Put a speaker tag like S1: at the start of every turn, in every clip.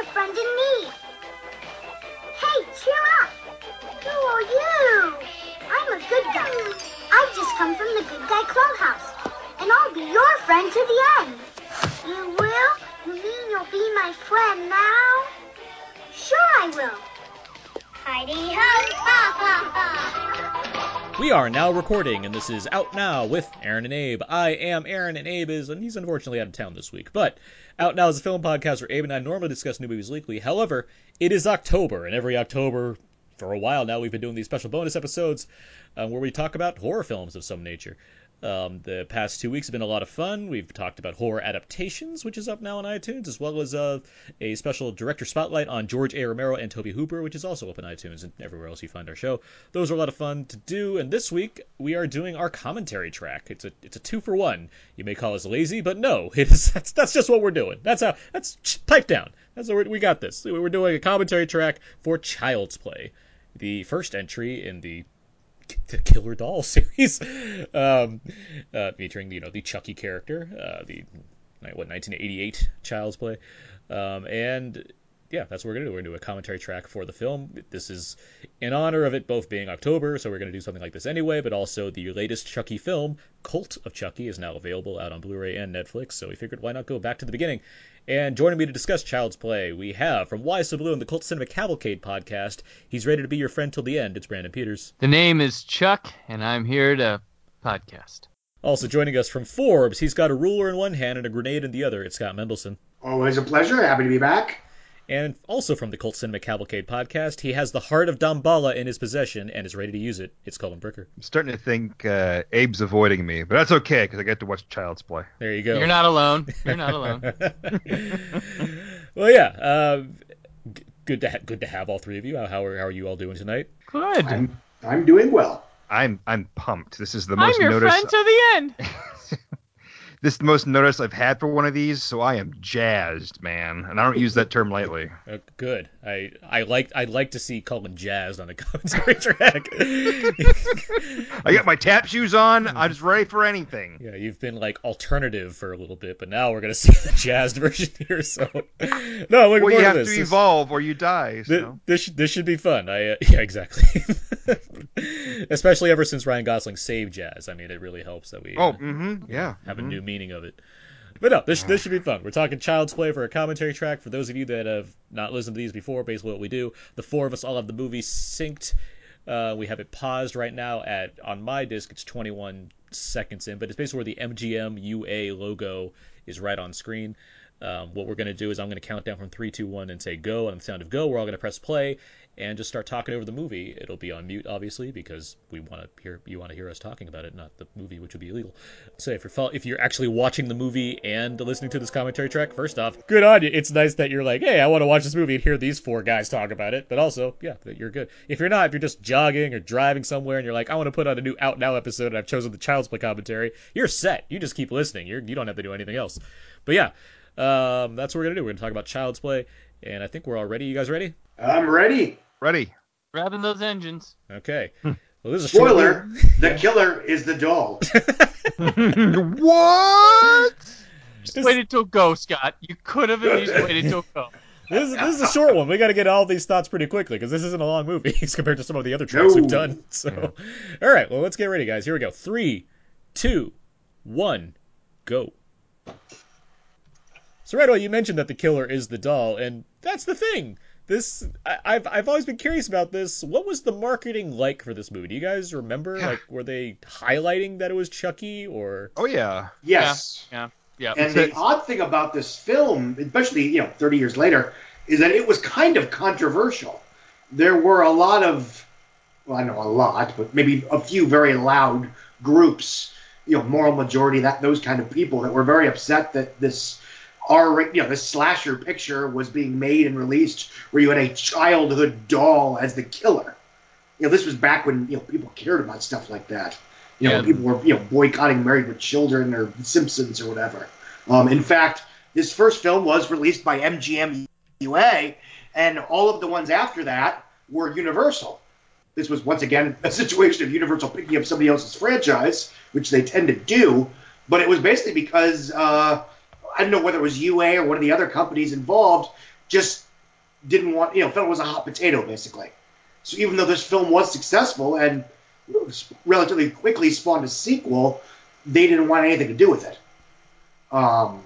S1: a friend in need. Hey, cheer up! Who are you? I'm a good guy. I've just come from the Good Guy Clubhouse, and I'll be your friend to the end. You will? You mean you'll be my friend now? Sure, I will. Heidi ho, ha ha ha.
S2: We are now recording, and this is Out Now with Aaron and Abe. I am Aaron, and Abe is, and he's unfortunately out of town this week. But Out Now is a film podcast where Abe and I normally discuss new movies weekly. However, it is October, and every October for a while now we've been doing these special bonus episodes um, where we talk about horror films of some nature. Um, the past two weeks have been a lot of fun. We've talked about horror adaptations, which is up now on iTunes, as well as uh, a special director spotlight on George A. Romero and Toby Hooper, which is also up on iTunes and everywhere else you find our show. Those are a lot of fun to do. And this week we are doing our commentary track. It's a it's a two for one. You may call us lazy, but no, it is that's that's just what we're doing. That's how that's pipe down. That's what we're, we got this. We're doing a commentary track for Child's Play, the first entry in the the Killer Doll series, um, uh, featuring you know the Chucky character, uh, the what 1988 Child's Play, um, and yeah, that's what we're gonna do. We're gonna do a commentary track for the film. This is in honor of it both being October, so we're gonna do something like this anyway. But also the latest Chucky film, Cult of Chucky, is now available out on Blu-ray and Netflix. So we figured why not go back to the beginning. And joining me to discuss Child's Play, we have from Why So Blue and the Cult Cinema Cavalcade podcast. He's ready to be your friend till the end. It's Brandon Peters.
S3: The name is Chuck, and I'm here to podcast.
S2: Also joining us from Forbes, he's got a ruler in one hand and a grenade in the other. It's Scott Mendelson.
S4: Always a pleasure. Happy to be back.
S2: And also from the Cult Cinema Cavalcade podcast, he has the heart of Damballa in his possession and is ready to use it. It's Colin Bricker.
S5: I'm starting to think uh, Abe's avoiding me, but that's okay because I get to watch Child's Play.
S2: There you go.
S3: You're not alone. You're not alone.
S2: well, yeah. Uh, g- good to ha- good to have all three of you. How, how, are, how are you all doing tonight?
S3: Good. I'm,
S4: I'm I'm doing well.
S5: I'm I'm pumped. This is the most
S3: your
S5: notice.
S3: friend to the end.
S5: This is the most notice I've had for one of these, so I am jazzed, man. And I don't use that term lightly.
S2: Uh, good. I I like I like to see Colin jazzed on the commentary track.
S5: I got my tap shoes on. I'm just ready for anything.
S2: yeah, you've been like alternative for a little bit, but now we're gonna see the jazzed version here. So no, I'm looking
S5: Well,
S2: forward
S5: you have
S2: to this.
S5: to
S2: This-
S5: evolve or you die.
S2: Th-
S5: So.
S2: This this should be fun. I uh, yeah exactly. Especially ever since Ryan Gosling saved jazz. I mean, it really helps that we uh,
S5: Oh, mm-hmm. Yeah.
S2: have a new meaning of it. But no, this this should be fun. We're talking Child's Play for a commentary track. For those of you that have not listened to these before, basically what we do, the four of us all have the movie synced. Uh, we have it paused right now at on my disc. It's 21 seconds in, but it's basically where the MGM UA logo is right on screen. Um, what we're going to do is I'm going to count down from three, two, one, and say go. And the sound of go, we're all going to press play and just start talking over the movie. It'll be on mute, obviously, because we want to hear you want to hear us talking about it, not the movie, which would be illegal. So if you're fol- if you're actually watching the movie and listening to this commentary track, first off, good on you. It's nice that you're like, hey, I want to watch this movie and hear these four guys talk about it. But also, yeah, that you're good. If you're not, if you're just jogging or driving somewhere and you're like, I want to put on a new Out Now episode and I've chosen the Child's Play commentary, you're set. You just keep listening. You're you don't have to do anything else. But yeah, um, that's what we're gonna do. We're gonna talk about Child's Play, and I think we're all ready. You guys ready?
S4: I'm ready.
S5: Ready.
S3: Grabbing those engines.
S2: Okay. Well, this is a short
S4: Spoiler:
S2: one.
S4: the killer is the doll.
S5: what?
S2: This-
S3: Just waited till go, Scott. You could have at least waited till go.
S2: This, is- this is a short one. We got to get all these thoughts pretty quickly because this isn't a long movie as compared to some of the other tracks we've
S4: No.
S2: done. So, all right, well, let's get ready, guys. Here we go. Three, two, one, go. So right away, you mentioned that the killer is the doll, and that's the thing. This I, I've I've always been curious about this. What was the marketing like for this movie? Do you guys remember?
S5: Yeah.
S2: Like, were they highlighting that it was Chucky, or
S5: Oh yeah.
S4: Yes.
S3: Yeah, yeah.
S4: And the
S5: It's a-
S4: odd thing about this film, especially you know, 30 years later, is that it was kind of controversial. There were a lot of, well, I know a lot, but maybe a few very loud groups, you know, moral majority, that those kind of people that were very upset that this R, you know, this slasher picture was being made and released where you had a childhood doll as the killer. You know, this was back when you know people cared about stuff like that. You know,
S3: Yeah.
S4: people were you know boycotting Married with Children or Simpsons or whatever. Um, in fact, this first film was released by MGM UA, and all of the ones after that were Universal. This was once again a situation of Universal picking up somebody else's franchise, which they tend to do. But it was basically because uh, I don't know whether it was UA or one of the other companies involved just didn't want, you know, felt it was a hot potato, basically. So even though this film was successful and relatively quickly spawned a sequel, they didn't want anything to do with it. Um,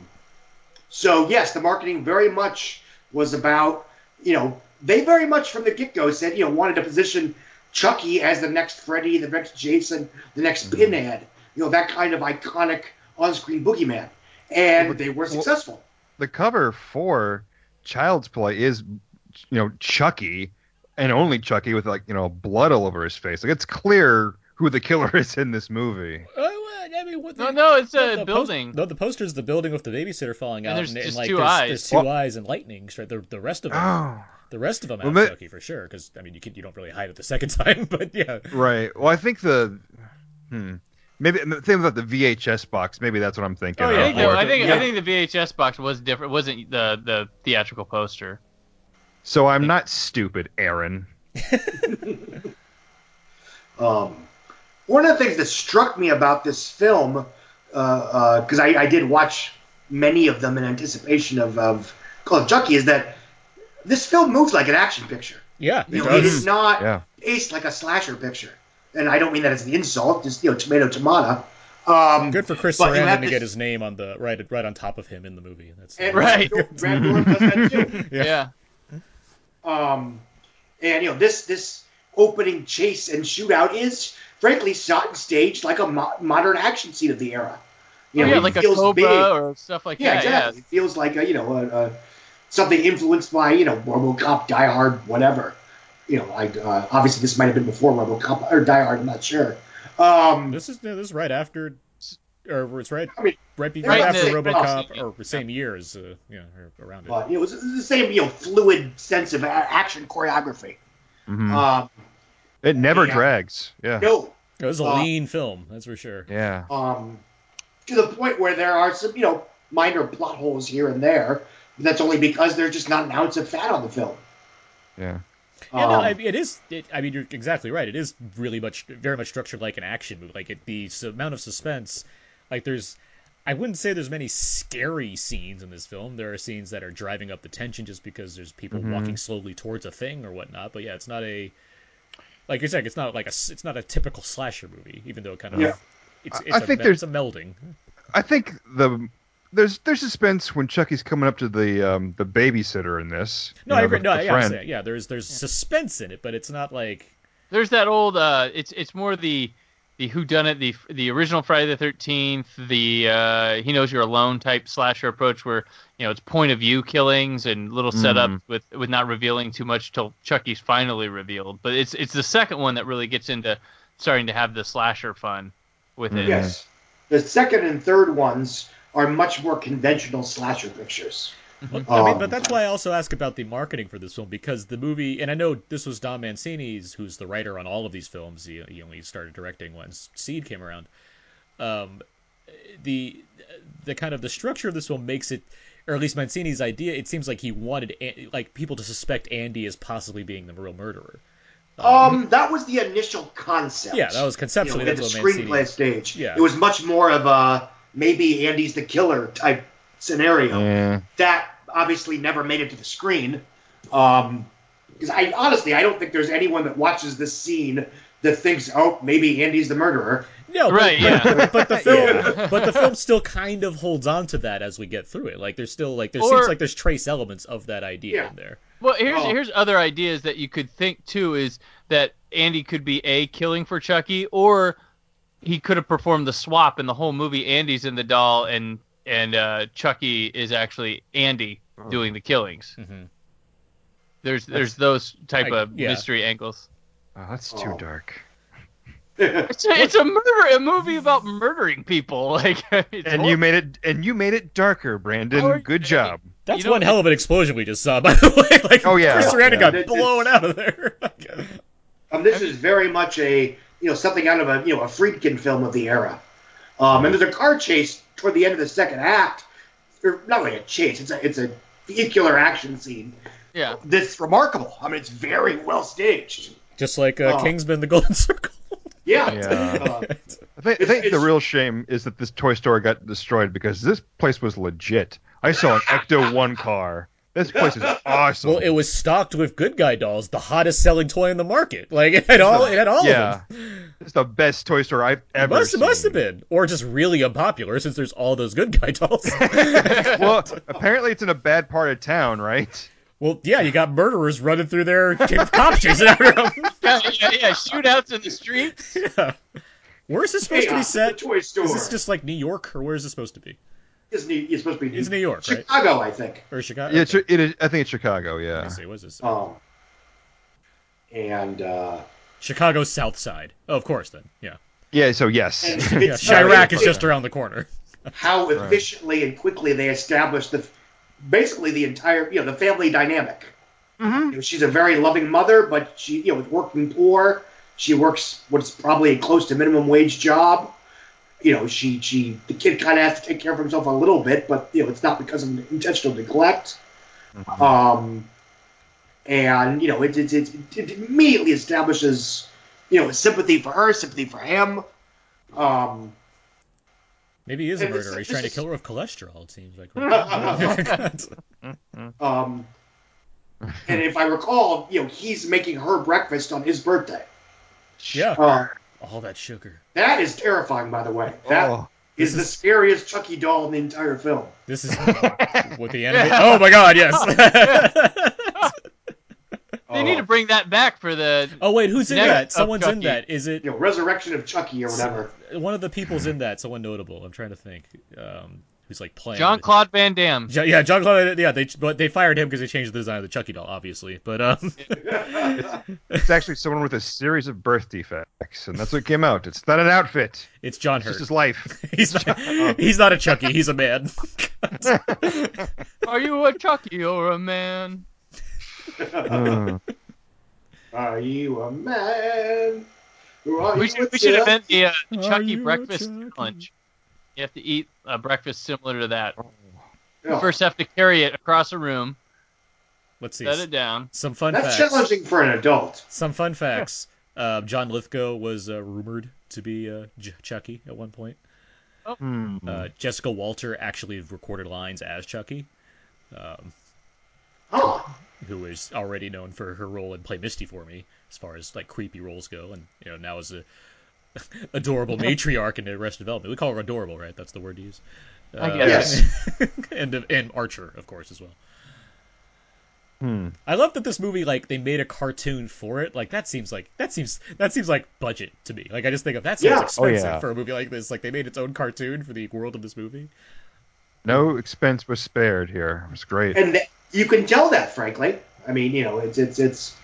S4: so yes, the marketing very much was about, you know, they very much from the get go said, you know, wanted to position Chucky as the next Freddy, the next Jason, the next
S2: Mhm.
S4: Pinhead, you know, that kind of iconic on screen boogeyman. And
S5: Well,
S4: they were
S5: well-
S4: successful.
S5: the cover for Child's Play is, you know, Chucky and only Chucky with like you know blood all over his face. Like it's clear who the killer is in this movie.
S2: Oh, well, I mean, what
S3: No,
S2: the-
S3: no, it's
S2: no, the
S3: a
S2: post-
S3: building.
S2: no, the poster's the building with the babysitter falling
S3: And
S2: out,
S3: there's
S2: and, and,
S3: just
S2: like
S3: two
S2: there's,
S3: eyes.
S2: there's two
S5: Well-
S2: eyes and lightning. Straight, the, the rest of them,
S4: Ah.
S5: Oh,
S2: the rest of them
S5: Well,
S2: out
S5: ma-
S2: Chucky for sure. Because I mean, you can you don't really hide it the second time, but yeah,
S5: right. Well, I think the hmm. Maybe the thing about the VHS box. Maybe that's what I'm thinking.
S2: Oh,
S5: of,
S2: yeah,
S3: I
S2: you
S3: think,
S2: know,
S5: or-
S3: I think
S4: Yeah.
S3: I think the VHS box was different. It wasn't the the theatrical poster.
S5: So I'm not stupid, Aaron.
S4: Um, one of the things that struck me about this film, because uh, uh 'cause I, I did watch many of them in anticipation of, of Call of Chucky, is that this film moves like an action picture.
S2: yeah, it
S4: You know, it
S2: does.
S4: is not
S5: Yeah.
S4: paced like a slasher picture. And I don't mean that as an insult, just, you know, tomato, tomato. Um,
S2: Good for Chris
S4: But you
S2: Sarandon
S4: have
S2: to
S4: to-
S2: get his name on the right right on top of him in the movee. That's
S4: and
S3: Right.
S4: Brad Dourif does that too.
S2: Yeah.
S3: Yeah.
S4: Um, and you know this this opening chase and shootout is frankly shot and staged like a mo- modern action scene of the era. You
S3: Oh,
S4: know,
S3: yeah,
S4: it
S3: like a
S4: feels
S3: cobra
S4: big.
S3: or stuff like
S4: yeah,
S3: that.
S4: exactly. It feels like a, you know a, a, something influenced by you know RoboCop, Die Hard, whatever. You know, I uh, obviously this might have been before RoboCop or Die Hard. I'm not sure. Um,
S2: This is this is right after, or it's right
S4: I mean,
S2: right, be,
S4: right
S2: right
S4: in
S2: after
S4: the-
S2: RoboCop,
S3: yeah.
S2: or same year as uh, yeah, or around it.
S4: but it was the same you know fluid sense of a- action choreography.
S5: Mhm.
S3: Hmm.
S4: Um,
S5: it never
S4: yeah.
S5: drags. Yeah.
S4: no,
S2: It was a
S4: Uh,
S2: lean film, that's for sure.
S5: Yeah.
S4: um, to the point where there are some, you know, minor plot holes here and there. But that's only because there's just not an ounce of fat on the film.
S5: Yeah.
S2: Yeah, no,
S4: Um,
S2: I, it is. It, I mean, you're exactly right. It is really much, very much structured like an action movie. Like it, the s- amount of suspense, like there's, I wouldn't say there's many scary scenes in this film. There are scenes that are driving up the tension just because there's people
S5: Mhm.
S2: walking slowly towards a thing or whatnot. But yeah, it's not a, like you're saying, it's not like a, s- it's not a typical slasher movie, even though it kind of,
S4: Yeah.
S2: it's,
S5: I-
S2: it's
S5: I
S2: a
S5: think
S2: me- it's
S5: there's-
S2: a melding.
S5: I think the there's there's suspense when Chucky's coming up to the um, the babysitter in this.
S2: No,
S5: you
S2: I
S5: know,
S2: agree.
S5: the-
S2: No,
S5: the
S2: yeah, I'm
S5: friend.
S2: saying, yeah. There's there's suspense in it, but it's not like
S3: There's that old. Uh, it's it's more the the Who Done It, the the original Friday the Thirteenth, the uh, He Knows You're Alone type slasher approach, where you know it's point of view killings and little
S5: Mhm.
S3: setups with with not revealing too much till Chucky's finally revealed. But it's it's the second one that really gets into starting to have the slasher fun with it.
S4: yes. The second and third ones are much more conventional slasher pictures.
S2: Well, I mean,
S4: Um,
S2: but that's why I also ask about the marketing for this film because the movie, and I know this was Don Mancini's, who's the writer on all of these films. He, he only started directing once Seed came around. Um, the the kind of the structure of this film makes it, or at least Mancini's idea, it seems like he wanted An- like people to suspect Andy as possibly being the real murderer.
S4: Um, that was the initial concept.
S2: yeah, that was conceptually
S4: you know, at the
S2: that's what Mancini.
S4: screenplay stage.
S2: Yeah.
S4: It was much more of a maybe Andy's the killer type scenario.
S5: Yeah.
S4: that obviously never made it to the screen. Um, because I honestly, I don't think there's anyone that watches this scene that thinks, oh, maybe Andy's the murderer.
S2: No, but-
S3: Right,
S2: but,
S3: yeah.
S2: but, the film,
S5: Yeah.
S2: but the film still kind of holds on to that as we get through it. Like there's still like there seems
S3: Or-
S2: like there's trace elements of that idea
S4: Yeah.
S2: in there.
S3: Well, here's
S4: Oh.
S3: here's other ideas that you could think too is that Andy could be a killing for Chucky, or he could have performed the swap in the whole movie. Andy's in the doll, and and uh, Chucky is actually Andy doing the killings.
S2: Mm-hmm.
S3: There's there's those type
S2: I-
S3: of
S2: yeah.
S3: mystery angles.
S5: Oh, that's too
S4: Oh.
S5: dark.
S3: It's a, it's a murder a movie about murdering people. Like it's
S5: And
S3: hor-
S5: you made it and you made it darker, Brandon.
S3: How are you-
S5: Good job.
S2: That's
S3: You know-
S2: one hell of an explosion we just saw, by the way. Like,
S5: Oh, yeah.
S2: Chris Sarandon
S5: Yeah.
S2: got
S4: It-
S2: blown
S4: it's-
S2: out of there.
S4: Um, this is very much a you know something out of a you know a Friedkin film of the era. Um, and there's a car chase toward the end of the second act. Or not really a chase; it's a it's a vehicular action scene
S3: yeah.
S4: that's remarkable. I mean, it's very well staged.
S2: just like uh,
S4: Oh.
S2: Kingsman: The Golden Circle.
S4: Yeah.
S5: Yeah.
S4: Uh,
S5: I think, I
S4: It's-
S5: think the
S4: it's-
S5: real shame is that this toy store got destroyed because this place was legit. I saw an Ecto One car. This place is awesome.
S2: Well, it was stocked with good guy dolls, the hottest selling toy in the market. Like it had all, it had all
S5: yeah,
S2: of them.
S5: it's the best toy store I've ever
S2: Must
S5: seen.
S2: must have been, or just really unpopular since there's all those good guy dolls.
S5: well, apparently it's in a bad part of town, right?
S2: well, yeah, you got murderers running through there, cops chasing after them.
S3: yeah, yeah, yeah, shootouts in the streets.
S2: Yeah. Where is this supposed to be
S4: Chaos,
S2: set?
S4: uh, the toy store.
S5: uh,
S2: Is this just like New York, or where is this supposed to be?
S4: Isn't he, it's supposed to be
S2: It's New York, right?
S4: Chicago, I think.
S2: Or Chicago?
S5: Yeah,
S2: Uh, Okay.
S5: it's, it is, I think it's Chicago. Yeah,
S2: Let's see, what's this?
S4: Um, and uh,
S2: Chicago South Side. Oh, of course, then. Yeah.
S5: yeah. So yes,
S4: And-
S2: yeah
S4: It's
S2: Chirac
S4: Chirac
S2: is just around the corner.
S4: how efficiently and quickly they established the basically the entire you know the family dynamic. You know, she's a very loving mother, but she you know is working poor. She works what's probably a close to minimum wage job. You know, she she the kid kind of has to take care of himself a little bit, but you know it's not because of intentional neglect. Um, and you know it it, it it immediately establishes you know sympathy for her, sympathy for him. Um,
S2: Maybe he is a
S4: And this-
S2: murderer. He's
S4: this
S2: trying to
S4: is-
S2: kill her with cholesterol, it seems like. Right?
S4: Um, and if I recall, you know, he's making her breakfast on his birthday.
S2: yeah.
S4: Uh,
S2: All that sugar.
S4: that is terrifying, by the way. That is
S5: Oh.
S4: the scariest Chucky doll in the entire film.
S2: This is what the anime. Oh my god, yes.
S3: They
S5: Oh.
S3: need to bring that back for the.
S2: oh, wait, who's in
S3: Next
S2: that?
S3: up,
S2: Someone's in
S3: Chucky.
S2: that. Is it.
S4: You know, Resurrection of Chucky or whatever.
S2: One of the people's in that, someone notable. I'm trying to think. Um, who's like playing.
S3: John Claude Van Damme.
S2: Jo- Yeah, John Claude. Yeah, they but they fired him because they changed the design of the Chucky doll, obviously. But um,
S5: it's actually someone with a series of birth defects, and that's what came out. It's not an outfit;
S2: it's John
S5: it's
S2: Hurt.
S5: just his life.
S2: He's not, he's not a Chucky. He's a man.
S3: Are you a Chucky or a man?
S5: Mm.
S4: Are you a man? Who are
S3: We
S4: you
S3: should, we
S4: with
S3: should
S4: ya?
S3: invent the uh,
S2: Are
S3: Chucky
S2: you a
S3: breakfast
S2: Chucky?
S3: lunch. You have to eat a breakfast similar to that.
S4: Oh, Yeah.
S3: First, have to carry it across a room,
S2: Let's see.
S3: set it down.
S2: Some fun
S4: That's
S2: facts.
S4: challenging for an adult.
S2: Some fun facts. Uh, John Lithgow was uh, rumored to be uh, J- Chucky at one point.
S5: Hmm.
S2: Uh, Jessica Walter actually recorded lines as Chucky, um,
S4: Huh.
S2: who is already known for her role in Play Misty for Me, as far as like creepy roles go, and you know now is a adorable matriarch in Arrested Development. We call her adorable, right? That's the word to use.
S3: I
S2: Uh,
S3: guess.
S4: Yes.
S2: and and Archer, of course, as well.
S5: Hmm.
S2: I love that this movie like they made a cartoon for it. Like that seems like that seems that seems like budget to me. Like I just think of that seems
S4: Yeah. Oh,
S2: expensive
S5: yeah.
S2: for a movie like this. Like they made its own cartoon for the world of this movie.
S5: No expense was spared here. It was great.
S4: And th- you can tell that, frankly. I mean, you know, it's it's it's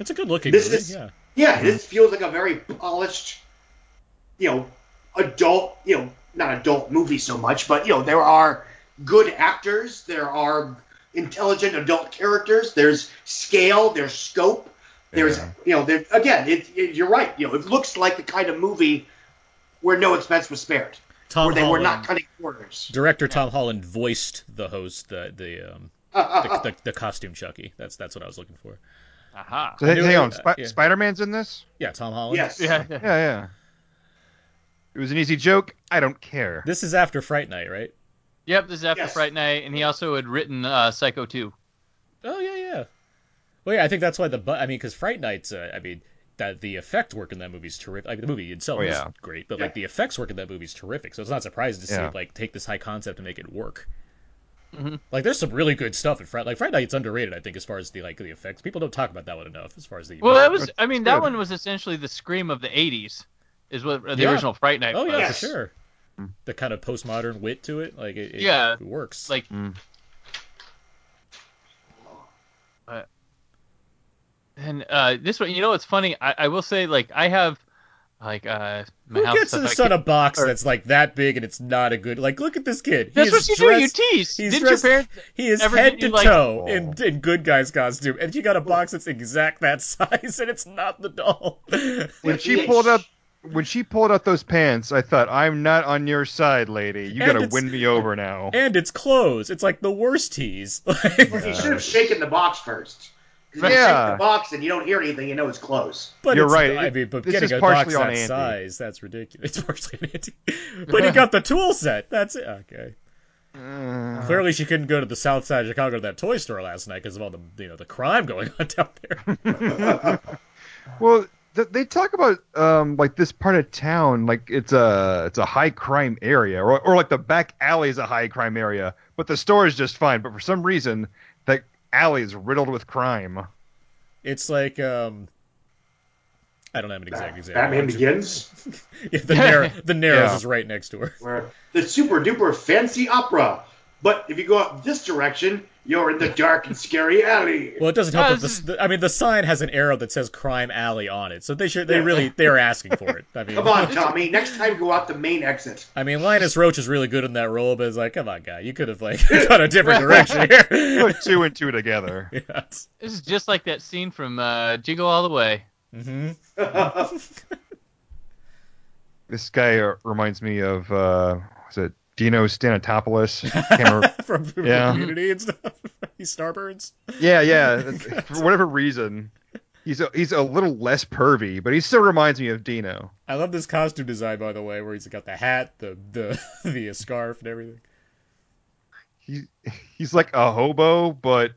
S2: It's a good looking
S4: This
S2: movie.
S4: is-
S2: Yeah.
S4: Yeah, this feels like a very polished, you know, adult, you know, not adult movie so much, but you know, there are good actors, there are intelligent adult characters, there's scale, there's scope, there's
S5: Yeah.
S4: you know, there again, it, it, you're right, you know, it looks like the kind of movie where no expense was spared,
S2: Tom
S4: where they were
S2: Holland,
S4: not cutting corners.
S2: director Tom Holland voiced the host, the the um the, the, the costume Chucky. That's that's what I was looking for.
S3: Aha.
S5: So hey,
S2: knew
S5: hang
S2: it- uh,
S5: on, Spi-
S2: yeah.
S5: Spider-Man's in this.
S2: Yeah, Tom Holland.
S4: yes,
S3: Yeah.
S5: Yeah, yeah. It was an easy joke. I don't care.
S2: This is after Fright Night, right?
S3: Yep, this is after
S4: Yes.
S3: Fright Night, and he also had written uh, Psycho 2.
S2: Oh yeah, yeah. Well, yeah, I think that's why the bu- I mean, because Fright Night's, uh, I mean, that the effect work in that movie is terrific. I mean, the movie itself
S5: Oh,
S2: is
S5: yeah.
S2: great, but
S4: Yeah.
S2: like the effects work in that movie is terrific. So it's not surprising to see
S5: Yeah.
S2: it, like take this high concept and make it work.
S3: Mhm.
S2: Like, there's some really good stuff in Fright. Like Fright Night's underrated, I think, as far as the like the effects. People don't talk about that one enough, as far as the.
S3: Well, that was, I mean, that
S5: good.
S3: one was essentially the scream of the 80s, is what the
S2: Yeah.
S3: original Fright Night
S2: Oh
S3: was.
S2: yeah,
S4: Yes.
S2: for sure.
S5: Mm.
S2: The kind of postmodern wit to it, like it, it
S3: Yeah.
S2: it works.
S3: Like,
S5: Mm.
S3: But- and uh, this one, you know, what's funny. I, I will say, like, I have, like, uh, my
S2: who
S3: house
S2: gets
S3: stuff
S2: this
S3: I
S2: on
S3: keep-
S2: a box
S3: or-
S2: that's like that big and it's not a good? Like, look at this kid. He is
S3: That's what you
S2: dressed-
S3: do. You tease.
S2: He's
S3: Didn't
S2: dressed,
S3: your parents?
S2: he is
S3: ever
S2: head
S3: get
S2: to
S3: you, like-
S2: toe
S5: Oh.
S2: in, in good guy's costume, and you got a box that's exact that size, and it's not the doll.
S5: when she pulled up, when she pulled out those pants, I thought, "I'm not on your side, lady. You
S2: And
S5: gotta
S2: it's-
S5: win me over now."
S2: and it's clothes. It's like the worst tease.
S4: you should have shaken the box first. 'Cause if you
S5: Yeah.
S4: shake the box and you don't hear anything, you know it's close.
S2: but
S5: You're
S2: it's-
S5: right.
S2: I mean, but
S5: This
S2: getting
S5: is
S2: a box
S5: partially on
S2: that
S5: Andy.
S2: size, that's ridiculous. It's partially on Andy. but he got the tool set. That's it. Okay.
S5: Uh-huh. Uh,
S2: Clearly, she couldn't go to the South Side of Chicago to that toy store last night because of all the you know the crime going on down there.
S5: Well, th- they talk about um, like this part of town, like it's a it's a high crime area, or, or like the back alley is a high crime area, but the store is just fine. But for some reason, that alley is riddled with crime.
S2: It's like um, I don't have an exact example.
S4: Batman Begins,
S2: Yeah, the, narrow, the Narrows
S5: Yeah.
S2: is right next to her.
S4: where the super duper fancy opera. But if you go out this direction, you're in the dark and scary alley.
S2: Well, it doesn't help.
S3: No,
S2: if
S3: Uh, this
S2: the, I mean, the sign has an arrow that says "Crime Alley" on it, so they should. They
S4: Yeah.
S2: really they are asking for it. I mean,
S4: Come on, Tommy. Next time, go out the main exit.
S2: I mean, Linus Roach is really good in that role, but it's like, come on, guy, you could have like gone a different direction here.
S5: Put two and two together.
S2: yes.
S3: This is just like that scene from uh, Jingle All the Way.
S2: hmm
S5: This guy uh, reminds me of uh, was it Dino Stanatopoulos? Can't remember.
S2: From from
S5: Yeah.
S2: Community and stuff. These Starburns.
S5: yeah, yeah. that's- For whatever reason, he's a, he's a little less pervy, but he still reminds me of Dino.
S2: I love this costume design, by the way, where he's got the hat, the the the scarf, and everything.
S5: He he's like a hobo, but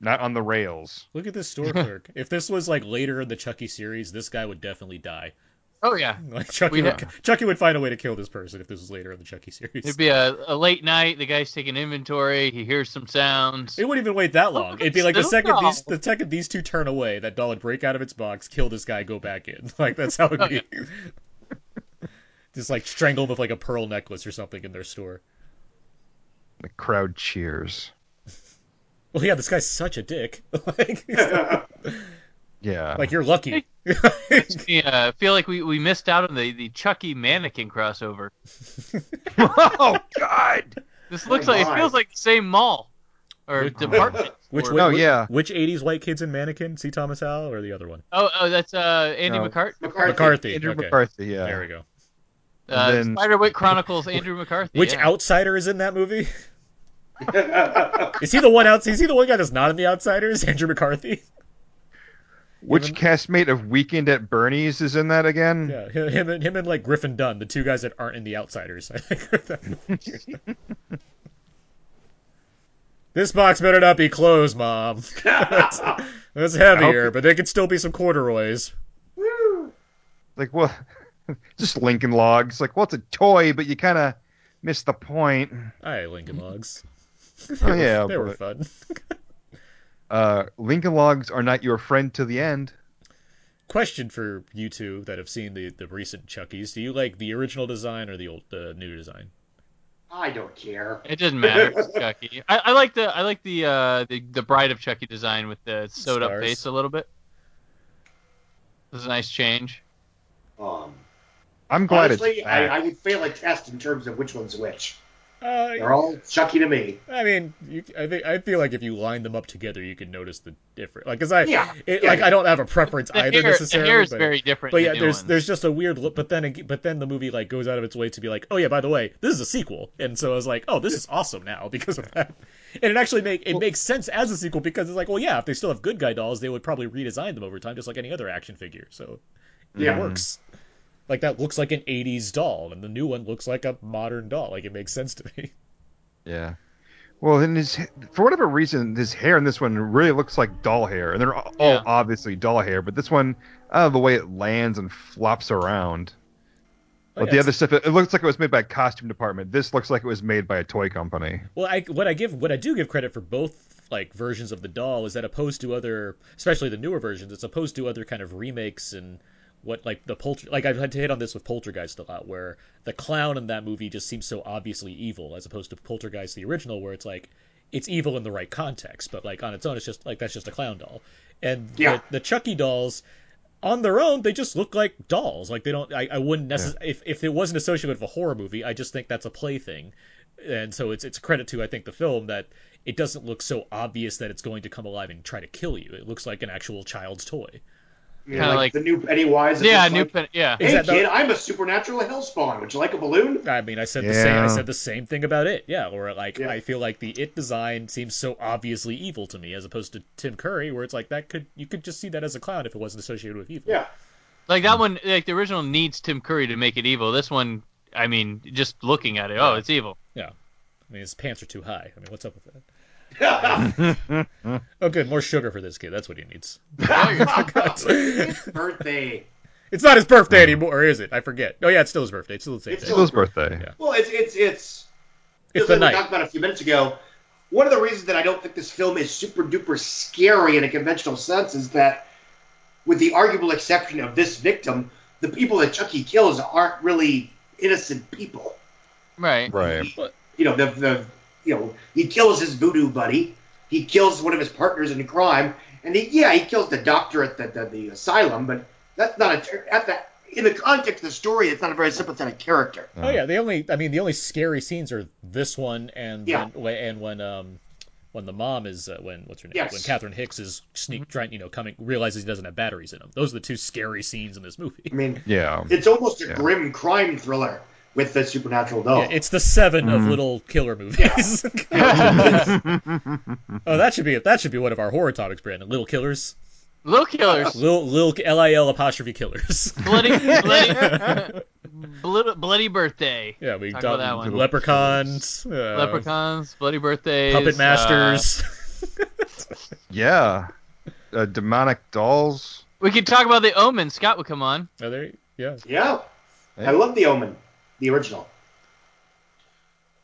S5: not on the rails.
S2: Look at this store clerk. If this was like later in the Chucky series, this guy would definitely die.
S3: Oh yeah,
S2: Like Chucky,
S3: We
S2: would, Chucky would find a way to kill this person if this was later in the Chucky series.
S3: it'd be a, a late night. The guy's taking inventory. He hears some sounds.
S2: It wouldn't even wait that long. It'd be like the
S3: Still
S2: second
S3: no.
S2: these the second these two turn away, that doll would break out of its box, kill this guy, go back in. Like that's how
S3: Oh,
S2: it'd be. Just like strangle him with like a pearl necklace or something in their store.
S5: The crowd cheers.
S2: Well, yeah, this guy's such a dick. like,
S5: Yeah.
S2: like you're lucky.
S3: Yeah, I feel like we, we missed out on the, the Chucky mannequin crossover.
S5: oh God.
S3: This looks
S4: Oh,
S3: like
S4: my.
S3: it feels like the same mall or
S2: Which-
S3: department.
S2: which
S3: store.
S2: which,
S5: Oh, yeah.
S2: which '80s white kids in mannequin? See Thomas Howell or the other one?
S3: Oh, oh, that's uh, Andy
S5: No.
S3: McCart.
S4: McCarthy.
S2: McCarthy.
S5: Andrew
S2: okay.
S5: McCarthy. Yeah.
S2: There we go.
S3: Uh,
S5: then-
S3: Spiderwick Chronicles. Andrew McCarthy.
S2: Which
S3: yeah.
S2: outsider is in that movie? is he the one out? Is he the one guy that's not in the Outsiders? Andrew McCarthy.
S5: Which castmate of Weekend at Bernie's is in that again?
S2: Yeah, hi- him and him and like Griffin Dunn, the two guys that aren't in the Outsiders. I think are the- this box better not be closed, Mom. that's, that's heavier, but there could still be some corduroys.
S5: Like well, just Lincoln Logs. Like well, it's a toy, but you kind of miss the point.
S2: I Lincoln Logs.
S5: Oh yeah.
S2: they were
S5: but,
S2: fun.
S5: uh, Lincoln Logs are not your friend to the end.
S2: Question for you two that have seen the, the recent Chuckies: Do you like the original design or the old the new design?
S4: I don't care.
S3: It doesn't matter. It's Chucky. I, I like the I like the uh the, the Bride of Chucky design with the sewed up
S2: Stars.
S3: face a little bit. This is a nice change.
S4: Um,
S5: I'm glad
S4: honestly,
S5: it's back.
S4: I, I would fail a test in terms of which one's which. They're
S2: Uh,
S4: all Chucky to me.
S2: I mean, you, I think I feel like if you line them up together, you could notice the difference. Like, cause I,
S4: Yeah,
S2: it,
S4: yeah.
S2: like I don't have a preference
S3: The
S2: either
S3: hair, the
S2: necessarily.
S3: hair is
S2: but-
S3: very different.
S2: But
S3: in the
S2: yeah,
S3: new
S2: there's
S3: one.
S2: there's just a weird look. But then ag- but then the movie like goes out of its way to be like, oh yeah, by the way, this is a sequel. And so I was like, oh, this is awesome now because of that. And it actually make it makes sense as a sequel because it's like, well, yeah, if they still have good guy dolls, they would probably redesign them over time, just like any other action figure. So it
S4: Yeah.
S2: works. Like that looks like an '80s doll, and the new one looks like a modern doll. Like it makes sense to me.
S5: Yeah. Well, and his for whatever reason, his hair in this one really looks like doll hair, and they're all
S3: Yeah.
S5: obviously doll hair. But this one, I don't know the way it lands and flops around.
S2: Oh,
S5: but
S2: yeah,
S5: the
S2: it's-
S5: other stuff, it, it looks like it was made by a costume department. This looks like it was made by a toy company.
S2: Well, I what I give what I do give credit for both like versions of the doll is that opposed to other, especially the newer versions, it's opposed to other kind of remakes and what like the polter like I've had to hit on this with Poltergeist a lot, where the clown in that movie just seems so obviously evil as opposed to Poltergeist the original, where it's like it's evil in the right context, but like on its own, it's just like that's just a clown doll. And
S4: Yeah.
S2: the, the Chucky dolls, on their own, they just look like dolls. Like they don't. I, I wouldn't necessarily. If, if it wasn't associated with a horror movie, I just think that's a plaything. And so it's it's a credit to I think the film that it doesn't look so obvious that it's going to come alive and try to kill you. It looks like an actual child's toy.
S4: You
S3: Kinda
S4: know, like,
S3: like-
S4: the new Pennywise.
S3: yeah,
S4: it's
S3: new
S4: like,
S3: pen, yeah.
S2: Is
S4: Hey
S2: that the-
S4: kid, I'm a supernatural hellspawn. Would you like a balloon?
S2: I mean, I said the same. I
S5: Yeah.
S2: said the same thing about it. Yeah, or like
S4: Yeah.
S2: I feel like the it design seems so obviously evil to me, as opposed to Tim Curry, where it's like that could you could just see that as a clown if it wasn't associated with evil.
S4: Yeah.
S3: Like that one, like the original needs Tim Curry to make it evil. This one, I mean, just looking at it, oh, it's evil.
S2: I mean, his pants are too high. I mean, what's up with that? Oh, good, more sugar for this kid. That's what he needs.
S4: It's birthday.
S2: It's not his birthday anymore, is it? I forget. Oh yeah, it's still his birthday. It's still the same
S4: It's
S2: day.
S4: still-
S5: Bill's birthday.
S2: Yeah.
S4: Well, it's it's it's.
S2: It's
S4: just
S2: the
S4: like
S2: night.
S4: we talked about a few minutes ago. One of the reasons that I don't think this film is super duper scary in a conventional sense is that, with the arguable exception of this victim, the people that Chucky kills aren't really innocent people.
S3: Right.
S5: Right.
S4: You know, the the you know he kills his voodoo buddy, he kills one of his partners in crime, and he, yeah, he kills the doctor at the, the, the asylum, but that's not a ter- at that in the context of the story, it's not a very sympathetic character.
S2: Oh yeah, the only I mean the only scary scenes are this one and
S4: Yeah.
S2: when, and when um when the mom is uh, when what's her name
S4: Yes. Mm-hmm.
S2: when Catherine Hicks is sneak trying you know coming realizes he doesn't have batteries in him. Those are the two scary scenes in this movie.
S4: I mean,
S5: Yeah.
S4: It's almost a
S5: Yeah.
S4: grim crime thriller with the supernatural doll.
S2: Yeah, it's the 7 of little killer movies. oh, that should be that should be one of our horror topics, Brandon. Little killers,
S3: Little killers.
S2: little little L I L apostrophe killers.
S3: bloody, bloody, bloody, bloody birthday.
S2: yeah, we
S3: Talk
S2: got
S3: about that one.
S2: leprechauns, uh,
S3: Leprechauns, bloody birthdays, uh,
S2: puppet masters.
S5: Yeah. Uh, demonic
S3: uh,
S5: dolls.
S3: we could talk about the Omen. Scott would come on.
S2: Are Oh, there? Yeah,
S4: Yeah.
S5: Hey.
S4: I love The Omen, the original.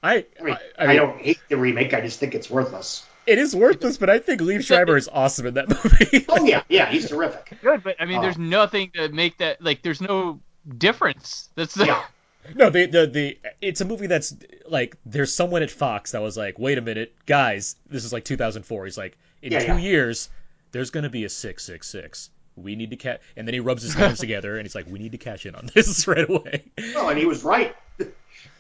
S2: I
S4: I mean, I,
S2: I, I mean,
S4: don't hate the remake. I just think it's worthless.
S2: it is worthless, but I think Lee Schreiber is awesome in that movie.
S4: Oh yeah, yeah, he's terrific.
S3: Good, but I mean,
S4: Oh.
S3: there's nothing to make that like. There's no difference. That's the,
S4: Yeah,
S2: No, the, the the it's a movie that's like there's someone at Fox that was like, wait a minute, guys, this is like 2004. He's like, in
S4: Yeah,
S2: two
S4: yeah.
S2: years, there's gonna be a six six six. We need to catch, and then he rubs his hands together and he's like, we need to cash in on this right away.
S4: well, and he was right,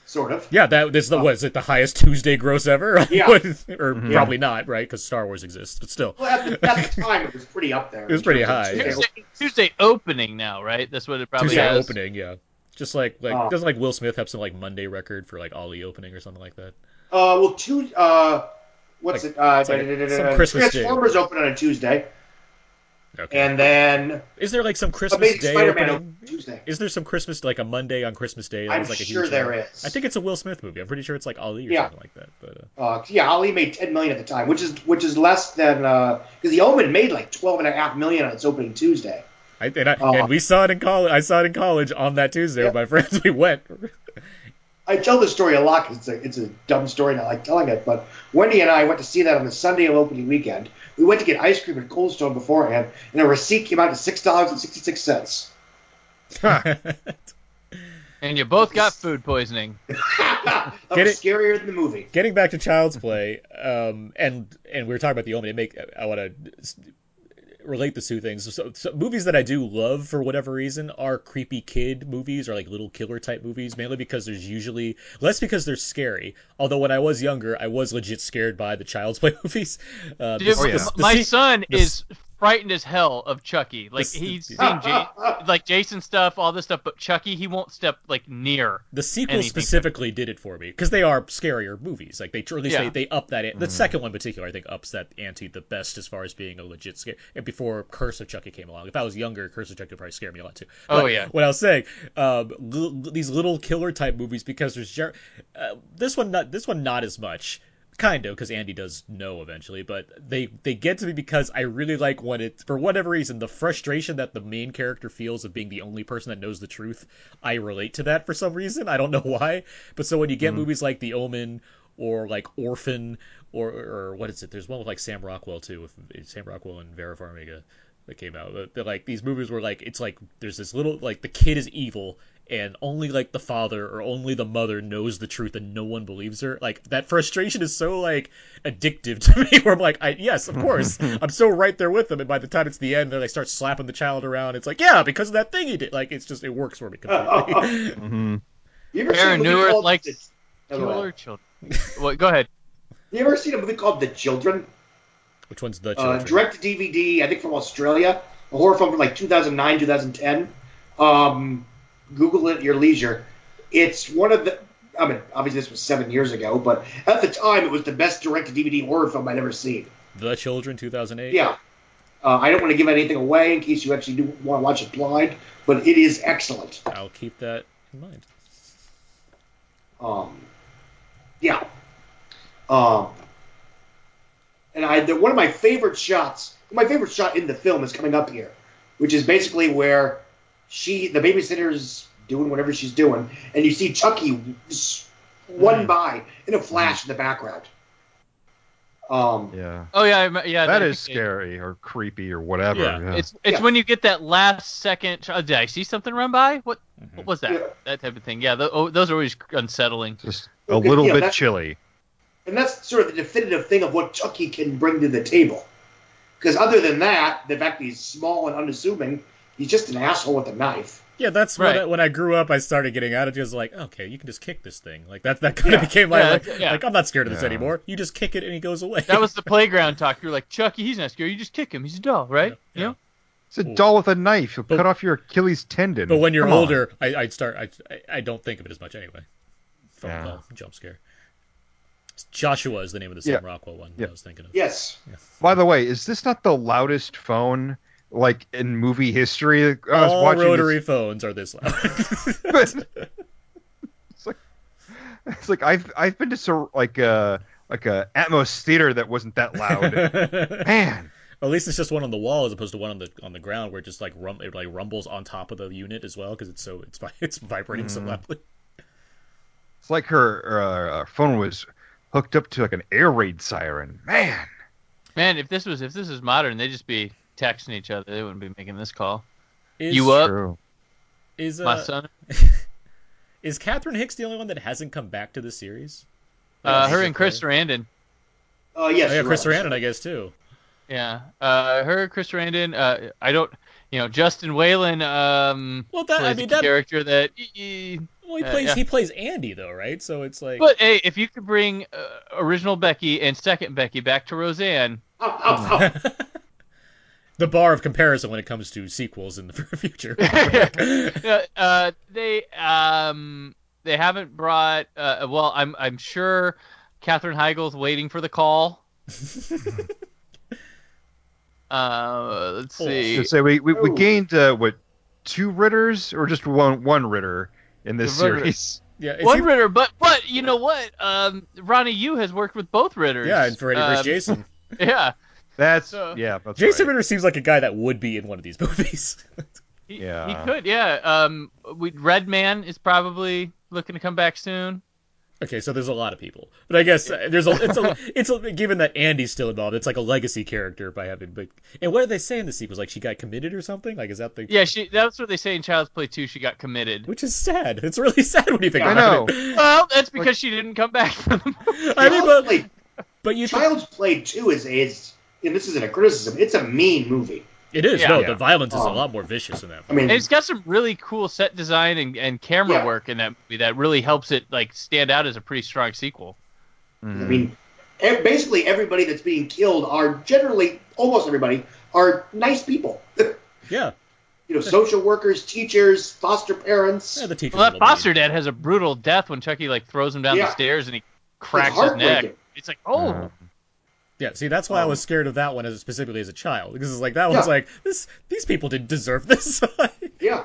S4: sort of.
S2: Yeah, that this is the was it the highest Tuesday gross ever?
S4: Yeah.
S2: What is- or probably not, right? Because Star Wars exists, but still.
S4: Well, at the, at the time, it was pretty up there. It
S2: was pretty high, yeah.
S3: Tuesday, Tuesday opening now, right? That's what it probably
S2: Tuesday
S3: is.
S2: opening, yeah. Just like like
S4: Oh.
S2: doesn't like Will Smith have some like Monday record for like Ollie opening or something like that.
S4: Uh, well, two. Uh, what's
S2: Like-
S4: it? Uh,
S2: it's like
S4: da- da- da- da-
S2: some
S4: da-
S2: Christmas day.
S4: Transformers open on a Tuesday,
S2: Okay.
S4: and then
S2: is there like some Christmas
S4: Amazing
S2: Day
S4: Spider-Man
S2: opening?
S4: open on Tuesday.
S2: Is there some Christmas like a Monday on Christmas Day? that
S4: I'm
S2: was, like, a
S4: sure
S2: huge
S4: there
S2: hit?
S4: is.
S2: I think it's a Will Smith movie. I'm pretty sure it's like Ali or
S4: Yeah.
S2: something like that. But uh,
S4: Uh, yeah, Ali made 10 million at the time, which is which is less than because The Omen made like 12 and a half million on its opening Tuesday.
S2: I and, I,
S4: Oh.
S2: and we saw it in college. I saw it in college on that Tuesday with my friends. We went.
S4: I tell this story a lot 'cause it's a, it's a dumb story and I like telling it. But Wendy and I went to see that on the Sunday of opening weekend. We went to get ice cream at Cold Stone beforehand, and the receipt came out to six dollars and sixty six cents.
S3: And you both got food poisoning.
S4: that
S2: Get
S4: was
S2: it?
S4: scarier than the movie.
S2: Getting back to Child's Play, um, and and we were talking about the Omen. It make I want to relate the two things. So, so movies that I do love for whatever reason are creepy kid movies or like little killer type movies, mainly because there's usually less because they're scary. Although when I was younger, I was legit scared by the Child's Play movies. Uh,
S3: Dude,
S5: Oh, yeah.
S3: m- my
S2: se-
S3: son
S2: the
S3: is frightened as hell of Chucky. Like
S2: s-
S3: he's
S2: yeah.
S3: seen Ja- like Jason stuff, all this stuff, but Chucky he won't step like near.
S2: The sequel
S3: anything.
S2: specifically did it for me because they are scarier movies. Like they, or at least
S3: Yeah.
S2: they, they up that. The second one, in particular, I think ups that ante the best as far as being a legit scare. And before Curse of Chucky came along, if I was younger, Curse of Chucky would probably scare me a lot too.
S3: Oh,
S2: But
S3: yeah.
S2: What I was saying, um, l- these little killer type movies because there's ger- uh, this one not this one not as much. Kind of, because Andy does know eventually, but they they get to me because I really like when it for whatever reason the frustration that the main character feels of being the only person that knows the truth. I relate to that for some reason. I don't know why, but so when you get
S3: Mm-hmm.
S2: movies like The Omen or like Orphan or or what is it? There's one with like Sam Rockwell too, with Sam Rockwell and Vera Farmiga that came out. But, but, like these movies were like it's like there's this little like the kid is evil and only like the father or only the mother knows the truth and no one believes her. Like that frustration is so like addictive to me where I'm like, I yes, of course. I'm so right there with them and by the time it's the end then I start slapping the child around. It's like, yeah, because of that thing he did. Like it's just it works for me completely.
S5: Mm-hmm.
S4: You ever
S3: Aaron
S4: seen a movie
S3: Newirth
S4: called
S3: likes
S4: the,
S3: Killer
S5: Oh,
S4: Hello.
S3: children. What? Go ahead.
S4: You ever seen a movie called The Children?
S2: Which one's the
S4: Uh,
S2: children?
S4: direct to DVD, I think from Australia, a horror film from like 2009, 2010. Um, Google it at your leisure. It's one of the. I mean, obviously this was seven years ago, but at the time it was the best direct to DVD horror film I'd ever seen.
S2: The Children 2008.
S4: Yeah. Uh, I don't want to give anything away in case you actually do want to watch it blind, but it is excellent.
S2: I'll keep that in mind.
S4: Um, yeah. Um, and I the, one of my favorite shots, my favorite shot in the film is coming up here, which is basically where she, the babysitter's doing whatever she's doing, and you see Chucky s- one by in a flash in the background. Um,
S5: Yeah.
S3: Oh yeah, I rem- yeah.
S5: that
S3: I
S5: is
S3: think it-
S5: scary or creepy or whatever.
S2: Yeah,
S5: Yeah.
S3: It's it's
S4: Yeah.
S3: when you get that last second. tr- Oh, did I see something run by? What
S5: Mm-hmm.
S3: what was that?
S4: Yeah.
S3: That type of thing. Yeah, tho- oh, those are always unsettling.
S5: just a
S4: Okay,
S5: little
S4: yeah,
S5: bit
S4: that's-
S5: chilly.
S4: And that's sort of the definitive thing of what Chucky can bring to the table. Because other than that, the fact that he's small and unassuming, he's just an asshole with a knife.
S2: Yeah, that's when,
S3: Right.
S2: I, when I grew up. I started getting attitudes like, okay, you can just kick this thing. Like that. That kind of
S4: Yeah.
S2: became my
S3: Yeah,
S2: like,
S3: that's- yeah.
S2: like, I'm not scared of this
S5: Yeah.
S2: anymore. You just kick it and he goes away.
S3: That was the playground talk. You were like Chucky, he's not scary. You just kick him. He's a doll, right?
S2: Yeah.
S3: You know?
S5: It's a
S2: Ooh.
S5: doll with a knife. You'll
S2: But-
S5: cut off your Achilles tendon.
S2: But when you're
S5: Come on.
S2: older, I, I start. I, I- I don't think of it as much anyway. From
S5: Yeah.
S2: the jump scare. It's Joshua is the name of the Sam
S5: Yeah.
S2: Rockwell one
S5: Yeah.
S2: I was thinking of.
S4: Yes.
S5: By the way, is this not the loudest phone like in movie history? I was
S2: All
S5: watching
S2: rotary
S5: this-
S2: phones are this loud.
S5: But- it's like it's like I've I've been to sur- like a like a Atmos theater that wasn't that loud. Man,
S2: At least it's just one on the wall as opposed to one on the on the ground where it just like rum it like rumbles on top of the unit as well because it's so it's vi- it's vibrating so
S5: Mhm.
S2: loudly.
S5: it's like her uh, her phone was hooked up to like an air raid siren. Man,
S3: Man, if this was if this is modern, they'd just be texting each other. They wouldn't be making this call.
S2: Is,
S3: You uh, up?
S5: true.
S2: Is
S3: My
S2: uh,
S3: son.
S2: is Catherine Hicks the only one that hasn't come back to the series?
S3: Uh,
S2: Yes.
S3: her and Chris Sarandon.
S4: Uh, yes.
S2: Oh, yeah,
S4: you're
S2: Chris
S4: right.
S2: Sarandon, I guess too.
S3: Yeah. Uh, her, Chris Sarandon. Uh, I don't. You know, Justin Whalen. Um,
S2: Well, that
S3: plays
S2: I
S3: a
S2: mean that
S3: character that. e- e-
S2: well, he
S3: uh,
S2: plays
S3: yeah.
S2: he plays Andy though, right? So it's like
S3: But hey, if you could bring uh, original Becky and second Becky back to Roseanne,
S4: Oh, oh, oh.
S2: the bar of comparison when it comes to sequels in the future.
S3: uh, uh, they um they haven't brought. Uh, well, I'm I'm sure Katherine Heigl's waiting for the call. uh, let's see.
S5: Should say we we, we
S4: Ooh.
S5: gained uh, what two Ritters or just one one Ritter in this
S3: The Ritter.
S5: series.
S2: yeah, if
S3: One
S2: you-
S3: Ritter, but but you know what? Um, Ronnie Yu has worked with both Ritters.
S2: yeah, and Freddy vs.
S3: Um,
S2: Jason.
S3: Yeah,
S5: That's
S3: So-
S5: yeah. That's
S2: Jason
S5: right.
S2: Ritter seems like a guy that would be in one of these movies.
S3: he,
S5: Yeah.
S3: he could. Yeah. Um, we Red Man is probably looking to come back soon.
S2: Okay, so there's a lot of people, but I guess uh, there's a it's a it's a, given that Andy's still involved, it's like a legacy character by having. But and what do they say in the sequels? Like she got committed or something? Like is that the
S3: Yeah, she. That's what they say in Child's Play 2. She got committed.
S2: Which is sad. It's really sad when you think
S5: I
S2: about
S5: know.
S2: it.
S3: Well, that's because she didn't come back. From the movie.
S2: I mean, but,
S4: Child's Play,
S2: but you think
S4: Child's Play 2 is, is, and this isn't a criticism, it's a mean movie.
S2: it is
S3: Yeah.
S2: no.
S5: Yeah.
S2: The violence is a
S4: Um,
S2: lot more vicious in that.
S4: I mean,
S3: And it's got some really cool set design and, and camera
S4: Yeah.
S3: work in that movie that really helps it like stand out as a pretty strong sequel.
S4: I
S2: Mm-hmm.
S5: Mhm.
S4: mean, e- basically everybody that's being killed are generally, almost everybody, are nice people. you
S2: yeah,
S4: know, social workers, teachers, foster parents.
S2: yeah. The teacher.
S3: Well, that foster dad has a brutal death when Chucky like throws him down the
S4: Yeah.
S3: stairs and he
S4: It's
S3: cracks his neck.
S4: heartbreaking.
S3: It's like, oh,
S5: Uh,
S2: Yeah, see, that's why I was scared of that one as specifically as a child because it's like that one's
S4: Um, Yeah.
S2: like this. These people didn't deserve this.
S4: Yeah.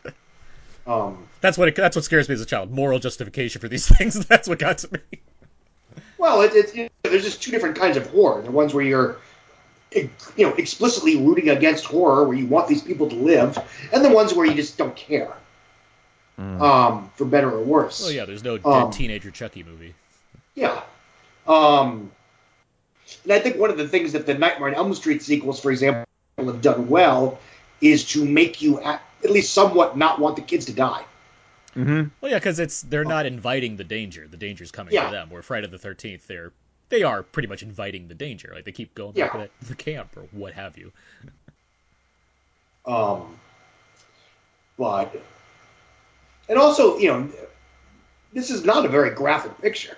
S4: Um,
S2: that's what it, that's what scares me as a child. Moral justification for these things. That's what got to me.
S4: Well, it, it, it- there's just two different kinds of horror. The ones where you're, you know, explicitly rooting against horror, where you want these people to live, and the ones where you just don't care,
S5: mm.
S4: um, for better or worse.
S2: Well, yeah, there's no dead
S4: Um,
S2: teenager Chucky movie.
S4: Yeah. Um, and I think one of the things that the Nightmare on Elm Street sequels, for example, have done well is to make you at, at least somewhat not want the kids to die.
S5: Mhm.
S2: Well, yeah, because it's they're not inviting the danger. The danger's coming
S4: Yeah.
S2: to them. Where Friday the Thirteenth, they're they are pretty much inviting the danger. Like they keep going back
S4: Yeah.
S2: to that, the camp or what have you.
S4: Um, but and also, you know, this is not a very graphic picture.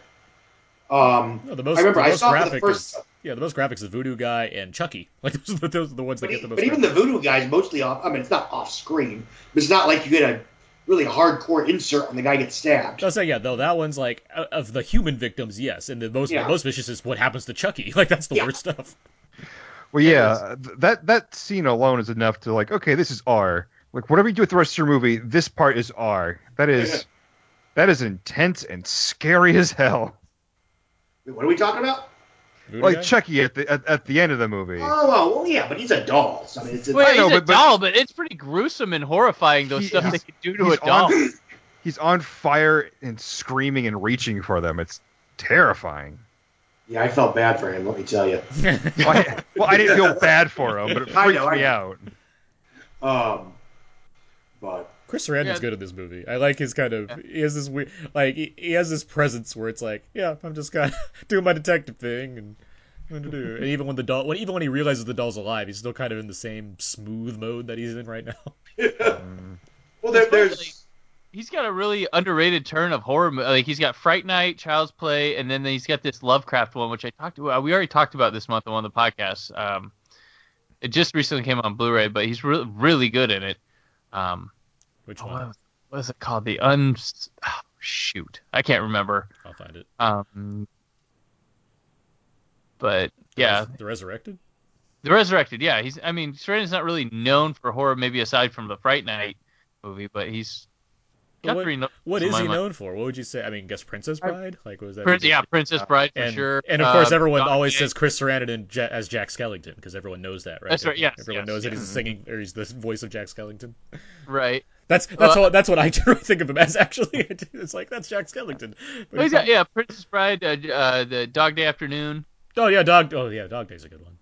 S4: Um,
S2: No, the most,
S4: I remember
S2: the
S4: I
S2: most
S4: saw it for the
S2: graphic
S4: first-
S2: is yeah, the most graphics is Voodoo Guy and Chucky. Like those are the, those are the ones that
S4: but,
S2: get
S4: e-
S2: the most.
S4: but even
S2: graphic.
S4: the voodoo guy's mostly off. I mean, it's not off screen, but it's not like you get a really hardcore insert and the guy gets stabbed.
S2: I'll say yeah, though that one's like o- of the human victims, yes, and the most
S4: Yeah.
S2: most vicious is what happens to Chucky. Like that's the
S4: Yeah.
S2: worst stuff.
S5: Well, yeah, uh, th- that that scene alone is enough to like, okay, this is R. Like whatever you do with the rest of your movie, this part is R. That is that is intense and scary as hell.
S4: What are we talking about?
S2: Voodoo
S5: like
S2: guy?
S5: Chucky at the at, at the end of the movie.
S4: Oh well, well, yeah, but he's a doll. So, I mean, it's a,
S3: Well,
S5: I
S3: he's
S5: know,
S3: a
S5: but- but-
S3: doll, but it's pretty gruesome and horrifying. Those
S5: He-
S3: stuff they
S5: he's-
S3: could do to a
S5: he's
S3: doll.
S5: on- he's on fire and screaming and reaching for them. It's terrifying.
S4: yeah, I felt bad for him. Let me tell you.
S5: Well, I, well, I didn't feel bad for him, but it
S4: I
S5: freaked
S4: know, I
S5: me
S4: know.
S5: out.
S4: Um, but
S2: Chris Sarandon's
S3: Yeah.
S2: good in this movie. I like his kind of he has this weird like he, he has this presence where it's like, yeah, I'm just kind of doing my detective thing and what to do. And even when the doll, when, even when he realizes the doll's alive, he's still kind of in the same smooth mode that he's in right now.
S4: well, there, there's
S3: He's got a really underrated turn of horror. mo- Like he's got Fright Night, Child's Play, and then he's got this Lovecraft one, which I talked. We already talked about this month on one of the podcasts. Um, it just recently came on Blu-ray, but he's really really good in it. Um,
S2: Which
S3: oh,
S2: one?
S3: what, was, what is it called? The un oh, shoot, I can't remember.
S2: I'll find it.
S3: Um, but yeah,
S2: The Resurrected.
S3: the Resurrected. Yeah, he's. I mean, Sarandon's not really known for horror, maybe aside from the Fright Night movie, but he's.
S2: But
S3: got
S2: what-
S3: pretty no-
S2: What
S3: in
S2: is
S3: my
S2: he
S3: mind.
S2: known for? What would you say? I mean, guess Princess Bride. Like, what was that?
S3: Prince, yeah, Princess Bride for
S2: uh, and,
S3: sure.
S2: and of course,
S3: Uh,
S2: everyone
S3: Doc
S2: always
S3: Day.
S2: says Chris Sarandon in Ja- as Jack Skellington because everyone knows that, right?
S3: That's right, yes,
S2: everyone
S3: yes, Mm-hmm.
S2: knows that
S3: yes.
S2: he's singing or he's the voice of Jack Skellington.
S3: right.
S2: That's that's
S3: Uh,
S2: what that's what I generally think of him as. Actually, it's like that's Jack Skellington. But
S3: Oh,
S2: he's-
S3: yeah, yeah, Princess Bride, uh, uh, the Dog Day Afternoon.
S2: Oh yeah, dog. Oh yeah, dog day's a good one.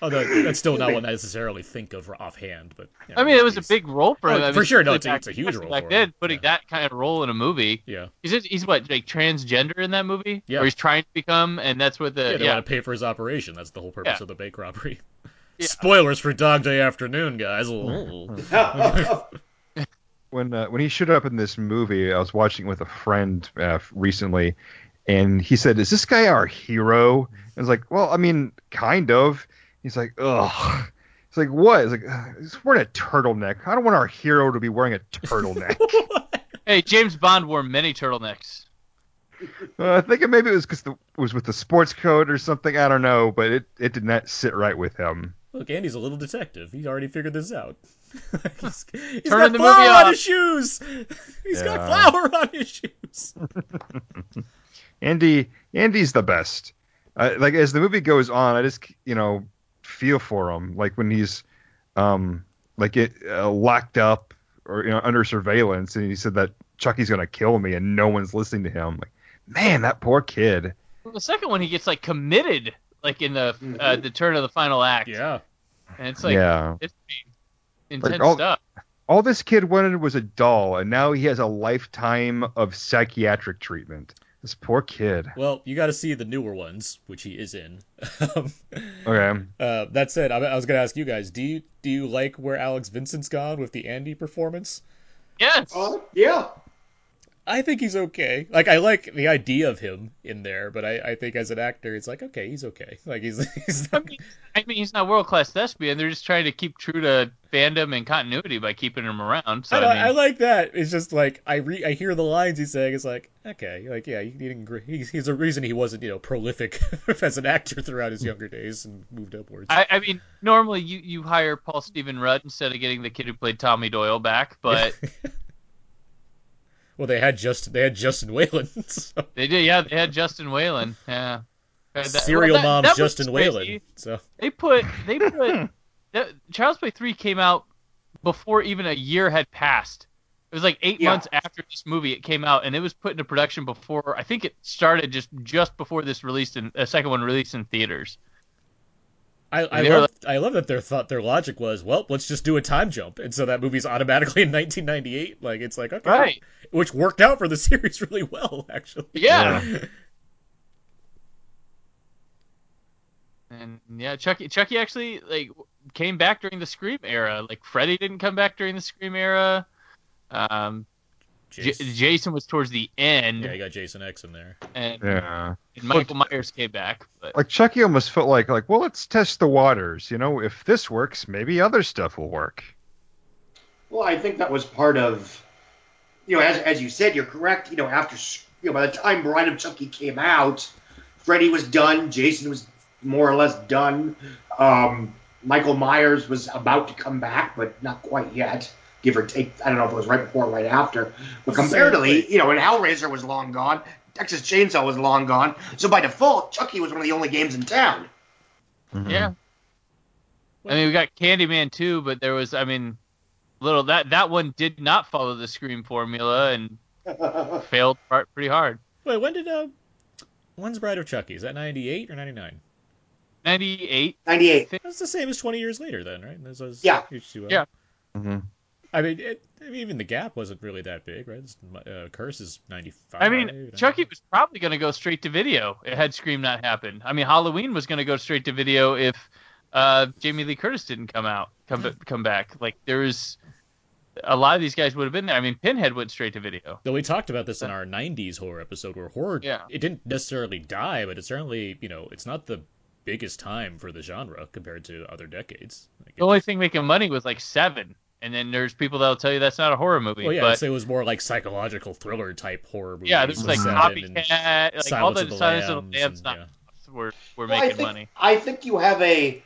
S2: Although that's still not one I necessarily think of offhand, but you know,
S3: I mean, it was a
S2: he's-
S3: big role for
S2: Oh,
S3: him. I
S2: for
S3: mean,
S2: sure, no,
S3: really
S2: it's a- it's a huge
S3: especially
S2: role
S3: Back
S2: for
S3: then,
S2: him,
S3: putting
S2: yeah.
S3: that kind of role in a movie.
S2: Yeah,
S3: He's just, he's what like transgender in that movie,
S2: Yeah.
S3: or he's trying to become, and that's what
S2: yeah.
S3: the
S2: They
S3: yeah.
S2: want to pay for his operation. That's the whole purpose
S3: Yeah.
S2: of the bank robbery.
S3: Yeah.
S2: Spoilers for Dog Day Afternoon, guys. Ooh.
S5: when uh, when he showed up in this movie, I was watching it with a friend uh, recently, and he said, "Is this guy our hero?" I was like, "Well, I mean, kind of." He's like, "Ugh." He's like, "What?" He's like, "Ugh, "He's wearing a turtleneck. I don't want our hero to be wearing a turtleneck."
S3: Hey, James Bond wore many turtlenecks.
S5: uh, I think it, maybe it was because it was with the sports coat or something. I don't know, but it it did not sit right with him.
S2: Look, Andy's a little detective. He already figured this out. he's he's got
S3: Turning the
S2: flour
S3: movie
S2: on
S3: off.
S2: his shoes. He's got
S5: Yeah.
S2: flour on his shoes.
S5: Andy Andy's the best. Uh, like as the movie goes on, I just you know feel for him. Like when he's um like it uh, locked up or you know under surveillance, and he said that Chucky's gonna kill me, and no one's listening to him. Like man, that poor kid.
S3: Well, the second one, he gets like committed, like in the uh, the turn of the final act.
S2: Mm-hmm. Yeah,
S3: and it's like
S5: yeah,
S3: it's intense
S5: all-
S3: stuff.
S5: all this kid wanted was a doll, and now he has a lifetime of psychiatric treatment. This poor kid.
S2: well, you got to see the newer ones, which he is in.
S5: Okay.
S2: Uh, that said, I, I was going to ask you guys: do you do you like where Alex Vincent's gone with the Andy performance?
S3: Yes,
S4: oh, yeah,
S2: I think he's okay. Like I like the idea of him in there, but I, I think as an actor, it's like okay, he's okay. Like he's he's
S3: I mean, I mean he's not world class thespian. They're just trying to keep true to fandom and continuity by keeping him around. So
S2: I,
S3: I,
S2: know,
S3: mean,
S2: I like that. It's just like I re I hear the lines he's saying. It's like okay, like yeah, he didn't. gr- He's, he's a reason he wasn't you know prolific as an actor throughout his younger days and moved upwards.
S3: I, I mean, normally you, you hire Paul Stephen Rudd instead of getting the kid who played Tommy Doyle back, but
S2: well, they had just they had Justin Whalen. So.
S3: they did. Yeah, they had Justin Whalen. Yeah, Uh, that-
S2: Serial
S3: well, that-
S2: mom's
S3: that was
S2: Justin
S3: crazy.
S2: Whalen. So
S3: They put they put that, Child's Play three came out before even a year had passed. It was like eight
S4: Yeah.
S3: months after this movie it came out, and it was put into production before I think it started just just before this released in a second one released in theaters.
S2: I, I
S3: They were
S2: love I love that their thought their logic was well let's just do a time jump and so that movie's automatically in 1998 like it's like okay
S3: Right.
S2: which worked out for the series really well actually
S3: Yeah.
S2: Yeah.
S3: And yeah, Chucky Chucky actually like came back during the Scream era. Like Freddy didn't come back during the Scream era. Um, J-
S2: Jason.
S3: Jason was towards the end,
S2: yeah you got Jason X in there
S3: and,
S5: Yeah.
S3: and Michael Myers came back. But
S5: like Chucky almost felt like like well let's test the waters you know if this works maybe other stuff will work
S4: Well, I think that was part of, you know, as, as you said, you're correct. You know, after s- you know, by the time Bride of Chucky came out, Freddy was done. Jason was more or less done. Um, Michael Myers was about to come back, but not quite yet. Give or take, I don't know if it was right before, or right after. But comparatively, you know, and Hellraiser was long gone. Texas Chainsaw was long gone, so by default, Chucky was one of the only games in town.
S3: Yeah. I mean, we got Candyman too, but there was, I mean, little that that one did not follow the Scream formula and failed par- pretty hard.
S2: Wait, when did uh, when's Bride of Chucky? Is that ninety eight or ninety nine?
S3: Ninety-eight.
S4: 98.
S2: That's the same as twenty years later, then, right? This was
S4: Yeah.
S2: H2O.
S3: Yeah.
S5: Mhm.
S2: I mean, it, I mean, even the gap wasn't really that big, right? This, uh, Curse is ninety five.
S3: I mean, Chucky was probably going to go straight to video had Scream not happened. I mean, Halloween was going to go straight to video if uh, Jamie Lee Curtis didn't come out, come ba- come back. Like there was a lot of these guys would have been there. I mean, Pinhead went straight to video.
S2: Though we talked about this in our '90s horror episode, where horror
S3: Yeah.
S2: it didn't necessarily die, but it certainly you know it's not the biggest time for the genre compared to other decades. Like,
S3: The only thing making money was like seven, and then there's people that'll tell you that's not a horror movie.
S2: well, Oh, yeah,
S3: but
S2: I'd say it was more like psychological thriller type horror movies.
S3: yeah, there's
S2: with
S3: like
S2: Seven and
S3: Copycat, like all
S2: Silence
S3: the
S2: of the
S3: Silence of the
S2: Lambs
S3: Lambs
S2: and-
S3: not were were
S4: Well, I
S3: making
S4: think-
S3: money.
S4: I think you have a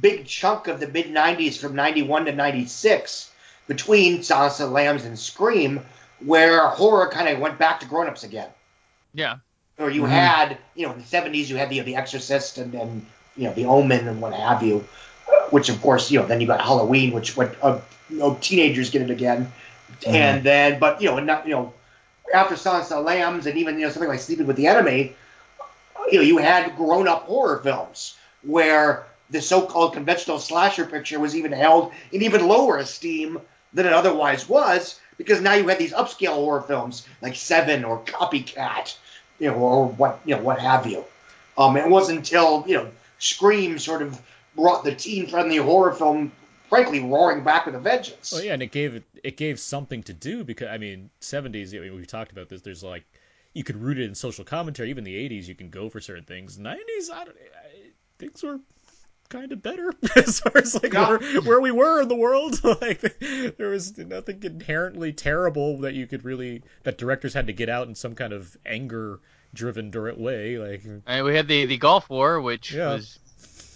S4: big chunk of the mid 90s from 91 to 96 between Silence of the Lambs and Scream where horror kind of went back to grown ups again.
S3: Yeah,
S4: Or you
S5: Mhm.
S4: had, you know, in the 70s you had the, the Exorcist and, and, you know, The Omen and what have you, uh, which of course, you know, then you got Halloween, which went, uh, you know, teenagers get it again. And then, but, you know, and not, you know, after Silence of the Lambs and even, you know, something like Sleeping with the Enemy, you know, you had grown up horror films where the so called conventional slasher picture was even held in even lower esteem than it otherwise was because now you had these upscale horror films like Seven or Copycat, you know, or what, you know, what have you. Um, it wasn't until, you know, Scream sort of brought the teen friendly horror film, frankly, roaring back with a vengeance.
S2: Well, Oh, yeah, and it gave it it gave something to do because I mean, seventies. I mean, we've talked about this. There's like you could root it in social commentary. Even the eighties, you can go for certain things. Nineties, I don't. I, things were kind of better as far as like
S4: Yeah.
S2: where, where we were in the world. like there was nothing inherently terrible that you could really that directors had to get out in some kind of anger driven direct way. Like
S3: and we had the the Gulf War, which
S2: Yeah.
S3: was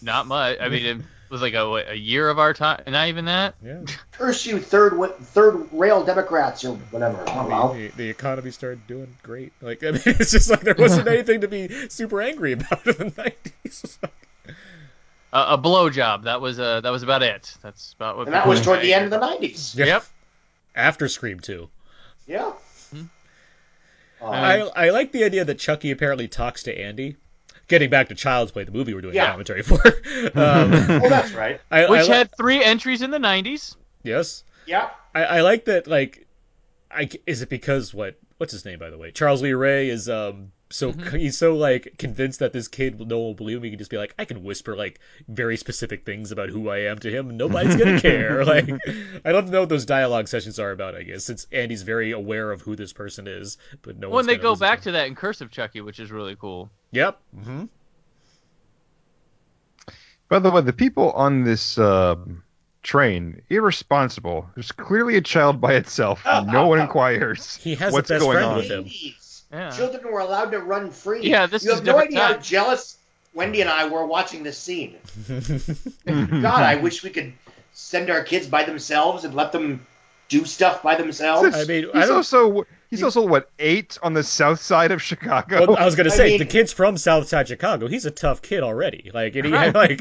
S3: not much. I mean, it was like a what, a year of our time, not even that.
S2: yeah,
S4: Curse you, third, wi- third rail Democrats or whatever. I don't know.
S2: the, the, the economy started doing great. Like I mean, it's just like there wasn't anything to be super angry about in the nineties.
S3: Uh, a blowjob. That was uh that was about it. That's about what.
S4: And that
S3: people
S4: was
S3: were
S4: toward the
S3: saying.
S4: end of the 90s.
S3: Yep.
S2: After Scream Two,
S4: Yeah.
S3: Mhm.
S4: Um,
S2: I I like the idea that Chucky apparently talks to Andy. Getting back to Child's Play, the movie we're doing
S4: Yeah.
S2: commentary for. Um,
S4: well, oh, that's right.
S2: I, I
S3: Which
S2: li-
S3: had three entries in the '90s.
S2: yes,
S4: Yeah.
S2: I, I like that. Like, I is it because what what's his name by the way? Charles Lee Ray is um so
S3: Mm-hmm.
S2: he's so like convinced that this kid will- no one will believe him. He can just be like, I can whisper like very specific things about who I am to him, and nobody's gonna care. Like, I don't know what those dialogue sessions are about. I guess since Andy's very aware of who this person is, but no.
S3: When
S2: one's
S3: they
S2: gonna
S3: go
S2: listen
S3: back
S2: him.
S3: to that in Curse of Chucky, which is really cool.
S2: Yep. Mm-hmm.
S5: By the way, the people on this um train, irresponsible. There's clearly a child by itself. No one inquires.
S2: He has a
S5: what's
S2: best
S5: going
S2: friend
S5: on.
S2: with him.
S4: Jeez.
S3: Yeah.
S4: Children were allowed to run free.
S3: Yeah, this
S4: you
S3: is
S4: have no
S3: different
S4: idea how
S3: time.
S4: jealous Wendy and I were watching this scene. God, I wish we could send our kids by themselves and let them do stuff by themselves.
S2: I mean,
S5: he's
S2: I don't-
S5: also he's also what eight on the south side of Chicago.
S2: Well, I was gonna
S4: I
S2: say
S4: mean-
S2: the kid's from Southside Chicago. He's a tough kid already. Like, and he had, like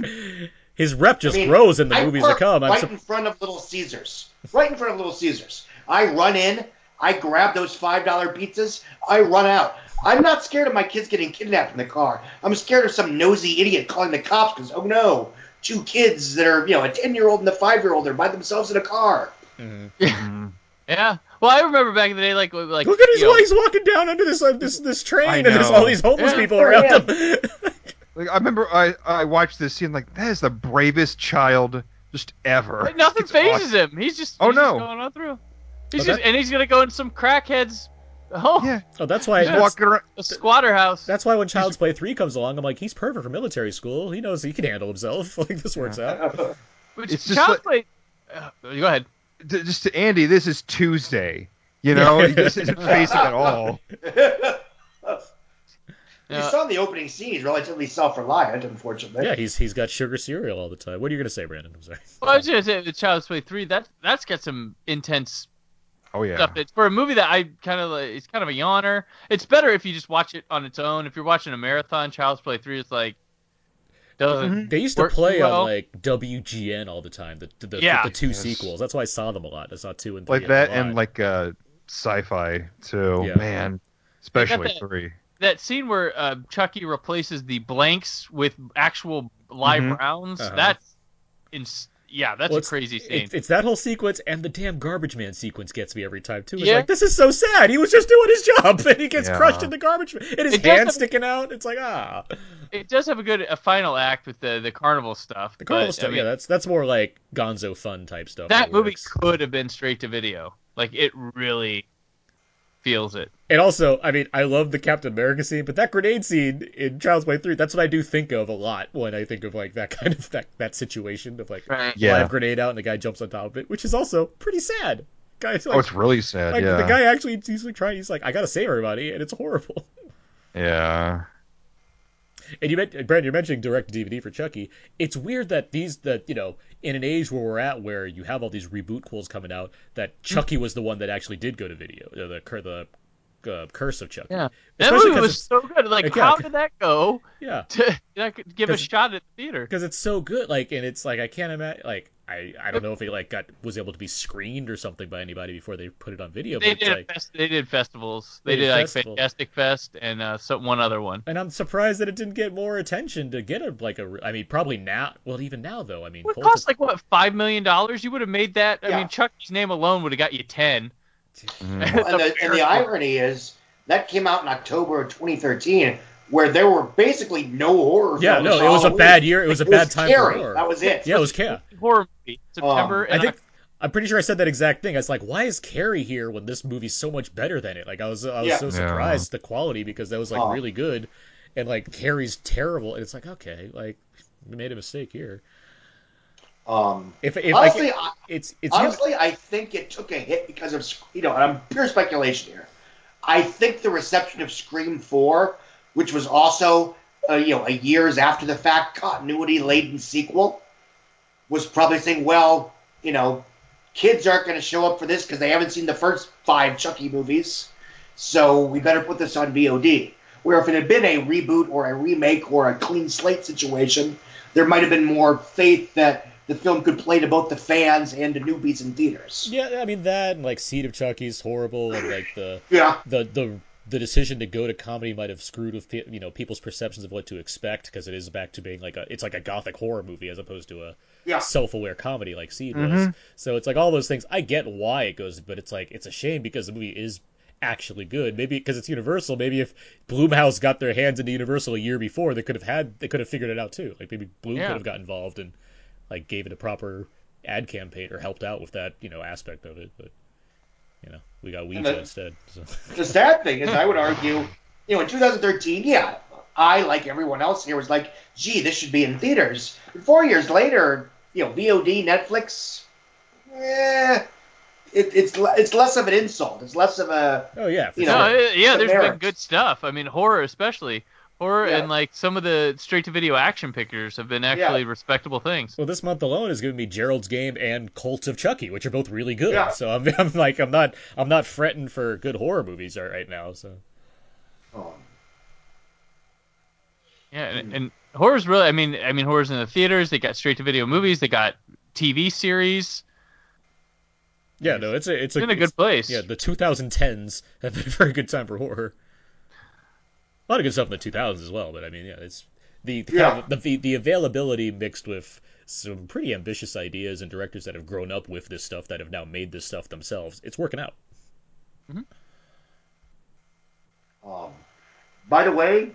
S2: his rep just
S4: I mean,
S2: grows in the
S4: I
S2: movies
S4: park
S2: that come. I'm
S4: Right
S2: sup-
S4: in front of Little Caesars. Right in front of Little Caesars. I run in. I grab those five dollar pizzas. I run out. I'm not scared of my kids getting kidnapped in the car. I'm scared of some nosy idiot calling the cops because oh no, two kids that are you know a ten year old and a five year old are by themselves in a car.
S3: Yeah. Well, I remember back in the day, like like
S2: Mm-hmm. Look at his
S3: you know,
S2: wife. He's walking down under this uh, this this
S5: I
S2: train, and there's
S5: know.
S2: all these homeless
S3: Yeah.
S2: people
S4: Oh,
S2: around
S4: yeah.
S2: him.
S5: Like, I remember I I watched this scene like that is the bravest child just ever.
S3: But nothing
S5: It's
S3: phases
S5: awesome.
S3: him. He's just
S5: Oh,
S3: he's just
S5: no.
S3: going on through. He's
S2: Oh,
S3: just
S2: that-
S3: and he's gonna go in some crackheads. home,
S5: Yeah,
S2: oh, that's why.
S5: he's
S2: That's,
S5: walking around.
S3: a squatter house.
S2: that's why when Child's Play three comes along, I'm like, he's perfect for military school. He knows he can handle himself. Like this works out.
S3: Which
S5: It's just
S3: child play.
S5: like-
S3: Uh, go ahead.
S5: D- just to Andy, this is Tuesday. You know, this isn't phasing at all.
S4: you
S3: Uh,
S4: saw in the opening scene he's relatively self reliant, unfortunately.
S2: Yeah, he's he's got sugar cereal all the time. What are you gonna say, Brandon? I'm sorry.
S3: Well, I was gonna say the Child's Play three. That that's got some intense
S5: Oh yeah.
S3: stuff that's for a movie that I kind of like, it's kind of a yawner. It's better if you just watch it on its own. If you're watching a marathon, Child's Play three is like doesn't.
S2: They used to
S3: Worked
S2: play
S3: well.
S2: on like WGN all the time. The the, the,
S3: Yeah.
S2: the two
S5: Yes.
S2: sequels. That's why I saw them a lot. I saw two and three.
S5: like that
S2: a lot.
S5: and like uh sci-fi too.
S2: Yeah.
S5: Man, especially
S3: that-
S5: three.
S3: that scene where uh, Chucky replaces the blanks with actual live
S5: Mhm.
S3: rounds.
S2: Uh-huh.
S3: That's ins- yeah, that's
S2: Well,
S3: a
S2: it's-
S3: crazy scene.
S2: It's, it's that whole sequence and the damn garbage man sequence gets me every time too. It's
S3: Yeah.
S2: like this is so sad. He was just doing his job and he gets
S5: Yeah.
S2: crushed in the garbage man and his
S3: It does
S2: hand
S3: have-
S2: sticking out. It's like ah,
S3: it does have a good a final act with the the carnival stuff.
S2: the carnival
S3: but,
S2: stuff.
S3: I mean,
S2: yeah, that's that's more like Gonzo fun type stuff.
S3: that movie
S2: works.
S3: could have been straight to video. Like it really feels it.
S2: And also, I mean, I love the Captain America scene, but that grenade scene in Child's Play Three, that's what I do think of a lot when I think of like that kind of that, that situation of like
S3: Right.
S5: Yeah.
S2: live grenade out and the guy jumps on top of it, which is also pretty sad. Guys, like,
S5: oh, it's really sad.
S2: like
S5: yeah.
S2: the guy actually he's like trying, he's like, I gotta save everybody, and it's horrible.
S5: Yeah.
S2: And you, meant, Brandon, you're mentioning direct to DVD for Chucky. It's weird that these, that you know, in an age where we're at, where you have all these reboot quills coming out,
S3: Mm.
S2: that Chucky was the one that actually did go to video. The the, cur- the uh, curse of Chucky.
S3: Yeah. That
S2: Especially
S3: movie
S2: 'cause
S3: was
S2: it's-
S3: so good. Like,
S2: Okay,
S3: how
S2: okay.
S3: did that go?
S2: Yeah.
S3: To, that could give a
S2: 'Cause-
S3: shot at the theater.
S2: because it's so good like and it's like i can't imagine like i i don't know if it like got was able to be screened or something by anybody before they put it on video but
S3: They
S2: it's
S3: did,
S2: like
S3: fest- they did festivals.
S2: They
S3: They,
S2: did
S3: did, like
S2: festivals.
S3: Fantastic Fest and uh, some, one other one.
S2: and i'm surprised that it didn't get more attention to get a like a re- i mean probably now well even now though i mean
S3: Would it
S2: Polka-
S3: cost like what five million dollars? You would have made that. I
S4: Yeah.
S3: mean, Chucky's name alone would have got you ten.
S5: Mhm.
S4: and, the, and the irony is that came out in October of 2013, where there were basically no horror.
S2: yeah
S4: films
S2: no it was a
S4: all
S2: bad
S4: week.
S2: year it was a
S4: It
S2: bad
S4: was
S2: time
S4: Carrie.
S2: for horror
S4: That was it.
S2: yeah it was chaos
S3: horror movie September.
S4: Um,
S2: I
S3: and
S2: think I'm pretty sure I said that exact thing. I was like, "Why is Carrie here when this movie's so much better than it?" Like I was, I was
S4: Yeah.
S2: so
S5: Yeah.
S2: surprised at the quality because that was like
S4: Oh.
S2: really good, and like Carrie's terrible, and it's like, okay, like we made a mistake here.
S4: Um,
S2: If, if like,
S4: honestly, I,
S2: it's it's
S4: honestly, I think it took a hit because of Sc- you know, and I'm pure speculation here. I think the reception of Scream Four, which was also uh, you know a years after the fact continuity laden sequel, was probably saying, well, you know, kids aren't going to show up for this because they haven't seen the first five Chucky movies, so we better put this on VOD. Where if it had been a reboot or a remake or a clean slate situation, there might have been more faith that the film could play to both the fans and the newbies in theaters.
S2: yeah, I mean that and like Seed of Chucky's horrible, and like the
S4: Yeah,
S2: the the the decision to go to comedy might have screwed with pe- you know people's perceptions of what to expect because it is back to being like a it's like a gothic horror movie as opposed to a
S4: Yeah.
S2: self-aware comedy like Seed was.
S5: Mhm.
S2: So it's like all those things. I get why it goes, but it's like it's a shame because the movie is actually good. Maybe because it's Universal. Maybe if Bloomhouse got their hands into Universal a year before, they could have had they could have figured it out too. Like maybe Bloom
S3: Yeah.
S2: could have got involved and like gave it a proper ad campaign or helped out with that you know aspect of it, but. You know, we got Ouija
S4: the-
S2: instead. So.
S4: the sad thing is, I would argue, you know, in 2013, yeah, I, like everyone else here, was like, gee, this should be in theaters. Four years later, you know, VOD, Netflix, eh, it, it's le- it's less of an insult. It's less of a
S2: Oh yeah, for
S4: You
S2: sure.
S4: know,
S3: no, uh, yeah,
S4: the
S3: there's been
S4: merits.
S3: good stuff. I mean, horror especially. Horror
S4: Yeah.
S3: and like some of the straight to video action pictures have been actually respectable things.
S2: Well, this month alone has given me Gerald's Game and Cult of Chucky, which are both really good.
S4: Yeah.
S2: So I'm, I'm like, I'm not, I'm not fretting for good horror movies right, right now. So
S4: um,
S3: Yeah,
S4: Hmm.
S3: and, and horror's really. I mean, I mean, horror's in the theaters. They got straight to video movies. They got TV series.
S2: yeah, no, it's a, it's
S3: It's
S2: a,
S3: in a good
S2: it's-
S3: place.
S2: Yeah, the 2010s have been a very good time for horror. A lot of good stuff in the 2000s as well, but I mean, yeah, it's the the, kind
S4: Yeah.
S2: of, the, the the availability mixed with some pretty ambitious ideas and directors that have grown up with this stuff that have now made this stuff themselves. It's working out.
S4: um. By the way,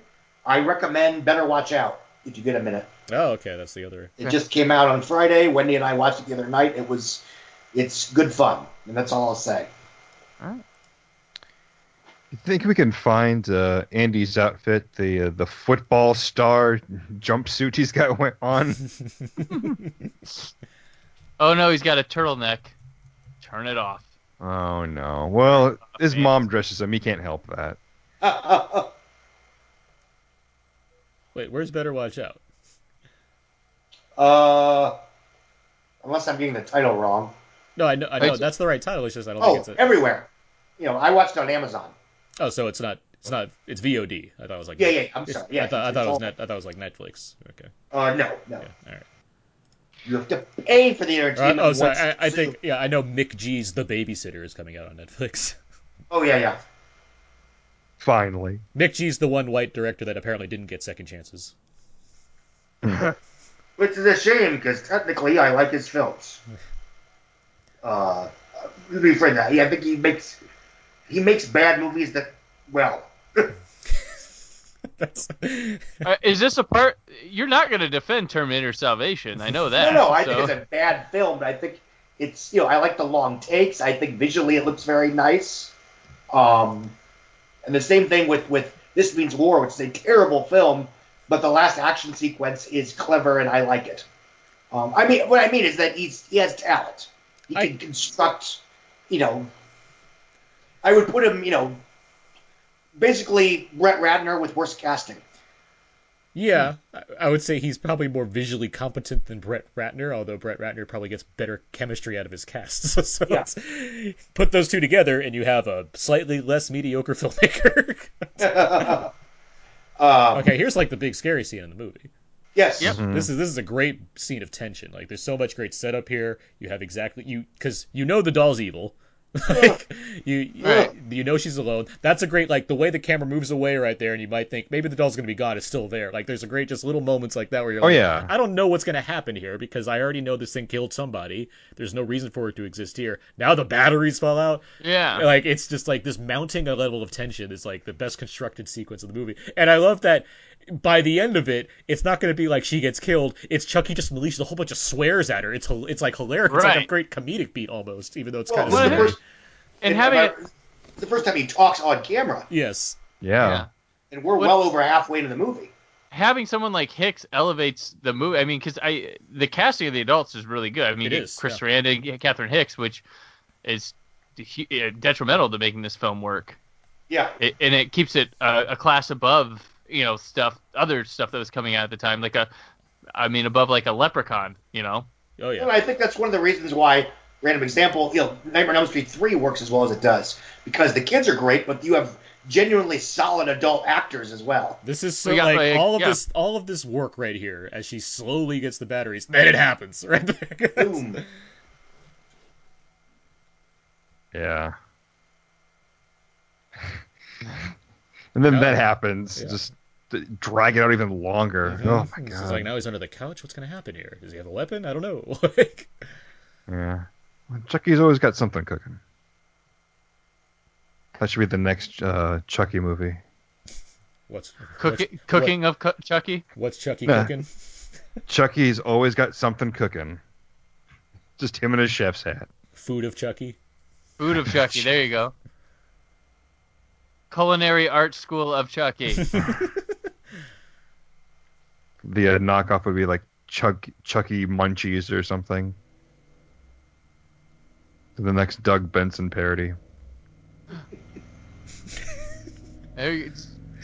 S4: I recommend Better Watch Out if you get a minute.
S2: Oh, okay, that's the other.
S4: It just came out on Friday. Wendy and I watched it the other night. It was, it's good fun, and that's all I'll say.
S5: You think we can find uh, Andy's outfit, the uh, the football star jumpsuit he's got we- on?
S3: Oh no, he's got a turtleneck. Turn it off.
S5: Oh no. Well, his mom dresses him. He can't help that.
S2: Wait, where's Better Watch Out?
S4: Uh, unless I'm getting the title wrong.
S2: No, I know. I know
S3: It's-
S2: that's the right title. It's just I don't
S4: Oh,
S2: think it's. A,
S4: everywhere. You know, I watched it on Amazon.
S2: oh, so it's not. It's not. It's VOD. I thought it was like.
S4: Yeah, yeah, I'm
S2: it's-
S4: sorry, yeah,
S2: I thought, I
S4: it's-
S2: thought it was
S4: it's
S2: net. I thought it was like Netflix. Okay.
S4: Uh, no, no.
S2: Yeah. All right.
S4: You have to pay for the entertainment.
S2: Uh, oh, sorry.
S4: once
S2: I, I
S4: you-
S2: think. Yeah, I know. Mick G's The Babysitter is coming out on Netflix.
S4: Oh yeah, yeah.
S5: Finally.
S2: Mick G's the one white director that apparently didn't get second chances.
S4: Which is a shame because technically I like his films. Uh, let me rephrase that. Yeah, I think he makes he makes bad movies that well.
S2: That's.
S3: Uh, is this a part? You're not going to defend Terminator Salvation. I know
S4: No,
S3: that.
S4: no, I think
S3: so-
S4: it's a bad film. But I think it's you know I like the long takes. I think visually it looks very nice. Um, and the same thing with with this means war, which is a terrible film, but the last action sequence is clever and I like it. Um, I mean, what I mean is that he's he has talent. He can
S2: I-
S4: construct, you know. I would put him, you know, basically Brett Ratner with worse casting.
S2: Yeah, I- I would say he's probably more visually competent than Brett Ratner, although Brett Ratner probably gets better chemistry out of his cast. So, so
S4: Yeah.
S2: it's- put those two together, and you have a slightly less mediocre filmmaker.
S4: Um,
S2: okay, here's like the big scary scene in the movie.
S4: Yes.
S3: Yep.
S5: Mm-hmm. Hmm.
S2: This is this is a great scene of tension. Like, there's so much great setup here. You have exactly you because you know the doll's evil. like, you
S3: Right.
S2: you know she's alone. That's a great like the way the camera moves away right there, and you might think maybe the doll's gonna be gone. It's still there. Like, there's a great just little moments like that where you're
S5: Oh
S2: like,
S5: yeah.
S2: I don't know what's going to happen here because I already know this thing killed somebody. There's no reason for it to exist here. Now the batteries fall out.
S3: yeah.
S2: Like it's just like this mounting a level of tension is like the best constructed sequence of the movie. And I love that by the end of it, it's not going to be like she gets killed. It's Chucky just unleashes a whole bunch of swears at her. It's hil- it's like hilarious. It's like a
S3: Right.
S2: great comedic beat almost, even though it's
S4: Well,
S2: kind
S3: well,
S2: of
S4: it's the
S2: scary.
S4: first,
S3: And having it.
S4: it's the first time he talks on camera,
S2: Yes.
S5: Yeah.
S3: yeah.
S4: and we're
S3: What-
S4: well over halfway into the movie.
S3: having someone like Hicks elevates the movie. I mean, because I the casting of the adults is really good. I mean,
S2: It
S3: you get
S2: is,
S3: Chris Sarandon, you get Catherine Hicks, which is hu- uh, detrimental to making this film work,
S4: Yeah,
S3: it, and it keeps it uh, a class above you know stuff, other stuff that was coming out at the time, like a, I mean, above like a Leprechaun, you know.
S2: Oh yeah.
S4: and I think that's one of the reasons why. Random example, you know, Nightmare on Elm Street three works as well as it does because the kids are great, but you have genuinely solid adult actors as well.
S2: This is so
S3: We got,
S2: like,
S3: like,
S2: all of
S3: yeah.
S2: this all of this work right here as she slowly gets the batteries. Then it happens right there.
S4: Boom.
S5: Yeah. and then
S2: Yeah.
S5: that happens.
S2: Yeah.
S5: Just d- drag it out even longer. Oh my
S2: It's
S5: god.
S2: just like now he's under the couch. What's gonna happen here? Does he have a weapon? I don't know. Like,
S5: Yeah. Well, Chucky's always got something cooking. That should be the next uh, Chucky movie.
S2: what's
S3: Cooking, cooking of cu- Chucky.
S2: What's, what's Chucky
S5: Nah.
S2: cooking?
S5: Chucky's always got something cooking. Just him and his chef's hat.
S2: Food of Chucky.
S3: Food of Chucky. There you go. Culinary Art School of Chucky.
S5: The uh, knockoff would be like Chuck Chucky Munchies or something. The next Doug Benson parody.
S3: There you,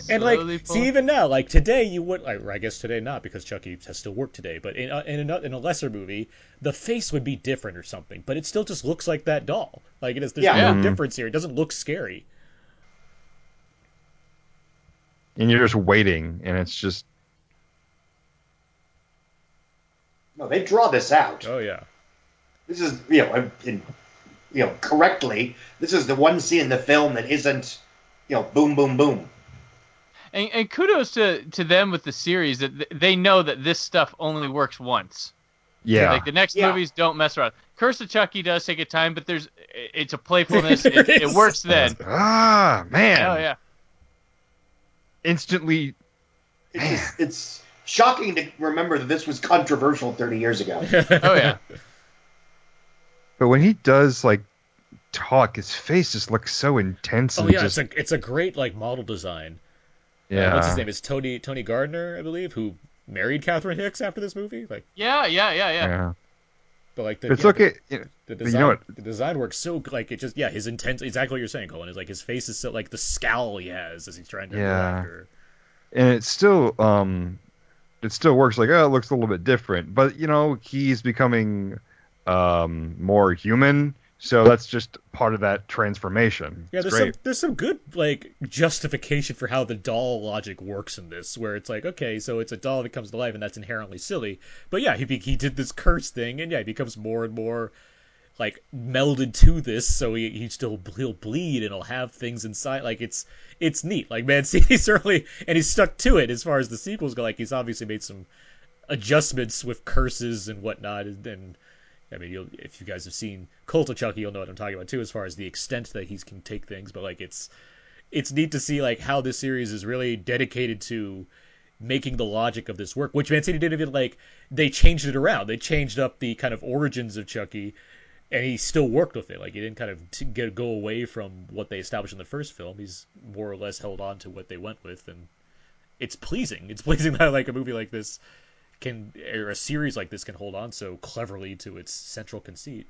S2: And like,
S3: slowly pull-
S2: see, even now, like today, you would, or I guess today not because Chucky has still worked today. But in a, in, another in a lesser movie, the face would be different or something. But it still just looks like that doll. Like it is. There's
S4: Yeah.
S2: no
S5: Mhm.
S2: difference here. It doesn't look scary.
S5: And you're just waiting, and it's just
S4: No, they draw this out.
S2: Oh yeah.
S4: This is you know, in, you know, correctly. This is the one scene in the film that isn't, you know, boom, boom, boom.
S3: And, and kudos to, to them with the series that th- they know that this stuff only works once.
S5: yeah.
S3: Like the next
S4: Yeah.
S3: movies don't mess around. Curse of Chucky does take a time, but there's it's a playfulness. it,
S2: There
S3: it
S2: is.
S3: works then.
S5: ah man!
S3: Oh yeah.
S5: Instantly,
S4: It's just, it's shocking to remember that this was controversial 30 years ago.
S3: Oh yeah.
S5: but when he does like talk, his face just looks so intense.
S2: Oh
S5: and
S2: yeah.
S5: just,
S2: It's a it's a great like model design. Uh,
S5: yeah.
S2: what's his name? It's Tony Tony Gardner, I believe, who married Catherine Hicks after this movie. Like,
S3: Yeah, yeah, yeah, yeah.
S5: Yeah.
S2: but like the,
S5: It's
S2: yeah,
S5: okay. you know,
S2: The
S5: But you
S2: design,
S5: know what-
S2: the design works so g- like it just yeah his intense exactly what you're saying Colin is like his face is so like the scowl he has as he's trying to
S5: Yeah.
S2: yeah her.
S5: and it's still um it still works like oh it looks a little bit different but you know he's becoming um, more human. So that's just part of that transformation.
S2: Yeah,
S5: it's
S2: there's
S5: great.
S2: some there's some good like justification for how the doll logic works in this, where it's like, okay, so it's a doll that comes to life, and that's inherently silly. But yeah, he be- he did this curse thing, and yeah, he becomes more and more like melded to this, so he he still he'll bleed and he'll have things inside. Like it's it's neat. Like Mancini certainly, and he's stuck to it as far as the sequels go. Like he's obviously made some adjustments with curses and whatnot, and. and I mean, you'll, if you guys have seen Cult of Chucky, you'll know what I'm talking about too, as far as the extent that he can take things. But like, it's it's neat to see like how this series is really dedicated to making the logic of this work, which Mancini didn't even like. They changed it around. They changed up the kind of origins of Chucky, and he still worked with it. Like he didn't kind of t- get, go away from what they established in the first film. He's more or less held on to what they went with, and it's pleasing. It's pleasing that like a movie like this can or a series like this can hold on so cleverly to its central conceit.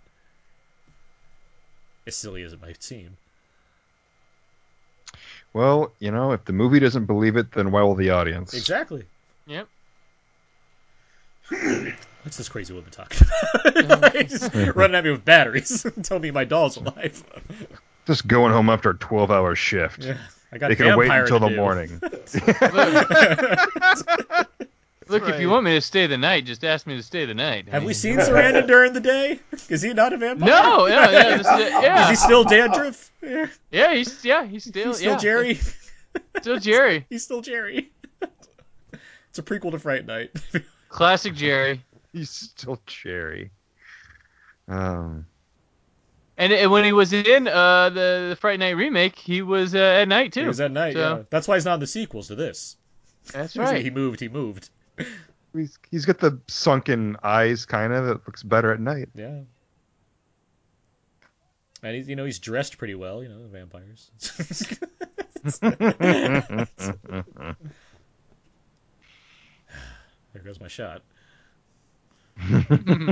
S2: As silly as it might seem.
S5: Well, you know, if the movie doesn't believe it, then why will the audience?
S2: Exactly.
S3: Yep.
S2: What's this crazy woman talking about? Just running at me with batteries. Tell me my doll's alive.
S5: Just going home after a 12-hour shift.
S2: Yeah, I got
S5: They can wait
S2: vampire
S5: until
S2: to
S5: the
S2: do.
S5: morning.
S3: Look, if
S5: Right.
S3: you want me to stay the night, just ask me to stay the night.
S2: Have we seen Sarandon during the day? Is he not a vampire?
S3: No, yeah, yeah, this is it.
S2: Is
S3: yeah,
S2: he still Dandruff? Yeah.
S3: yeah, he's yeah, he's still
S2: He's still
S3: yeah,
S2: Jerry.
S3: still Jerry,
S2: He's still Jerry. it's a prequel to Fright Night.
S3: classic Jerry.
S5: He's still cherry. Um,
S3: And, and when he was in uh the, the Friday Night remake, he was uh, at night too.
S2: It was that night.
S3: So-
S2: Yeah. That's why he's not in the sequels to this.
S3: That's
S2: He
S3: right.
S2: moved. He moved.
S5: he's, he's got the sunken eyes, kind of. It looks better at night.
S2: Yeah. And he's, you know, he's dressed pretty well. You know, the vampires. there goes my shot.
S5: Man,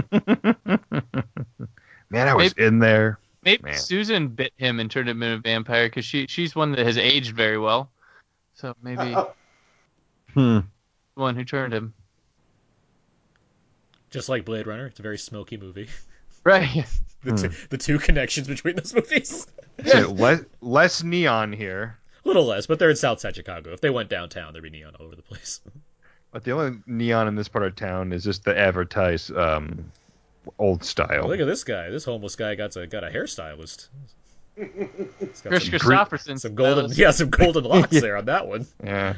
S5: I was in there.
S3: Maybe
S5: Man.
S3: Susan bit him and turned him into a vampire because she she's one that has aged very well. So maybe the
S5: Hmm.
S3: one who turned him.
S2: Just like Blade Runner, it's a very smoky movie.
S3: Right.
S2: The, two, the two connections between those movies.
S5: So less, less neon here.
S2: A little less, but they're in Southside Chicago. If they went downtown, there'd be neon all over the place.
S5: But the only neon in this part of town is just the advertise um, old style.
S2: Look at this guy. This homeless guy got a got a hairstylist. He's got
S3: Chris
S2: some,
S3: Christopherson.
S2: some golden, yeah, some golden locks there on that one.
S5: yeah.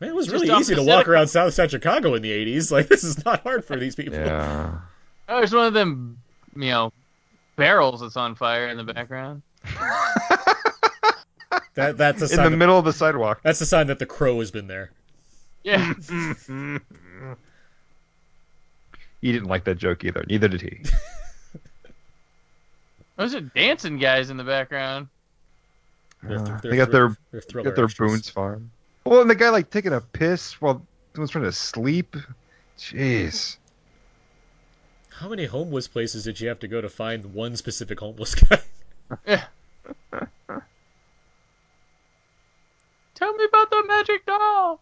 S2: Man, it was
S3: Just
S2: really
S3: off
S2: easy
S3: the
S2: to
S3: set
S2: walk
S3: of-
S2: around Southside Chicago in the '80s. Like this is not hard for these people.
S5: Yeah.
S3: Oh, there's one of them, you know, barrels that's on fire in the background.
S2: That that's a
S5: In
S2: sign.
S5: the
S2: that-
S5: middle of the sidewalk.
S2: that's a sign that the crow has been there.
S3: Yeah.
S5: He didn't like that joke either. Neither did he.
S3: Those are dancing guys in the background.
S2: They're th-
S5: Uh,
S2: they're
S5: they got
S2: thr-
S5: their
S2: they're thriller
S5: Get their
S2: extras.
S5: Boone's farm. Well, and the guy like taking a piss while someone's trying to sleep. Jeez.
S2: How many homeless places did you have to go to find one specific homeless guy?
S3: Tell me about the magic doll.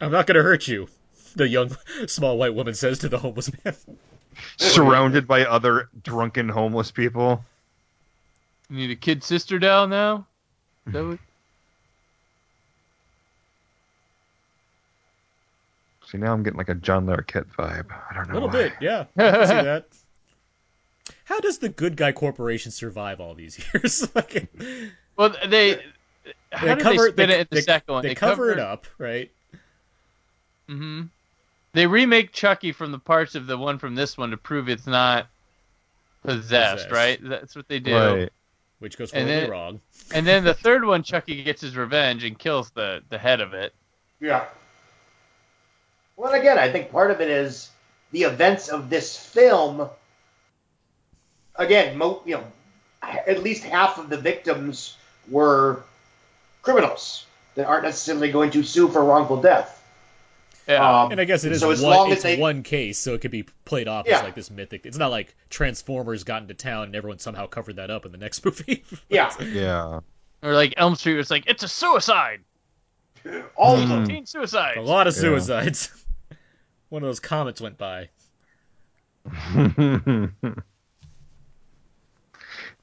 S2: I'm not gonna hurt you. The young, small white woman says to the homeless man.
S5: Surrounded by other drunken homeless people.
S3: You need a kid sister doll now? Is that what-
S5: See, now I'm getting like a John Larroquette vibe. I don't
S2: A
S5: know.
S2: little
S5: why.
S2: bit, yeah. I can see that. How does the good guy corporation survive all these years? like,
S3: well, they. How
S2: they
S3: did
S2: cover
S3: they spin it in the
S2: they,
S3: second one?
S2: They, cover it up, right?
S3: hmm They remake Chucky from the parts of the one from this one to prove it's not possessed,
S2: Possessed.
S3: right? That's what they do.
S5: Right.
S2: Which goes
S3: And
S2: horribly
S3: then-
S2: wrong.
S3: And then the third one, Chucky gets his revenge and kills the, the head of it.
S4: Yeah. Well, and again, I think part of it is the events of this film. Again, mo- you know, at least half of the victims were criminals that aren't necessarily going to sue for wrongful death.
S3: Yeah.
S4: Um,
S2: And I guess it is
S4: so as
S2: one,
S4: long as
S2: it's
S4: they-
S2: one case, so it could be played off
S4: Yeah.
S2: as like this mythic. It's not like Transformers got into town and everyone somehow covered that up in the next movie.
S4: Yeah,
S5: Yeah.
S3: or like Elm Street was like, it's a suicide.
S4: all of
S5: Hmm.
S4: them.
S3: Teen suicide.
S2: a lot of
S5: Yeah.
S2: suicides. One of those comets went by.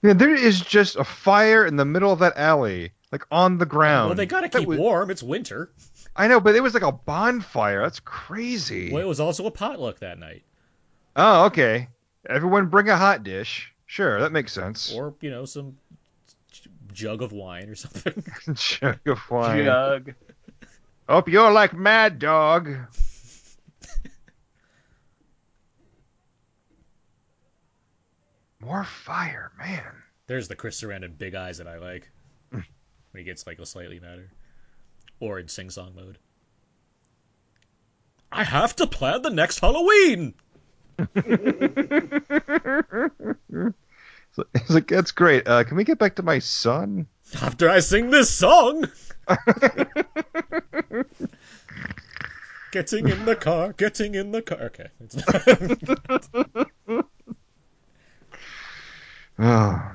S5: Yeah, there is just a fire in the middle of that alley, like on the ground.
S4: Um,
S2: well, they gotta
S5: That
S2: keep
S5: was-
S2: warm. It's winter.
S5: I know, but it was like a bonfire. That's crazy.
S2: Well, it was also a potluck that night,
S5: Oh, okay. Everyone bring a hot dish. Sure, that makes sense.
S2: or you know, some jug of wine or something.
S5: Jug of wine.
S3: Jug.
S5: Hope Oh, you're like Mad Dog. More fire, man.
S2: There's the Chris Sarandon big eyes that I like when he gets like a slightly madder, or in sing song mode. I have to plan the next Halloween.
S5: So- It's like that's great. Uh, can we get back to my son?
S2: after I sing this song. getting in the car, getting in the car. Okay. It's not...
S5: Oh,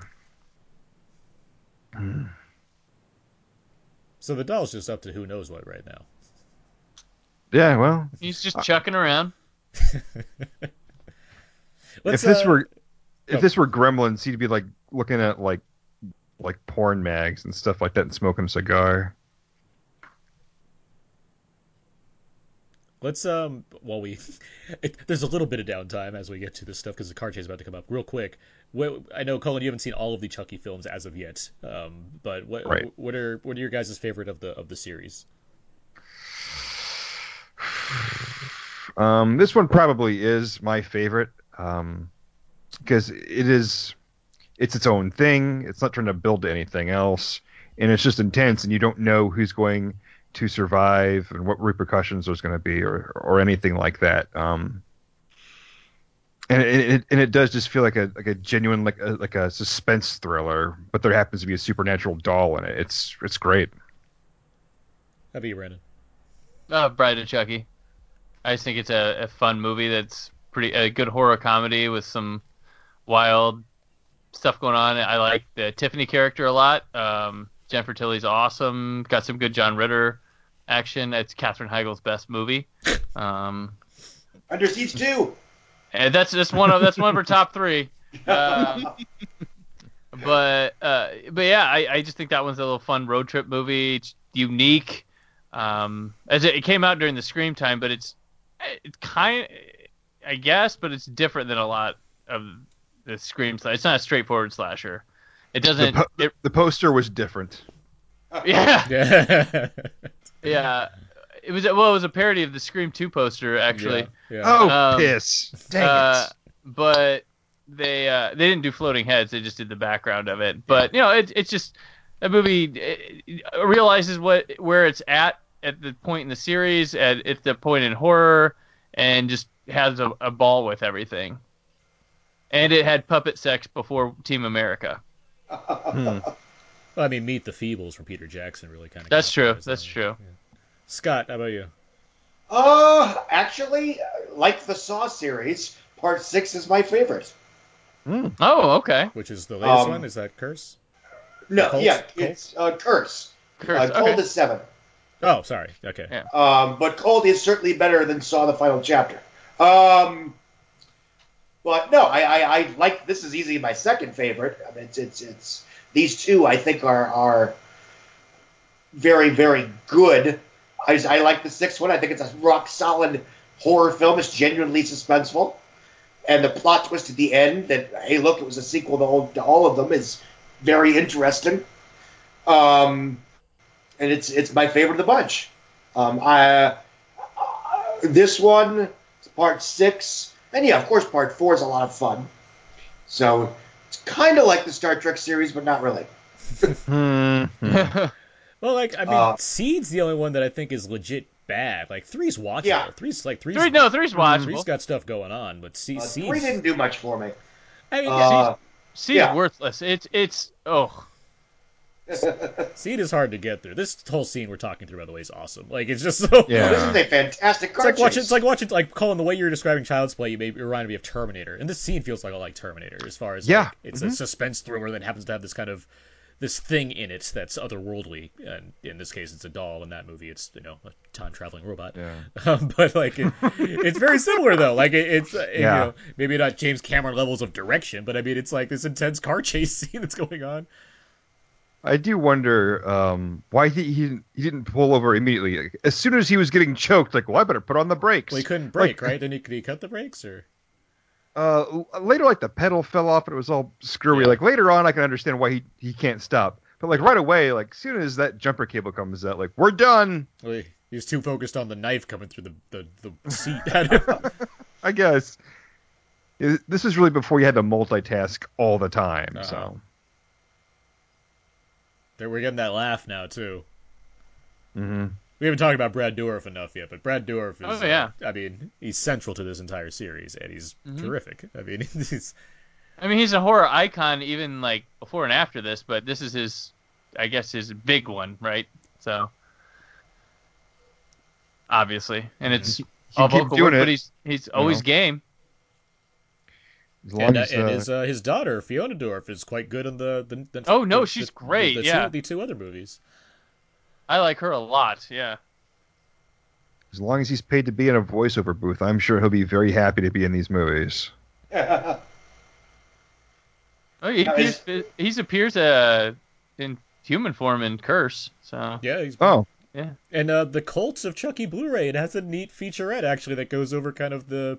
S2: so the doll's just up to who knows what right now.
S5: yeah. Well,
S3: He's just chucking around.
S2: Let's,
S5: if this
S2: uh,
S5: were if
S2: oh.
S5: this were Gremlins, he'd be like looking at like like porn mags and stuff like that and smoking a cigar.
S2: let's um, while we, it, there's a little bit of downtime as we get to this stuff because the car chase is about to come up real quick. What, I know, Colin, you haven't seen all of the Chucky films as of yet, um, but what
S5: Right.
S2: what are what are your guys' favorite of the of the series?
S5: Um, this one probably is my favorite um, because it is it's its own thing. It's not trying to build to anything else, and it's just intense, and you don't know who's going to survive and what repercussions there's going to be or or anything like that. Um, and it, it and it does just feel like a like a genuine like a, like a suspense thriller, but there happens to be a supernatural doll in it. It's it's great.
S2: How about you, Brandon?
S3: Uh, Bride of Chucky. I just think it's a, a fun movie that's pretty a good horror comedy with some wild stuff going on. I like the Tiffany character a lot. Um, Jennifer Tilly's awesome. Got some good John Ritter action. It's Katherine Heigl's best movie. Um,
S4: Under Siege 2.
S3: and that's just one of that's one of her top three. Um, but uh, but yeah, I, I just think that one's a little fun road trip movie. It's unique. Um, as it, it came out during the Scream time, but it's it's kind, I guess, but it's different than a lot of the Scream. sla- It's not a straightforward slasher. It
S5: The,
S3: doesn't.
S5: po-
S3: it,
S5: the poster was different.
S3: yeah.
S2: Yeah.
S3: Yeah. It was well, it was a parody of the Scream Two poster actually.
S2: Yeah.
S5: Oh
S3: Um,
S5: piss! Dang
S3: Uh,
S5: it.
S3: but they uh, they didn't do floating heads. They just did the background of it. But you know, it, it's just that movie it, it realizes what where it's at at the point in the series, at at the point in horror, and just has a, a ball with everything. And it had puppet sex before Team America.
S5: Hmm.
S2: Well, I mean, Meet the Feebles from Peter Jackson really kind of.
S3: That's true. That's true.
S2: Scott, how about you?
S4: Uh, actually, like the Saw series, part six is my favorite.
S3: Oh, okay.
S2: Which is the latest
S4: Um,
S2: one? Is that Curse?
S4: No,
S2: Cults?
S4: yeah,
S2: Cults?
S4: it's uh, Curse.
S3: Curse.
S4: Uh, Cold
S3: okay.
S4: is seven.
S2: Oh, sorry. Okay.
S3: Yeah.
S4: Um, but Cold is certainly better than Saw the final chapter. Um, but no, I, I, I like this is easily my second favorite. I mean, it's, it's it's these two I think are are very very good. I, just- I like the sixth one. I think it's a rock solid horror film. It's genuinely suspenseful, and the plot twist at the end that hey look it was a sequel to all, to all of them is very interesting. Um, and it's it's my favorite of the bunch. Um, I, this one, part six, and yeah, of course, part four is a lot of fun. So it's kind of like the Star Trek series, but not really.
S2: Well, like I mean,
S4: Uh,
S2: Seed's the only one that I think is legit bad. Like three's watchable.
S4: Yeah.
S2: Three's like three's, Hmm,
S3: Three, no, three's
S2: Mm-hmm. three's
S3: watchable.
S2: got stuff going on, but Se-
S4: Uh, three
S2: Seed's.
S4: didn't do much for me.
S2: I mean,
S4: Uh,
S3: She's
S4: yeah.
S3: worthless. It's it's oh
S4: uh,
S2: Seed is hard to get through. This whole scene we're talking through, by the way, is awesome. Like it's just so.
S5: Yeah.
S4: this is a fantastic
S2: It's
S4: car
S2: like
S4: chase.
S2: watching. It's like watching. Like Colin, the way you're describing Child's Play, you may you reminded me of Terminator, and this scene feels like a like Terminator as far as
S5: Yeah. Mm-hmm.
S2: like, it's a suspense thriller that happens to have this kind of this thing in it that's otherworldly. And in this case, it's a doll. In that movie, it's you know a time traveling robot.
S5: Yeah.
S2: Um, but like it, it's very similar though. Like it, it's uh, you
S5: Yeah.
S2: know maybe not James Cameron levels of direction, but I mean it's like this intense car chase scene that's going on.
S5: I do wonder um, why he, he didn't- he didn't pull over immediately. Like, as soon as he was getting choked, like, well, I better put on the brakes.
S2: Well, he couldn't brake, right? Then he could he cut the brakes or
S5: uh, l- later, like the pedal fell off and it was all screwy.
S2: Yeah.
S5: Like later on, I can understand why he, he can't stop. But like right away, like soon as that jumper cable comes out, like we're done.
S2: well, he, he was too focused on the knife coming through the the, the seat. at him.
S5: I guess It- this is really before you had to multitask all the time.
S2: Uh-huh.
S5: So
S2: there we're getting that laugh now too.
S5: hmm
S2: We haven't talked about Brad Dourif enough yet, but Brad Dourif is.
S3: Oh, yeah.
S2: uh, I mean, he's central to this entire series, and he's
S3: Mhm.
S2: terrific. I mean, he's
S3: I mean, he's a horror icon even like before and after this, but this is his, I guess, his big one, right? So obviously, and it's all
S5: keep
S3: vocal work,
S5: doing it,
S3: but he's he's always
S5: know.
S3: game.
S5: as long
S2: and, uh,
S5: as,
S2: and
S5: uh,
S2: his uh, his daughter Fiona Dourif is quite good in the. the, the
S3: Oh, no,
S2: the-
S3: she's
S2: the-
S3: great,
S2: The, the
S3: yeah.
S2: two, the two other movies.
S3: I like her a lot. Yeah.
S5: as long as he's paid to be in a voiceover booth, I'm sure he'll be very happy to be in these movies.
S3: Oh, he
S4: Now,
S3: appears, he's appears uh, in human form in Curse. So
S2: Yeah, he's
S5: Oh,
S2: and uh, the Cults of Chucky Blu-ray. It has a neat featurette actually that goes over kind of the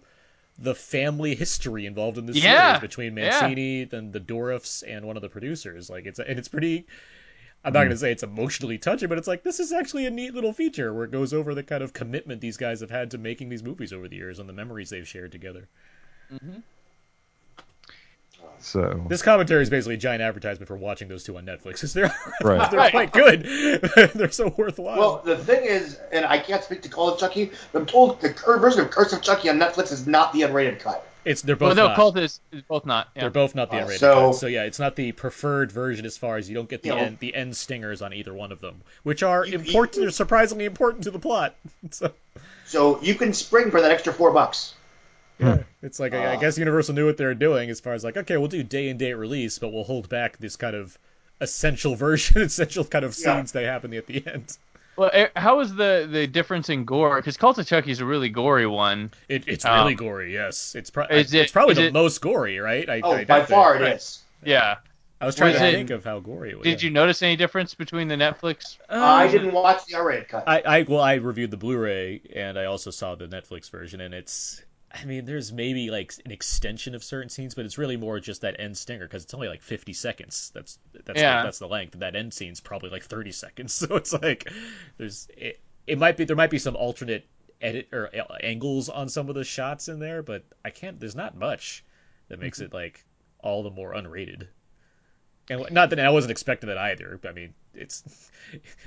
S2: the family history involved in this
S3: Yeah,
S2: series between Mancini and the Dorifs and one of the producers. Like it's and it's pretty. I'm
S3: Mm-hmm.
S2: not going to say it's emotionally touching, but it's like this is actually a neat little feature where it goes over the kind of commitment these guys have had to making these movies over the years and the memories they've shared together.
S5: so
S2: This commentary is basically a giant advertisement for watching those two on Netflix. 'cause They're
S5: right.
S2: they're
S3: Right.
S2: quite good. they're so worthwhile.
S4: Well, the thing is, and I can't speak to Call of Chucky, but I'm told the current version of Curse of Chucky on Netflix is not the unrated cut.
S2: it's they're
S3: well,
S2: both
S3: no,
S2: not.
S3: Cult is, is both not. Yeah.
S2: They're both not the
S4: Uh,
S2: unrated
S4: so-
S2: cut. So yeah, it's not the preferred version as far as you don't get the
S4: You know-
S2: end the end stingers on either one of them, which are
S4: You- you-
S2: important or surprisingly important to the plot. So
S4: So you can spring for that extra four bucks.
S2: yeah, it's like I, I
S4: Ah.
S2: guess Universal knew what they were doing as far as like okay, we'll do day and date release, but we'll hold back this kind of essential version, essential kind of
S4: Yeah.
S2: scenes that happen at the end.
S3: Well, eh, how is the the difference in gore? Because Cult of Chucky is a really gory one.
S2: It, it's
S3: Um,
S2: really gory. Yes, it's, pro-
S3: is it-
S2: it's probably
S3: is
S2: the
S3: it-
S2: most gory, right? I,
S4: Oh,
S2: I
S4: by
S2: doubt that-
S4: far it is.
S2: right.
S3: Yeah.
S2: I was trying
S3: Was
S2: to
S3: it-
S2: think of how gory it was.
S3: Did you notice any difference between the Netflix?
S4: Uh, I
S2: Um,
S4: didn't watch the unrated cut.
S2: I, I well, I reviewed the Blu-ray and I also saw the Netflix version, and it's. I mean, there's maybe like an extension of certain scenes, but it's really more just that end stinger because it's only like 50 seconds. That's that's
S3: Yeah.
S2: the, that's the length. That end scene's probably like 30 seconds, so it's like there's it, it might be there might be some alternate edit or uh, angles on some of the shots in there, but I can't. There's not much that makes it like all the more unrated. And wh- not that I wasn't expecting that either. I mean, it's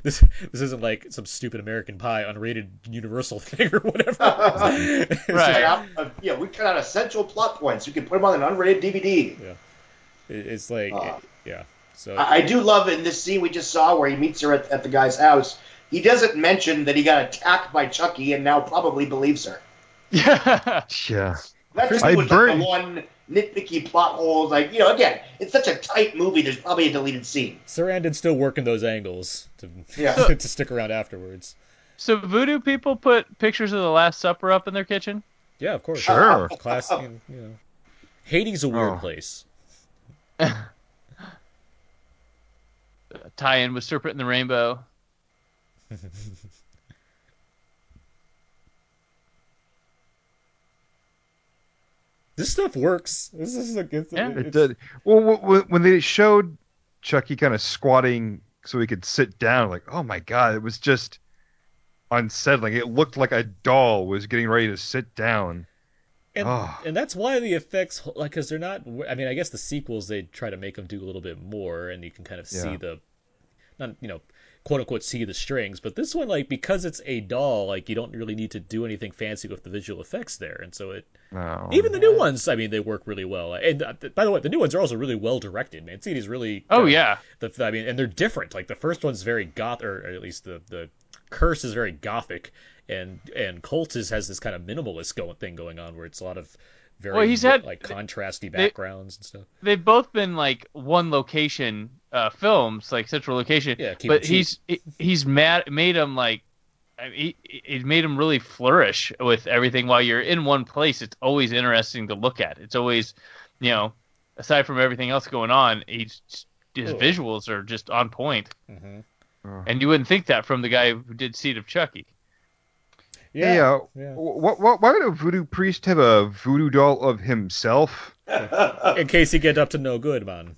S2: this this isn't like some stupid American Pie unrated Universal thing or whatever. It's just-
S3: Right.
S4: Cut out, uh, yeah, we cut out essential plot points. You can put them on an unrated DVD.
S2: it- It's like
S4: Ah.
S2: yeah. So
S4: I, I do love in this scene we just saw where he meets her at, at the guy's house. He doesn't mention that he got attacked by Chucky and now probably believes her.
S3: Yeah.
S5: Yeah.
S4: That to
S5: I
S4: me was like
S5: burned-
S4: the one nitpicky plot hole. Like you know, again, it's such a tight movie. There's probably a deleted scene.
S2: Sarandon's still working those angles to
S4: Yeah.
S2: to stick around afterwards.
S3: so voodoo people put pictures of the Last Supper up in their kitchen.
S2: Yeah, of course.
S5: Sure.
S2: Class, you know. Hades a weird
S5: Oh.
S2: place.
S3: A tie-in with Serpent and the Rainbow.
S2: This stuff works. This is a good.
S3: Yeah. It
S5: It did. Well, w- w- when they showed Chucky kind of squatting so he could sit down, like, oh my god, it was just unsettling. It looked like a doll was getting ready to sit down.
S2: And,
S5: Ah.
S2: and that's why the effects, like, because they're not. I mean, I guess the sequels they try to make them do a little bit more, and you can kind of see
S5: Yeah.
S2: the, not you know, quote unquote, see the strings. But this one, like, because it's a doll, like, you don't really need to do anything fancy with the visual effects there, and so it.
S5: No.
S2: Even the new ones, I mean, they work really well. And uh, th- by the way, the new ones are also really well directed. Mancini's really.
S3: Oh
S2: uh,
S3: yeah.
S2: the, I mean, and they're different. Like the first one's very goth, or at least the the curse is very gothic, and and cult is has this kind of minimalist going thing going on where it's a lot of very
S3: Well, he's had-
S2: like contrasty backgrounds and stuff.
S3: They've both been like one location uh, films, like central location.
S2: Yeah, keep it
S3: but
S2: cheap.
S3: he's he- he's mad made him like. I mean, he, it made him really flourish with everything. While you're in one place, it's always interesting to look at. It's always, you know, aside from everything else going on, he's his
S2: Oh.
S3: visuals are just on point.
S2: hmm
S3: And you wouldn't think that from the guy who did Seed of Chucky.
S5: Yeah. Hey, uh,
S2: yeah.
S5: wh- wh- why would a voodoo priest have a voodoo doll of himself?
S2: In case he get up to no good, man.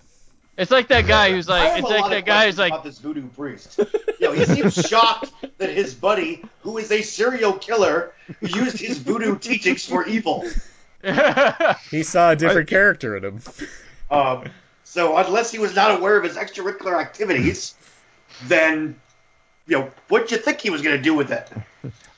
S3: It's like that guy who's
S4: I have
S3: like,
S4: a
S3: it's
S4: lot
S3: like
S4: of
S3: that guy who's
S4: questions
S3: like,
S4: about this voodoo priest. You know, he seems shocked that his buddy, who is a serial killer, used his voodoo teachings for evil.
S2: He saw a different character in him.
S4: Um, so unless he was not aware of his extracurricular activities, then you know what'd you think he was going to do with it?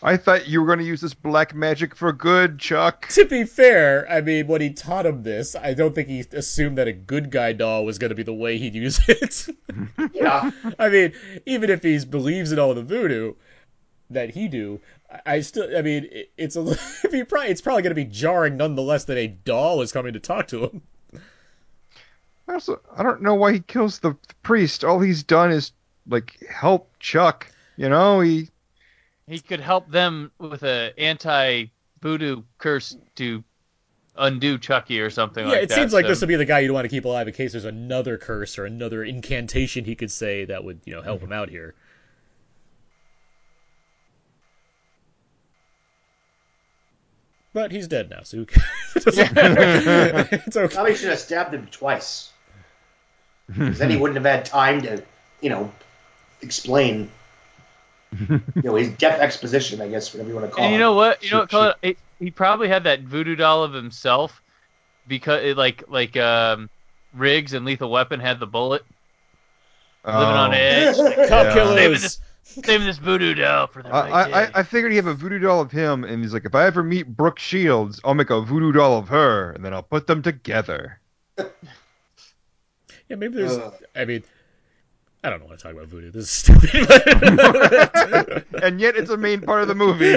S5: I thought you were going to use this black magic for good, Chuck.
S2: to be fair, I mean, when he taught him this, I don't think he assumed that a good guy doll was going to be the way he'd use it.
S4: Yeah,
S2: I mean, even if he believes in all the voodoo that he do, I- I still, I mean, it, it's a, li- if you probably, it's probably going to be jarring nonetheless that a doll is coming to talk to him.
S5: I also, I don't know why he kills the priest. All he's done is like help Chuck. You know, he
S3: he could help them with a anti voodoo curse to undo Chucky or something
S2: Yeah,
S3: like
S2: it
S3: that.
S2: seems like
S3: so-
S2: this would be the guy you'd want to keep alive in case there's another curse or another incantation he could say that would, you know, help
S3: Mm-hmm.
S2: him out here. But he's dead now, so who cares? It doesn't matter. it's okay.
S4: probably should have stabbed him twice. 'Cause then he wouldn't have had time to, you know, explain. You know, his death exposition, I guess, whatever you want to call
S3: And you
S4: it.
S3: know what? You know what?
S5: Shoot,
S3: Colin? It, he probably had that voodoo doll of himself because, it, like, like um, Riggs and Lethal Weapon had the bullet living on
S5: Oh.
S3: edge. Like,
S2: Cop
S5: Yeah.
S3: saving
S2: killers.
S3: this, saving this voodoo doll for the right
S5: I, I-
S3: day.
S5: I, I figured he'd have a voodoo doll of him, and he's like, if I ever meet Brooke Shields, I'll make a voodoo doll of her, and then I'll put them together.
S2: Yeah, maybe there's.
S4: Ugh.
S2: I mean, I don't want to talk about voodoo. This is stupid. but-
S5: And yet, it's a main part of the movie.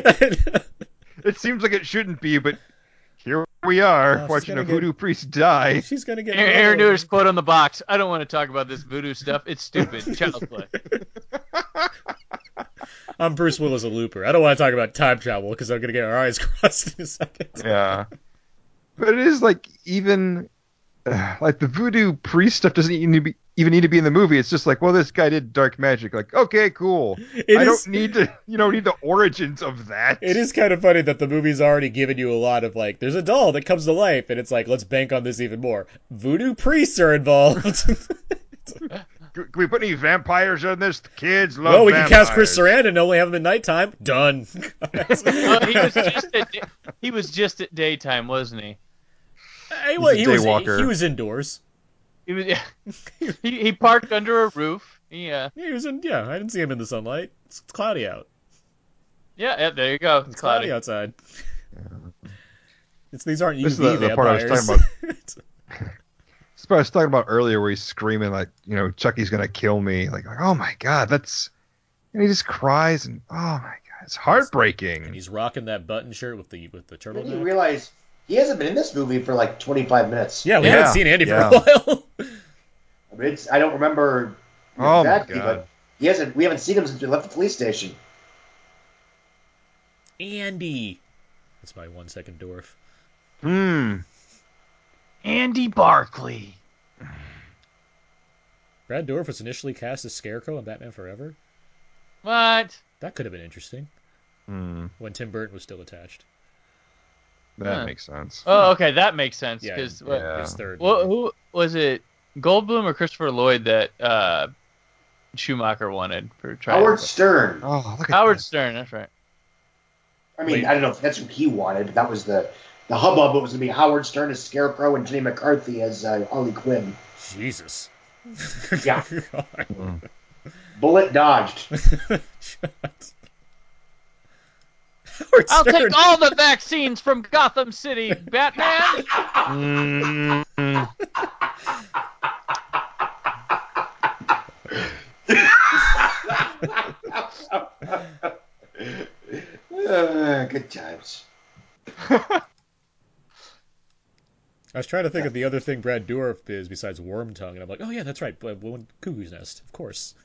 S5: It seems like it shouldn't be, but here we are
S2: Uh, she's
S5: watching
S2: gonna
S5: a
S2: get-
S5: voodoo priest die.
S2: She's gonna get.
S3: Aaron Aaron Newer's quote on the box. I don't want to talk about this voodoo stuff. It's stupid. Child's play.
S2: I'm Bruce Willis, a looper. I don't want to talk about time travel because I'm gonna get our eyes crossed in a second.
S5: Yeah, but it is like even uh, like the voodoo priest stuff doesn't even need to be, even need to be in the movie. It's just like, well, this guy did dark magic. Like, okay, cool.
S2: It
S5: I
S2: is-
S5: don't need to, you know, need the origins of that.
S2: It is kind of funny that the movie's already given you a lot of like, there's a doll that comes to life, and it's like, let's bank on this even more. Voodoo priests are involved.
S5: Can we put any vampires on this? The kids love.
S2: well, we can cast Chris
S5: vampires.
S2: Sarandon and only have him at nighttime. Done.
S3: Well, he was just at, he was just at daytime, wasn't he?
S2: Hey, well, he
S5: He's a
S2: was
S5: daywalker.
S2: he was indoors.
S3: He was. he, he parked under a roof. uh, Yeah.
S2: He was in. Yeah, I didn't see him in the sunlight. It's, it's cloudy out.
S3: Yeah. yeah, There you go. It's,
S2: It's cloudy,
S3: cloudy.
S2: outside. It's, these aren't UV
S5: This is the- the part I was
S2: vampires.
S5: talking That's what I was talking about earlier, where he's screaming like, you know, Chucky's gonna kill me. Like, like, oh my god, that's. And he just cries, and oh my god, it's
S2: and
S5: heartbreaking.
S2: he's rocking that button shirt with the with the
S4: Then you
S2: turtleneck.
S4: realize he hasn't been in this movie for like 25 minutes.
S2: Yeah, we
S5: Yeah,
S2: haven't seen Andy
S5: yeah.
S2: for a while.
S4: I, mean, it's, I don't remember
S5: Oh my
S4: exactly,
S5: god.
S4: but he hasn't. We haven't seen him since we left the police station.
S2: Andy. That's my one second dwarf.
S5: Hmm.
S3: Andy Barkley.
S2: Brad Dorff was initially cast as Scarecrow in Batman Forever.
S3: What?
S2: That could have been interesting
S5: Hmm.
S2: when Tim Burton was still attached.
S5: That
S3: Huh.
S5: makes sense.
S3: Oh, okay. That makes sense.
S2: Yeah,
S3: 'cause, what-
S5: Hmm. yeah.
S2: His third.
S3: what-
S2: movie.
S3: who was it? Goldblum or Christopher Lloyd that uh, Schumacher wanted for trying.
S4: Howard Stern.
S5: Oh, look at
S3: Howard
S5: that.
S3: Stern. That's right.
S4: I mean,
S2: Wait.
S4: I don't know if that's what he wanted, but that was the the hubbub. It was going to be Howard Stern as Scarecrow and Jenny McCarthy as uh, Ollie Quinn.
S2: Jesus.
S4: Yeah.
S2: God.
S4: Bullet dodged.
S5: Mm.
S2: Howard
S3: I'll
S2: Stern.
S3: take all the vaccines from Gotham City, Batman.
S5: Hmm.
S4: Ah, Uh, good times.
S2: trying to think of the other thing Brad Dourif is besides Worm Tongue, and I'm like, oh yeah, that's right, but Woman Cuckoo's Nest, of course.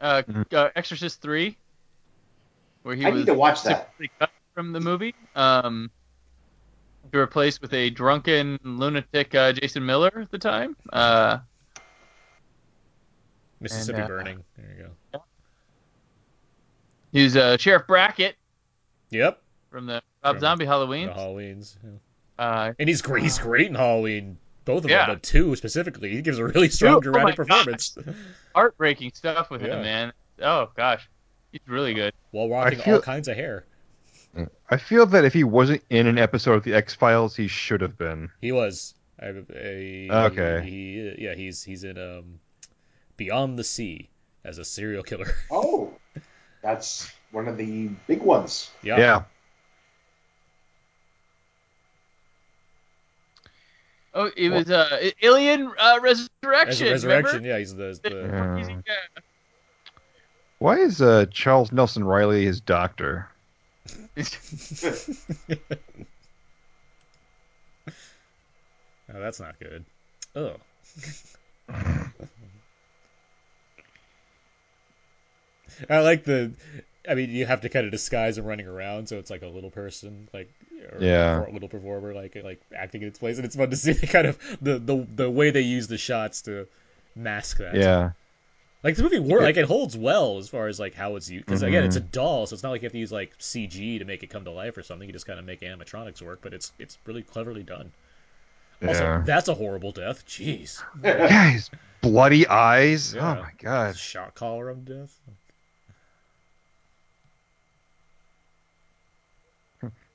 S3: Uh, uh, Exorcist three, where he
S4: I
S3: was
S4: need to watch that.
S3: simply cut from the movie um, to replace with a drunken lunatic uh, Jason Miller at the time. Uh,
S2: Mississippi
S3: uh,
S2: Burning. There you go.
S3: he was uh, Sheriff Brackett
S2: Yep.
S3: from the Rob
S2: From
S3: Zombie
S2: The
S3: Halloween.
S2: Halloweens. yeah.
S3: Uh,
S2: And he's great. He's great in Halloween. Both of
S3: Yeah.
S2: them, but two specifically. He gives a really strong,
S3: oh
S2: dramatic
S3: my
S2: performance
S3: heartbreaking stuff with
S2: Yeah.
S3: him, man. Oh gosh, he's really good.
S2: while rocking
S5: feel-
S2: all kinds of hair.
S5: I feel that if he wasn't in an episode of the X Files, he should have been.
S2: He was. I, I,
S5: Okay.
S2: He, yeah, he's he's in um, Beyond the Sea as a serial killer.
S4: Oh, that's one of the big ones.
S2: yeah.
S5: Yeah.
S3: Oh, it was uh, Alien uh,
S2: As
S3: Resurrection.
S2: a resurrection.
S3: remember?
S2: Yeah, he's the, the
S5: Yeah.
S3: He's, uh,
S5: Why is uh, Charles Nelson Riley his doctor?
S2: No, that's not good. Oh. I like the. I mean, you have to kind of disguise him running around, so it's like a little person, like or
S5: Yeah.
S2: a little performer, like like acting in its place, and it's fun to see the kind of the the, the way they use the shots to mask that.
S5: Yeah.
S2: like the movie work, like it holds well as far as like how it's used. Because again,
S5: Mm-hmm.
S2: it's a doll, so it's not like you have to use like CG to make it come to life or something. You just kind of make animatronics work, but it's it's really cleverly done. Also,
S5: Yeah.
S2: that's a horrible death. Jeez.
S5: Yeah, his bloody eyes.
S2: Yeah.
S5: Oh my god.
S2: Shot collar of death.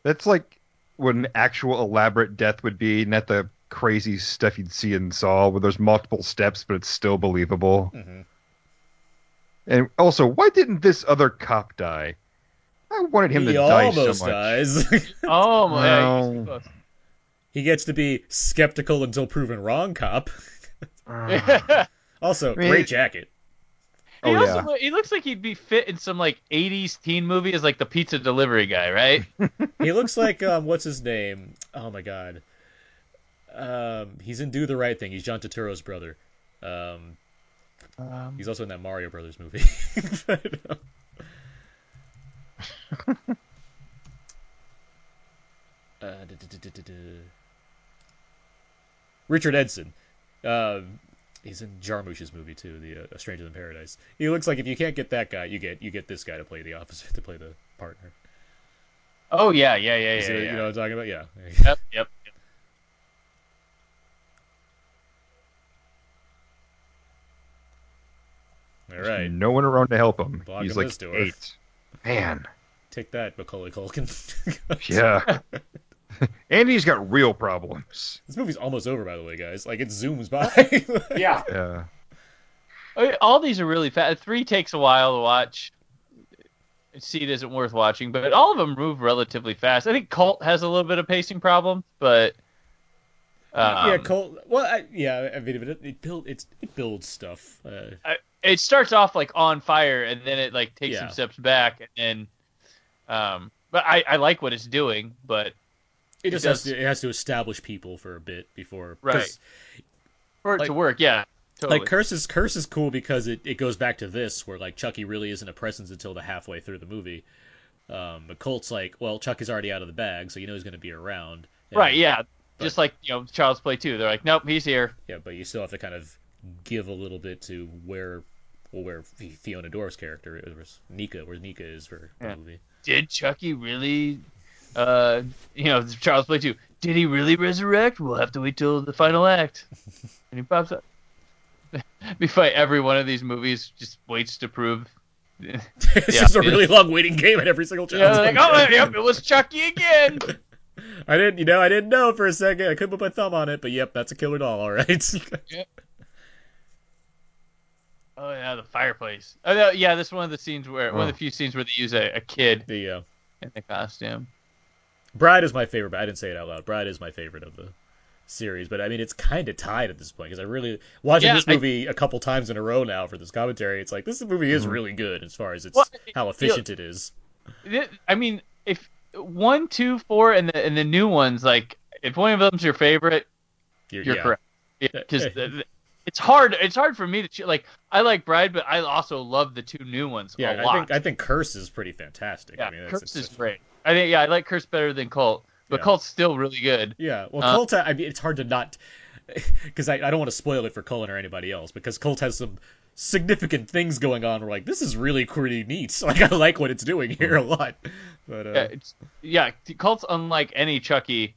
S5: That's like what an actual elaborate death would be, not the crazy stuff you'd see in Saw where there's multiple steps, but it's still believable.
S2: Mhm.
S5: And also, why didn't this other cop die? I wanted him
S2: he
S5: to die so much.
S2: almost dies.
S3: Oh my. yeah,
S5: No.
S3: he's close.
S2: he gets to be skeptical until proven wrong, cop. Also,
S5: mean-
S2: great jacket.
S5: Oh,
S3: he also
S5: yeah.
S3: loo- he looks like he'd be fit in some like '80s teen movie as like the pizza delivery guy, right?
S2: He looks like um, what's his name? Oh my god. Um, he's in Do the Right Thing. He's John Turturro's brother. Um, he's also in that Mario Brothers movie. I don't know. Uh, duh, duh, duh, duh, duh, duh. Richard Edson. Um he's in Jarmusch's movie too, the uh, A Stranger Than Paradise. He looks like if you can't get that guy, you get you get this guy to play the officer to play the partner.
S3: oh yeah, yeah, yeah,
S2: You
S3: yeah.
S2: see what-
S3: yeah.
S2: You know what I'm talking about? Yeah.
S3: Yep, yep. yep.
S2: All right.
S5: No one around to help him.
S2: Block
S5: He's
S2: him
S5: like
S2: this door.
S5: eight. Man.
S2: Take that, Macaulay Culkin.
S5: Yeah. Andy's got real problems.
S2: this movie's almost over, by the way, guys. Like it zooms by.
S4: Yeah.
S5: Yeah.
S3: Oh, yeah, All these are really fast. Three takes a while to watch. See, it isn't worth watching, but all of them move relatively fast. I think Cult has a little bit of pacing problem, but um,
S2: yeah, Cole. Well, I, yeah. I mean, it, it build it's, it builds stuff. Uh,
S3: it starts off like on fire and then it like takes
S2: Yeah.
S3: some steps back and then um but I, I like what it's doing but
S2: it just has
S3: does.
S2: to it has to establish people for a bit before 'cause,
S3: Right. for it
S2: Like-
S3: to work yeah totally.
S2: Like curse is curse is cool because it, it goes back to this where like Chucky really isn't a presence until the halfway through the movie. Um, but Colt's like, well, Chucky's already out of the bag, so you know he's going to be around. And-
S3: right yeah
S2: But-
S3: just like you know Child's Play 2 they're like nope he's here
S2: Yeah, but you still have to kind of give a little bit to where, well, where F- Fiona Dorf's character is, Nika, where Nika is for the
S3: Yeah.
S2: movie.
S3: did Chucky really uh you know Child's Play 2 did he really resurrect we'll have to wait till the final act and he pops up we fight every one of these movies just waits to prove
S2: it's
S3: Yeah.
S2: just a really long waiting game at every single
S3: yeah,
S2: challenge.
S3: they're like, oh yep it was Chucky again
S2: I didn't, you know, I didn't know for a second. I couldn't put my thumb on it, but yep, that's a killer doll. All right.
S3: Oh yeah, the fireplace. Oh no, yeah, that's one of the scenes where one of the few scenes where they use a, a kid
S2: the uh,
S3: in the costume.
S2: Bride is my favorite, but I didn't say it out loud. Bride is my favorite of the series, but I mean, it's kind of tied at this point because I really watching
S3: Yeah,
S2: this
S3: I-
S2: movie a couple times in a row now for this commentary. It's like this movie
S3: Mm-hmm.
S2: is really good as far as it's
S3: Well,
S2: how efficient it is.
S3: Th- I mean, if one, two, four, and the and the new ones, like if one of them's your favorite, You're
S2: yeah.
S3: correct. Because it's hard. It's hard for me to choo- like. I like Bride, but I also love the two new ones
S2: Yeah,
S3: a
S2: I
S3: lot.
S2: think I think Curse is pretty fantastic.
S3: yeah,
S2: I mean, that's,
S3: Curse
S2: it's-
S3: is great. I think yeah, I like Curse better than Cult, but
S2: Yeah.
S3: Cult's still really good.
S2: Yeah, well,
S3: Uh,
S2: Colt, I mean, it's hard to not, because I, I don't want to spoil it for Cullen or anybody else, because Colt has some significant things going on. Where like, this is really pretty neat. Like, I like what it's doing here a lot. But uh,
S3: Yeah, it's, yeah, Cult's unlike any Chucky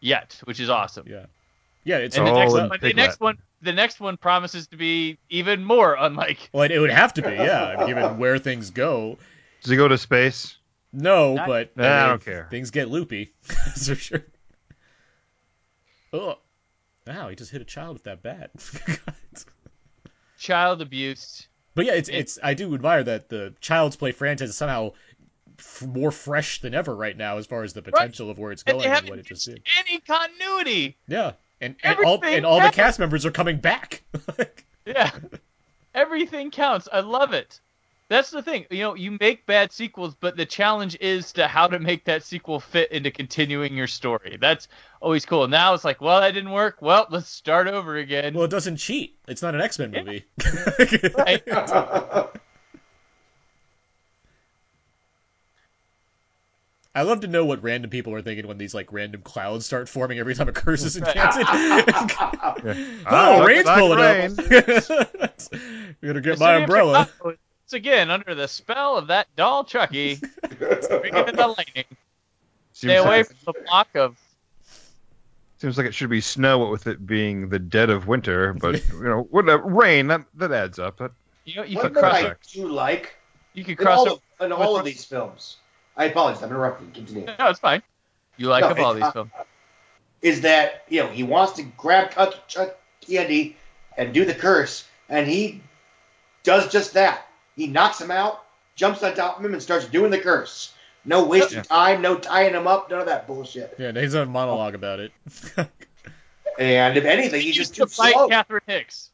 S3: yet, which is awesome.
S2: yeah, yeah, it's
S3: And the
S5: Oh,
S3: next, one,
S5: and
S3: but the
S5: Piglet.
S3: next one, the next one promises to be even more unlike.
S2: well, it, it would have to be, yeah, I mean, given where things go.
S5: Does he go to space?
S2: No,
S3: Not-
S2: but
S5: Nah, I don't care.
S2: Things get loopy, that's for sure. Oh, wow, he just hit a child with that bat. God.
S3: child abuse.
S2: But yeah, it's it's I do admire that the Child's Play franchise is somehow f- more fresh than ever right now as far as the potential of where it's
S3: And
S2: going
S3: they
S2: and
S3: haven't
S2: what it just did.
S3: reached any continuity.
S2: Yeah, and and all
S3: Everything
S2: and all the
S3: happened.
S2: cast members are coming back.
S3: Yeah, everything counts. I love it. That's the thing. You know, you make bad sequels, but the challenge is to how to make that sequel fit into continuing your story. That's always cool. Now it's like, well, that didn't work. Well, let's start over again.
S2: well, it doesn't cheat. It's not an X Men movie.
S3: Right?
S2: I love to know what random people are thinking when these like random clouds start forming every time a curse is enchanted.
S5: Ah,
S2: oh,
S5: looks
S2: rain's
S5: like
S2: pulling
S5: rain.
S2: up. We're gonna get
S3: So
S2: my
S3: you have to-
S2: umbrella.
S3: oh, Once again, under the spell of that doll Chucky, bringing in the lightning. Stay
S5: Seems
S3: away
S5: like,
S3: from the block of.
S5: seems like it should be snow with it being the dead of winter, but you know, whatever. Rain that that adds up. That,
S3: You know, you
S4: One
S3: could
S4: thing
S3: cross.
S4: I
S3: over-
S4: do like
S3: You could
S4: in
S3: cross.
S4: all,
S3: over-
S4: of, in all of these films, I apologize, I'm interrupting. Continue.
S3: No, it's fine. You like
S4: No,
S3: of all
S4: it- uh,
S3: these films.
S4: Is that you know he wants to grab Chuck, Chuck Candy and do the curse, and he does just that. He knocks him out, jumps on top of him, and starts doing the curse. No wasting
S5: Yeah.
S4: time, no tying him up, none of that bullshit.
S2: Yeah, he's on a monologue about it.
S4: And if anything, he's just
S3: Just to
S4: too
S3: fight
S4: slow.
S3: Catherine Hicks.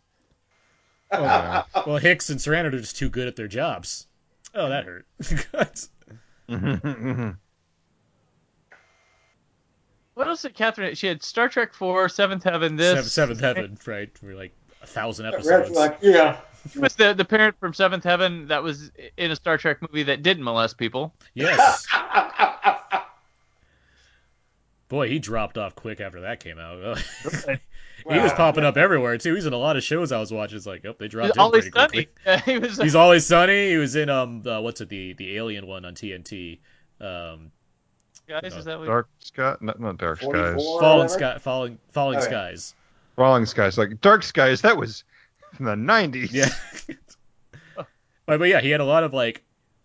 S2: Oh, well, Hicks and Serrano are just too good at their jobs. Oh, that hurt. God.
S5: Mm-hmm,
S3: What else did Catherine? She had Star Trek Four, Seventh Heaven. This
S2: Seventh, Seventh Heaven, right? We're like a thousand
S4: Red
S2: episodes.
S4: flag, yeah.
S3: She was the the parent from Seventh Heaven that was in a Star Trek movie that didn't molest people.
S2: Yes. Boy, he dropped off quick after that came out. he was
S4: Wow.
S2: popping up everywhere too. He's in a lot of shows I was watching. It's like, oh, they dropped him
S3: Always
S2: pretty
S3: sunny.
S2: quickly.
S3: Yeah, he was.
S2: He's always sunny. He was in um, uh, what's it, the the alien one on TNT, um,
S3: guys, is that what-
S5: dark sky, not, not dark skies.
S4: 44
S2: Falling
S4: whatever.
S2: Sky, Falling Falling
S4: Oh, yeah.
S2: Skies.
S5: Falling skies, like dark skies. That was in the nineties.
S2: Yeah. but, but yeah, he had a lot of like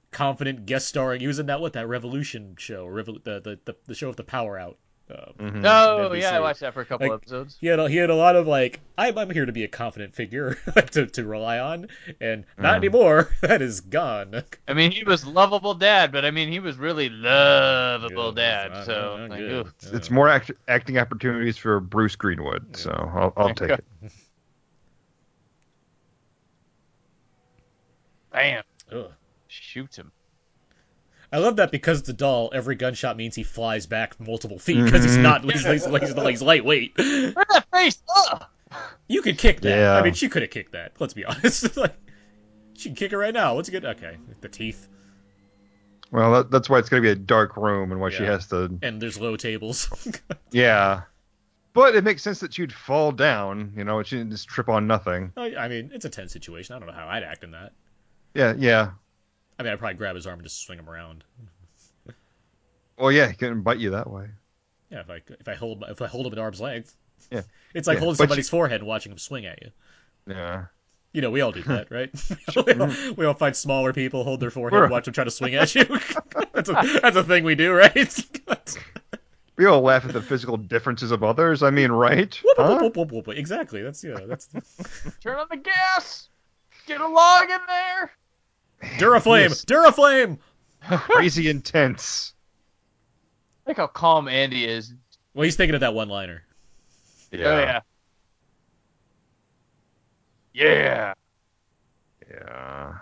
S2: confident guest starring. He was in that what that Revolution show, Revol- the, the the the show with the power out. Um,
S5: Mm-hmm.
S3: No,
S2: NBC.
S3: Oh, yeah, I watched that for a couple
S2: Like-
S3: episodes.
S2: he had a, he had a lot of like I'm I'm here to be a confident figure to to rely on, and not anymore. That is gone.
S3: I mean, he was lovable dad, but I mean, he was really lovable
S2: Yeah,
S3: dad.
S2: it's not-
S3: so
S2: not
S3: like,
S2: good.
S3: oof.
S2: Yeah.
S5: It's more act- acting opportunities for Bruce Greenwood, so I'll, I'll take it.
S3: bam,
S2: Ugh.
S3: shoot him.
S2: I love that because it's a doll, every gunshot means he flies back multiple feet because he's not he's, he's, he's, he's lightweight.
S3: Where that face? Ugh!
S2: You could kick that.
S5: Yeah.
S2: I mean, she could have kicked that. Let's be honest. like, she can kick it right now. What's good? Okay, the teeth
S5: Well, that, that's why it's going to be a dark room and why she
S2: Yeah.
S5: has to.
S2: and there's low tables.
S5: Yeah. But it makes sense that she'd fall down, you know, and she didn't just trip on nothing.
S2: I I mean, it's a tense situation. I don't know how I'd act in that.
S5: Yeah, yeah.
S2: I mean, I'd probably grab his arm and just swing him around.
S5: Well, yeah, he couldn't bite you that way.
S2: Yeah, if I if I hold if I hold him at arm's length.
S5: Yeah.
S2: It's like
S5: Yeah,
S2: holding
S5: but
S2: somebody's forehead and watching him swing at you.
S5: Yeah.
S2: You know, we all do that, right? we, all, we all find smaller people, hold their forehead,
S5: We're-
S2: and watch them try to swing at you. that's, a, that's a thing we do, right?
S5: We all laugh at the physical differences of others. I mean, right? Huh?
S2: Whoop, whoop, whoop, whoop. Exactly. That's yeah. That's
S3: Turn on the gas. Get a log in there.
S2: Duraflame.
S5: Yes.
S2: Duraflame.
S5: Crazy intense.
S3: Look how calm Andy is.
S2: Well, he's thinking of that one-liner.
S3: Oh yeah. Yeah.
S5: Yeah.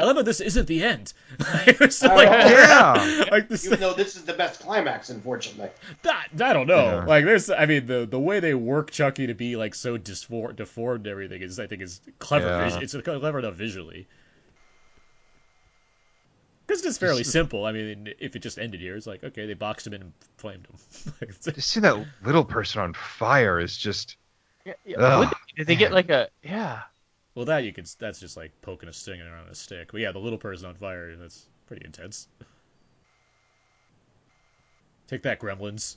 S2: I love how this isn't the end. It's still like,
S5: Oh, Yeah.
S2: like this,
S4: Even though this is the best climax, unfortunately.
S2: that, I don't know.
S5: Yeah.
S2: Like there's, I mean, the the way they work Chucky to be like so disfor- deformed, and everything is, I think, is clever.
S5: Yeah.
S2: vis- It's clever enough visually. Because it's fairly simple. I mean, if it just ended here, it's like okay, they boxed him in and flamed him. Like, it's-
S5: Just see that little person on fire is just.
S3: Yeah, yeah,
S5: Ugh,
S3: what- did they get
S5: man.
S3: like a yeah?
S2: well, that you could. That's just like poking a sting around a stick. But yeah, the little person on fire. That's pretty intense. Take that, Gremlins.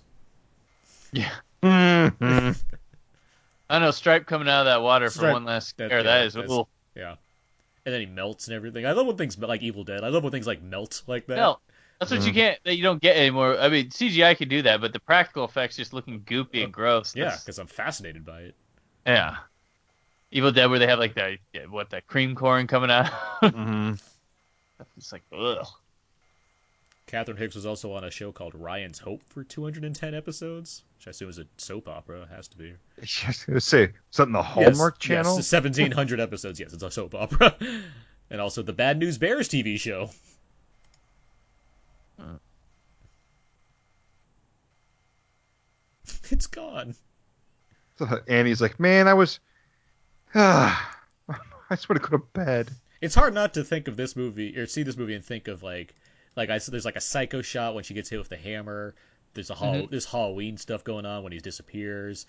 S2: Mm-hmm.
S5: Mhm.
S3: I don't know Stripe coming out of that water
S2: Stripe,
S3: for one last
S2: that-
S3: scare.
S2: yeah,
S3: that is
S2: that's-
S3: cool.
S2: Yeah. And then he melts and everything. I love when things like Evil Dead. I love when things like melt like that.
S3: Hell, that's what you
S5: Mm.
S3: can't that you don't get anymore. I mean CGI could do that, but the practical effects just looking goopy and gross.
S2: Yeah,
S3: That's-
S2: because I'm fascinated by it.
S3: yeah. Evil Dead where they have like that yeah, what that cream corn coming out. it's like ugh.
S2: Catherine Hicks was also on a show called Ryan's Hope for 210 episodes, which I assume is a soap opera. It has to be.
S5: Just gonna say something the Hallmark
S2: yes,
S5: Channel.
S2: Yes, 1700 episodes. Yes, it's a soap opera. and also the Bad News Bears TV show.
S5: Uh.
S2: It's gone.
S5: Annie's like, man, I was. Ah, I just want to go to bed.
S2: it's hard not to think of this movie or see this movie and think of like like I said there's like a psycho shot when she gets hit with the hammer. There's a hol-
S5: Mm-hmm.
S2: there's Halloween stuff going on when he disappears.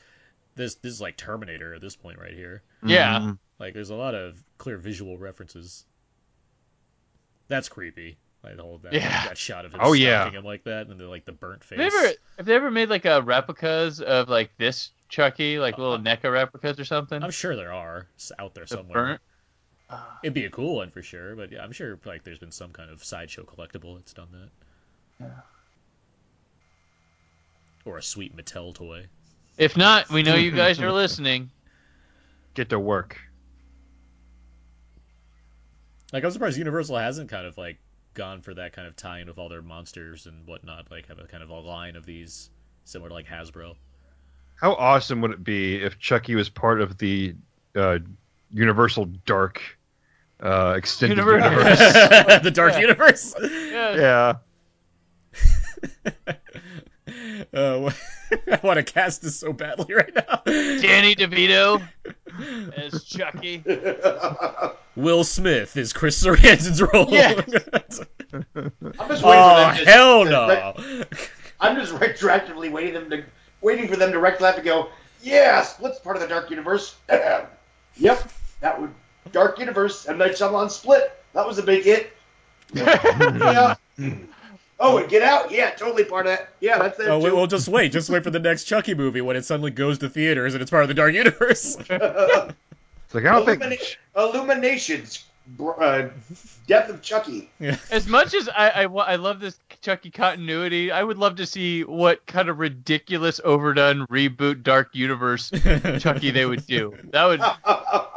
S2: This this is like Terminator at this point right here.
S3: Yeah.
S5: Mm-hmm.
S2: Like there's a lot of clear visual references. That's creepy. Like the whole that,
S3: Yeah.
S2: that shot of him
S5: Oh,
S2: oh,
S5: yeah.
S2: him like that and then like the burnt face.
S3: Have they ever have they ever made like a replicas of like this Chucky, like little NECA replicas or something?
S2: I'm sure there are s- out there
S3: The
S2: somewhere.
S3: burnt-
S2: It'd be a cool one for sure, but yeah, I'm sure like there's been some kind of sideshow collectible that's done that. Or a sweet Mattel toy.
S3: If not, we know you guys are listening.
S5: Get to work.
S2: Like I'm surprised Universal hasn't kind of like gone for that kind of tie-in with all their monsters and whatnot. Like have a kind of a line of these similar to like Hasbro.
S5: How awesome would it be if Chucky was part of the uh, Universal Dark uh, extended
S3: Universe.
S5: universe?
S2: the Dark Universe.
S3: Yeah.
S5: yeah.
S2: Uh, I want to cast this so badly right now.
S3: Danny DeVito as Chucky.
S2: Will Smith is Chris Sarandon's role.
S3: Yes.
S4: I'm just waiting
S2: Oh
S4: for them to,
S2: hell
S4: to-
S2: no!
S4: I'm just retroactively waiting them to waiting for them to retroactively go. Yeah, Split's part of the Dark Universe. yep, that would Dark Universe. M Night Shyamalan Split. That was a big hit. yeah. Oh, and Get Out. Yeah, totally part of that. Yeah, that's it.
S2: Oh, we,
S4: too.
S2: will just wait. Just wait for the next Chucky movie when it suddenly goes to theaters and it's part of the Dark Universe.
S5: It's like I don't
S4: Illuminate-
S5: think.
S4: Illuminations. br- Uh, Death of Chucky.
S3: As much as I, I, wa- I love this Chucky continuity, I would love to see what kind of ridiculous, overdone reboot Dark Universe Chucky they would do. That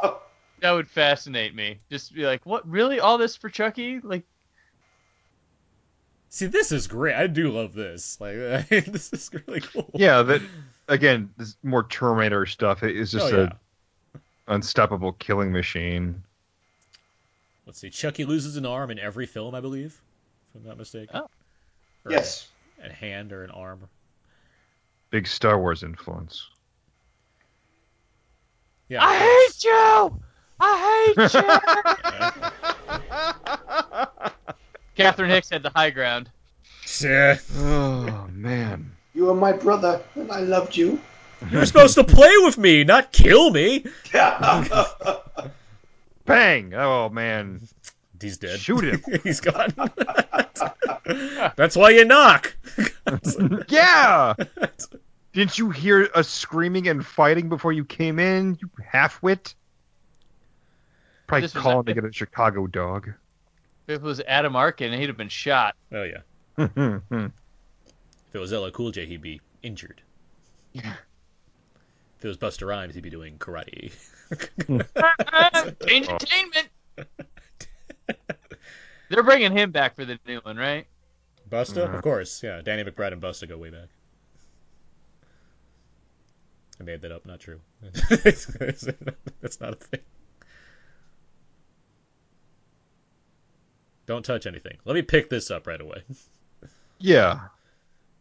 S3: would that would fascinate me. Just be like, what? Really? All this for Chucky? Like,
S2: See, this is great. I do love this. Like, this is really cool.
S5: Yeah, that again, this more Terminator stuff. It is just
S2: Oh,
S5: a
S2: yeah.
S5: unstoppable killing machine.
S2: Let's see. Chucky loses an arm in every film, I believe, if I'm not mistaken.
S3: Oh.
S2: Or
S4: Yes.
S2: A, a hand or an arm.
S5: Big Star Wars influence.
S2: Yeah.
S3: I hate you! I hate you! Catherine Hicks had the high ground.
S2: Yeah.
S5: Oh man.
S4: You were my brother, and I loved you.
S2: You were supposed to play with me, not kill me.
S5: Bang! Oh man.
S2: He's dead.
S5: Shoot him.
S2: He's gone. That's why you knock.
S5: Yeah. Didn't you hear us screaming and fighting before you came in, you halfwit? Probably
S3: This was
S5: calling
S3: a-
S5: to get a Chicago dog.
S3: If it was Adam Arkin, he'd have been shot.
S2: oh yeah. If it was LL Cool J, he'd be injured. if it was Buster Rhymes, he'd be doing karate.
S3: Entertainment! They're bringing him back for the new one, right?
S2: Busta, of course, yeah. Danny McBride and Busta go way back. I made that up. Not true. That's not a thing. Don't touch anything. Let me pick this up right away.
S5: Yeah.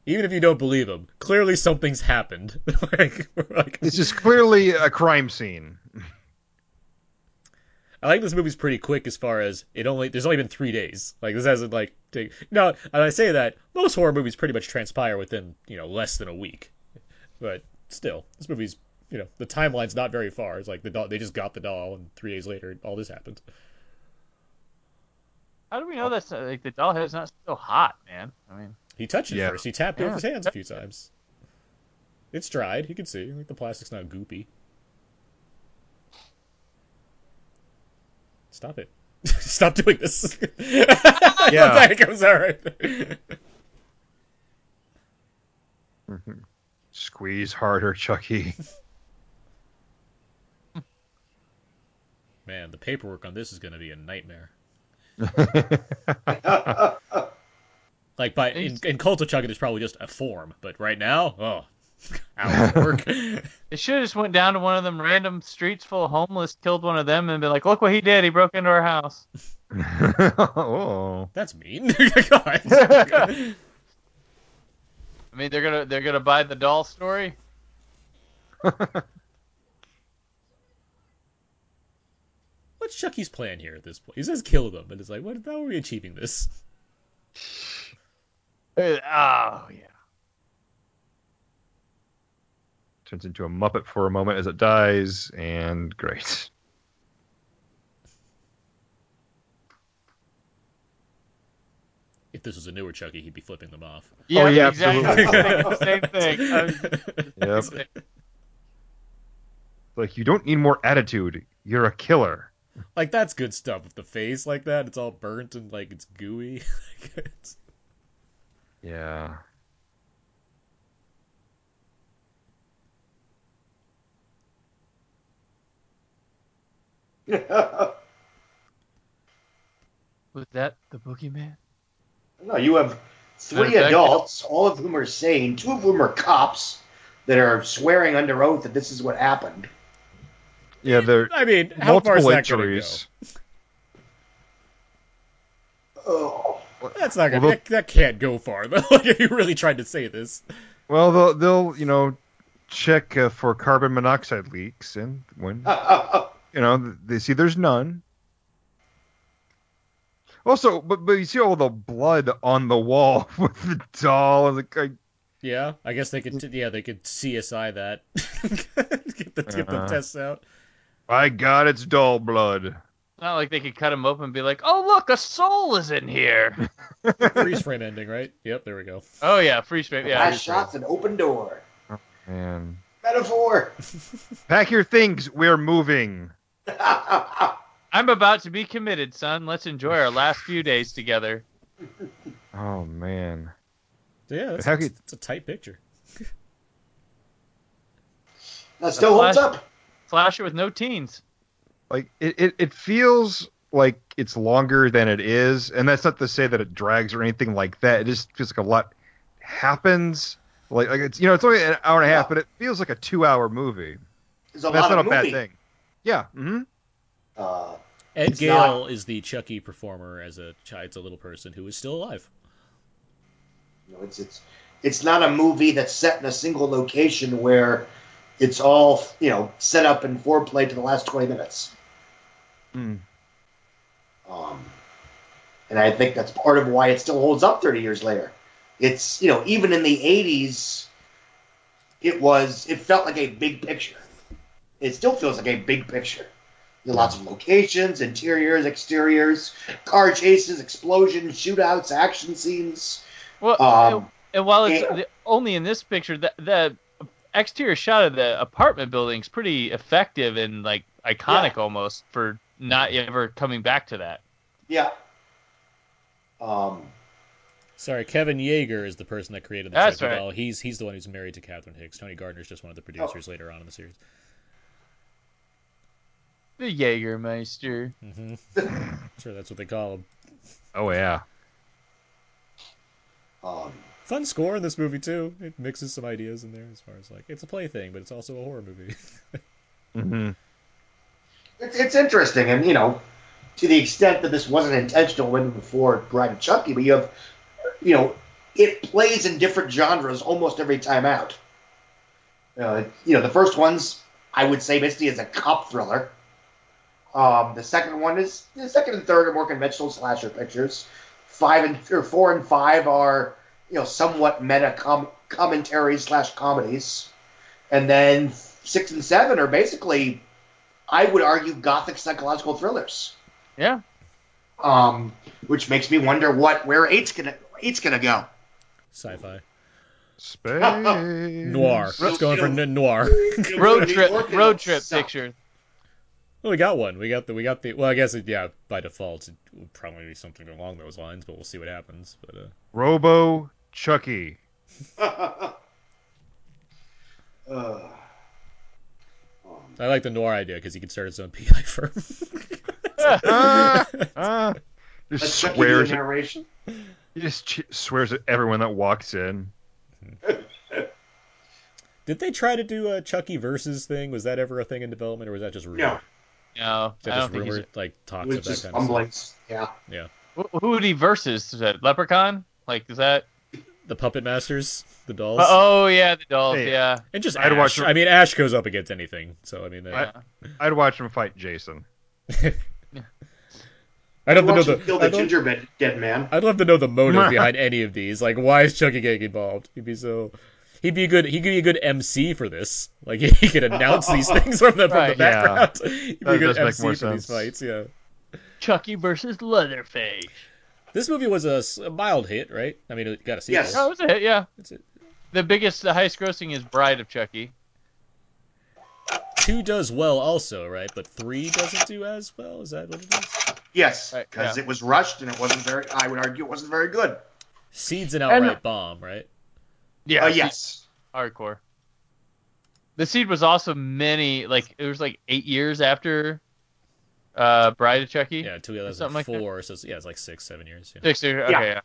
S2: Even if you don't believe him, clearly something's happened. like, like-
S5: This is clearly a crime scene.
S2: I like this movie's pretty quick as far as it only. There's only been three days. Like this hasn't like. Take, now, and I say that most horror movies pretty much transpire within you know less than a week, but still, this movie's you know the timeline's not very far. It's like the doll. They just got the doll, and three days later, all this happens.
S3: How do we
S5: Oh.
S3: know that's not, like the doll head's not so hot, man? I mean,
S2: He touched it
S5: Yeah.
S2: first. He tapped it with his
S3: Yeah.
S2: hands a few times. It's dried. You can see like, the plastic's not goopy. Stop it. Stop doing this.
S5: Yeah.
S2: yeah. I'm sorry.
S5: Squeeze harder, Chucky.
S2: Man, the paperwork on this is going to be a nightmare. Like by in, in Cult of Chucky, there's probably just a form, but right now, oh, hours of work.
S3: they should have just went down to one of them random streets full of homeless, killed one of them, and been like, "Look what he did! He broke into our house."
S5: oh.
S2: That's mean. God.
S3: I mean, they're gonna they're gonna buy the doll story.
S2: What's Chucky's plan here at this point? He says kill them, but it's like, what? How are we achieving this?
S3: Uh, Oh yeah.
S5: Turns into a Muppet for a moment as it dies, and great.
S2: If this was a newer Chucky, he'd be flipping them off.
S3: Yeah,
S5: Oh, yeah,
S3: exactly.
S5: absolutely.
S3: I was thinking the same thing. I was-
S5: Yep. like, you don't need more attitude. You're a killer.
S2: like that's good stuff. With the face like that, it's all burnt and like it's gooey. Like, it's-
S5: Yeah.
S4: no,
S3: Was that the boogeyman?
S4: you have
S3: In
S4: three
S3: fact-
S4: adults, all of whom are sane, two of whom are cops that are swearing under oath that this is what happened.
S5: Yeah, they're
S2: I mean, how far is
S5: multiple
S2: that going to go?
S5: injuries.
S4: Oh.
S2: That's not gonna,
S5: Although-
S2: that, that can't go far though. Like, if you really tried to say this,
S5: Well, they'll, they'll you know, check uh, for carbon monoxide leaks, and when
S4: Oh.
S5: you know th- they see there's none. Also, but but you see all the blood on the wall with the doll and the guy.
S2: yeah, I guess they could. T- yeah, they could CSI that. get the, get the
S5: Uh-huh.
S2: tests out.
S5: My God, it's doll blood.
S3: Not like they could cut him open and be like, "Oh look, a soul is in here."
S2: Freeze frame ending, right? Yep, there we go.
S5: Uh,
S3: oh yeah, free space. Yeah.
S4: Last
S3: free space.
S4: shots an open door.
S5: Man,
S4: Metaphor.
S5: pack your things. We're moving.
S3: I'm about to be committed, son. Let's enjoy our last few days together.
S5: Oh man.
S2: So, yeah, that's,
S5: How could-
S2: it's a tight picture.
S4: that still holds
S3: Flash-
S4: up.
S3: Flasher with no teens.
S5: like it, it, it feels like it's longer than it is and that's not to say that it drags or anything like that it just feels like a lot happens like, like it's you know it's only an hour and a half
S4: Yeah.
S5: but it feels like a two hour movie
S4: There's a
S5: that's
S4: lot
S5: not a
S4: of
S5: bad
S4: movie.
S5: thing yeah hmm
S4: Uh,
S2: Ed
S4: It's
S2: Gale is the Chucky performer as a child, a little person who is still alive.
S4: you know, it's it's it's not a movie that's set in a single location where it's all you know set up and foreplay to the last 20 minutes.
S5: Mm.
S4: Um, and I think that's part of why it still holds up 30 years later. It's, you know, even in the 80s, it was, it felt like a big picture. It still feels like a big picture. You know, lots of locations, interiors, exteriors, car chases, explosions, shootouts, action scenes.
S3: Well,
S4: Um,
S3: and while it's
S4: yeah.
S3: the, only in this picture, the, the exterior shot of the apartment building is pretty effective and like iconic almost for not ever coming back to that.
S4: Yeah. Um,
S2: Sorry, Kevin Yeager is the person that created the
S3: That's
S2: Chucky
S3: right.
S2: doll. He's he's the one who's married to Catherine Hicks. Tony Gardner's just one of the producers later on in the series.
S3: The Jägermeister.
S2: hmm sure, that's what they call him.
S5: oh yeah
S4: um,
S2: Fun score in this movie too. It mixes some ideas in there as far as like it's a plaything, but it's also a horror movie.
S5: mm-hmm.
S4: it's, it's interesting. And, you know, to the extent that this wasn't intentional when before Bride of Chucky, but you have, you know, it plays in different genres almost every time out. Uh, you know, the first one's, I would say, basically is a cop thriller. Um, the second one is the second and third are more conventional slasher pictures. Five and or four and five are you know somewhat meta com- commentary slash comedies, and then six and seven are basically, I would argue, gothic psychological thrillers.
S3: Yeah.
S4: Um, which makes me wonder what where eight's gonna eight's gonna go.
S2: Sci-fi,
S5: Space
S2: noir. It's going for n- noir.
S3: Road trip.
S4: New York and
S3: Road trip
S4: South.
S3: picture.
S2: Well, we got one. We got the. We got the. Well, I guess it, yeah. By default, it will probably be something along those lines, but we'll see what happens. But uh,
S5: Robo Chucky.
S4: Uh,
S2: I like the noir idea because he could start his own PI firm.
S5: Ah, ah.
S4: that's
S5: just
S4: Chucky doing
S5: swears. At,
S4: narration.
S5: he just ch- swears at everyone that walks in.
S2: Did they try to do a Chucky versus thing? Was that ever a thing in development, or was that just rumored?
S4: No,
S3: No,
S2: That
S3: I
S2: just
S3: don't think.
S2: rumored, like
S4: it
S2: talks
S4: was
S2: of that
S4: just
S2: kind of stuff.
S4: fumblings. Yeah.
S3: he's- Who would he versus? Is that Leprechaun? Like is that?
S2: The puppet masters, the dolls,
S3: Oh yeah, the dolls.
S5: Hey.
S3: Yeah.
S2: and just
S5: I'd
S2: Ash.
S5: watch them-
S2: I mean, Ash goes up against anything, so I mean,
S3: yeah.
S2: that,
S5: I'd watch him fight Jason.
S2: I'd love to know
S4: Watch him
S2: the.
S4: kill the
S2: I'd love,
S4: gingerbread dead man.
S3: Uh,
S2: I'd love to know the motive behind any of these. Like, why is Chucky getting involved? He'd be so. He'd be a good. He could be a good MC for this. Like he could announce these things from the from the
S3: Right.
S5: Yeah.
S2: background. He'd be
S5: That
S2: a good
S5: does make
S2: MC
S5: more
S2: for these
S5: sense.
S2: fights. Yeah.
S3: Chucky versus Leatherface.
S2: This movie was a, s- a mild hit, right? I mean, it got a sequel.
S4: Yes.
S3: Oh, it was a hit. Yeah.
S2: It's a-
S3: The biggest, the highest grossing is Bride of Chucky.
S2: Two does well also, right? But three doesn't do as well. Is that what it is?
S4: Yes,
S3: Right,
S4: because
S3: yeah.
S4: it was rushed and it wasn't very. I would argue it wasn't very good.
S2: Seed's an outright
S3: And-
S2: bomb, right?
S3: Yeah.
S4: Uh,
S3: it's
S4: yes.
S3: Hardcore. The seed was also many. Like it was like eight years after uh, Bride of Chucky.
S2: Yeah, two thousand
S3: Something like that.
S2: four. so it's, yeah, it's like six, seven years. Yeah.
S3: Six years. Okay.
S4: Yeah.
S3: Yeah.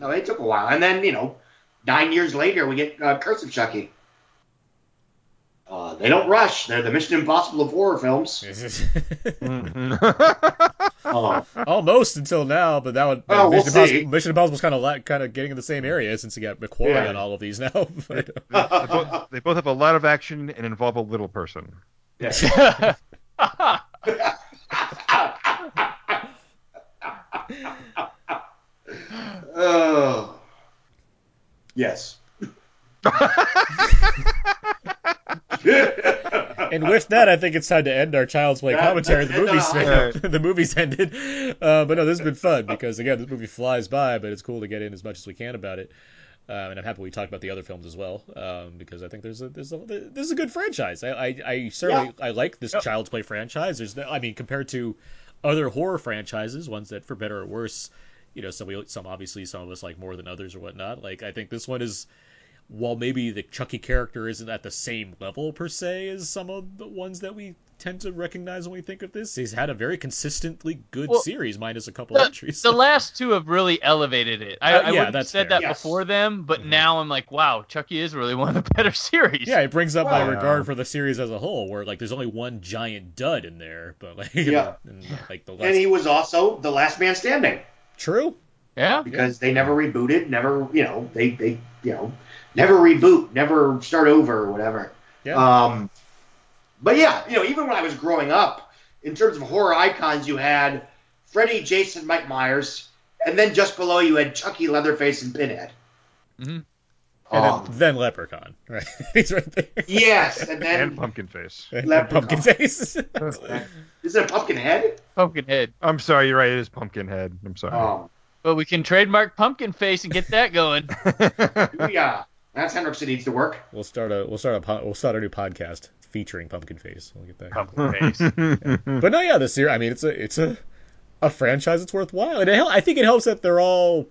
S4: No, it took a while, and then you know, nine years later we get uh, Curse of Chucky. Uh, they don't rush. They're the Mission Impossible of horror films.
S5: Mm-hmm.
S4: Uh,
S2: Almost until now, but that one.
S4: Oh, Well, we'll
S2: Mission, Impossible,
S4: see.
S2: Mission Impossible's kind of la- kind of getting in the same area since you got McQuarrie
S4: Yeah.
S2: on all of these now. But, uh,
S5: they, both, they both have a lot of action and involve a little person.
S4: yes. Oh. Yes.
S2: and with that, I think it's time to end our Child's Play
S4: That-
S2: commentary. The
S4: that's it
S2: movie's
S4: on a high
S2: the movie's ended, uh, but no, this has been fun because again, this movie flies by, but it's cool to get in as much as we can about it. Um, and I'm happy we talked about the other films as well um, because I think there's a there's a this is a good franchise. I I, I certainly I like this Child's Play franchise. There's no, I mean compared to other horror franchises, ones that for better or worse, you know, some we some obviously some of us like more than others or whatnot. Like I think this one is while maybe the Chucky character isn't at the same level per se as some of the ones that we tend to recognize when we think of this, he's had a very consistently good
S3: Well,
S2: series, minus a couple
S3: the,
S2: entries.
S3: the last two have really elevated it.
S2: Uh,
S3: I,
S2: yeah,
S3: I would have
S2: that's
S3: said
S2: fair. Mm-hmm.
S3: that
S4: Yes.
S3: before them, but now I'm like, wow, Chucky is really one of the better series.
S2: yeah, it brings up my
S4: Wow.
S2: regard for the series as a whole, where like there's only one giant dud in there, but like you
S4: Yeah.
S2: know, and, uh, like the last
S4: and he was also the last man standing
S2: true.
S3: yeah.
S4: because they never rebooted, never you know they they you know never reboot, never start over or whatever.
S2: Yeah.
S4: Um, but yeah, you know even when I was growing up, in terms of horror icons, you had Freddy, Jason, Mike Myers, and then just below you had Chucky, Leatherface, and Pinhead.
S3: Mhm.
S2: Mm-hmm. And
S4: Um,
S2: then, then Leprechaun, right? he's right there.
S4: yes, and
S5: And
S4: then
S5: pumpkin face.
S2: And
S4: Leprechaun.
S2: Pumpkin face.
S4: is it a pumpkin head?
S3: Pumpkin head.
S5: I'm sorry, you're right. It is pumpkin head. I'm sorry.
S4: Um,
S3: But we can trademark pumpkin face and get that going.
S4: Um, yeah, that's Hendrickson needs to work.
S2: we'll start a we'll start a po- we'll start a new podcast featuring Pumpkin Face. We'll get that.
S3: pumpkin face. Hmm.
S2: But no, yeah, this year, I mean, it's a it's a a franchise that's worthwhile, and it, hel- I think it helps that they're all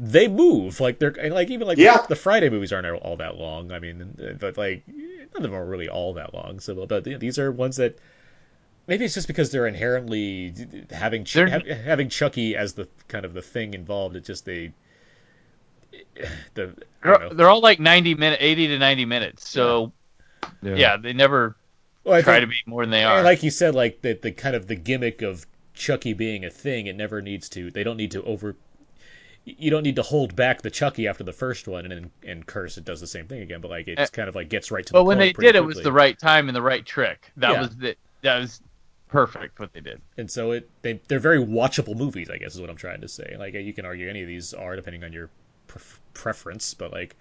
S2: they move like they're and, like even like
S4: Yeah.
S2: the Friday movies aren't all that long. I mean, uh, but like none of them are really all that long. So, but th- these are ones that maybe it's just because they're inherently d- d- having Ch-
S3: They're-
S2: ha- having Chucky as the kind of the thing involved. It just they the I don't know.
S3: They're, they're all like 90 minute, 80 to 90 minutes. So yeah, they never
S2: Well, I
S3: try
S2: think-
S3: to be more than they
S2: And
S3: are.
S2: like you said, like the the kind of the gimmick of Chucky being a thing. It never needs to. They don't need to over. You don't need to hold back the Chucky after the first one, and and curse it does the same thing again. But like it's
S3: Uh,
S2: kind of like gets right to.
S3: But
S2: the
S3: when
S2: point
S3: they
S2: pretty
S3: did, it was
S2: quickly.
S3: the right time and the right trick. That
S2: Yeah.
S3: was the, that was perfect what they did.
S2: and so it they they're very watchable movies. I guess is what I'm trying to say. Like you can argue any of these are depending on your pref- preference, but like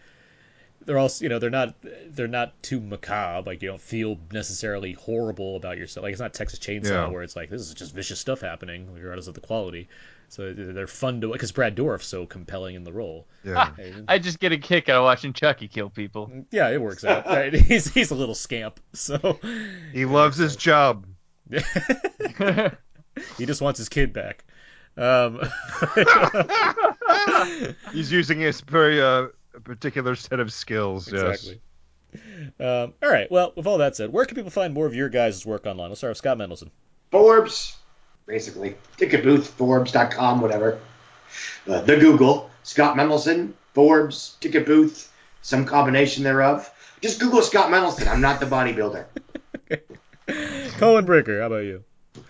S2: they're also you know they're not they're not too macabre. Like you don't feel necessarily horrible about yourself. Like it's not Texas Chainsaw
S5: Yeah.
S2: where it's like this is just vicious stuff happening regardless of the quality. So they're they're fun to because Brad Dourif's so compelling in the role.
S5: Yeah.
S2: And-
S3: I just get a kick out of watching Chucky kill people.
S2: yeah, it works out. Right? He's he's a little scamp, so
S5: he loves his job.
S2: he just wants his kid back. Um,
S5: He's using his very uh, particular set of skills.
S2: Exactly. Um, all right. Well, with all that said, where can people find more of your guys' work online? We'll start with Scott Mendelson.
S4: Forbes, basically. Take a booth, Forbes.com, whatever. Uh, the Google, Scott Mendelson, Forbes, ticket booth, some combination thereof. Just Google Scott Mendelson. I'm not the bodybuilder.
S2: Colin Bricker, how about you?
S5: Yes.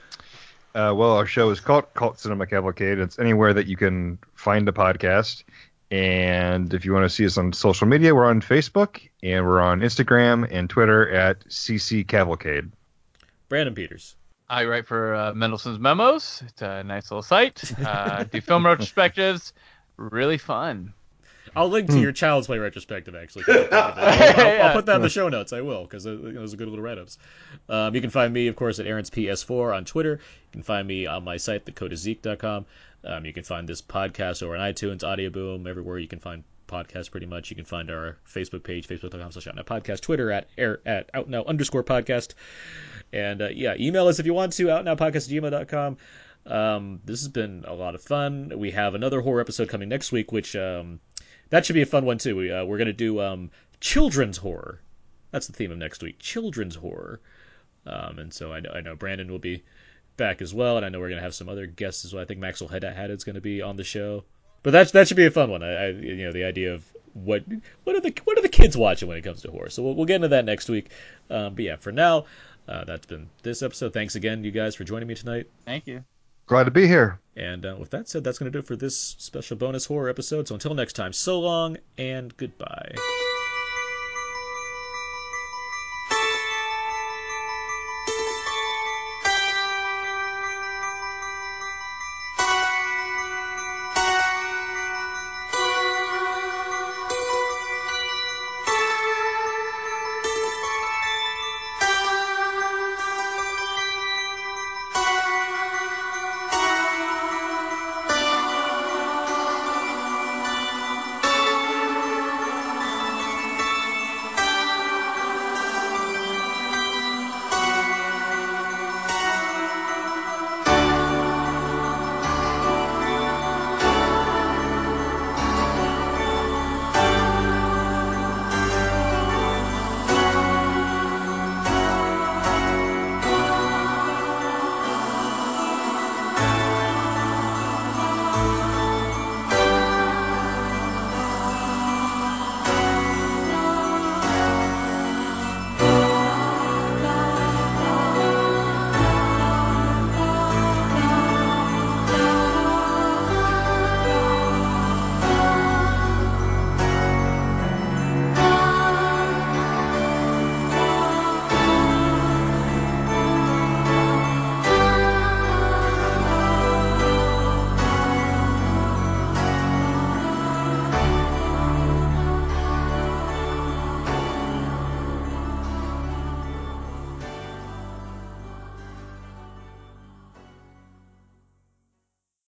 S5: Uh, well, our show is called Cult Cinema Cavalcade. It's anywhere that you can find a podcast. And if you want to see us on social media, we're on Facebook and we're on Instagram and Twitter at CC Cavalcade.
S2: Brandon Peters.
S3: I write for uh, Mendelssohn's Memos. It's a nice little site. Uh, do film retrospectives. Really fun.
S2: I'll link to your Child's Play retrospective, actually. I'll, I'll- I'll put that in the show notes. I will, because those are good little write ups. Um, you can find me, of course, at Aaron's PS4 on Twitter. You can find me on my site, thecodeofzeke.com. Um, you can find this podcast over on iTunes, Audio Boom, everywhere you can find podcasts pretty much. You can find our Facebook page, facebook.com slash outnow podcast, Twitter at, air, at outnow underscore podcast. And uh, yeah, email us if you want to, outnowpodcast.gmail.com. Um, this has been a lot of fun. We have another horror episode coming next week, which um, that should be a fun one too. We, uh, we're gonna do um, children's horror. That's the theme of next week, children's horror. Um, and so I know, I know Brandon will be back as well, and I know we're gonna have some other guests as well. I think Maxwell Hedda is gonna be on the show, but that that should be a fun one. I, I you know the idea of what what are the what are the kids watching when it comes to horror. So we'll, we'll get into that next week. Um, but yeah, for now. Uh, that's been this episode. Thanks again, you guys, for joining me tonight.
S3: Thank you.
S5: Glad to be here.
S2: And uh, with that said, that's going to do it for this special bonus horror episode. So until next time, so long and goodbye.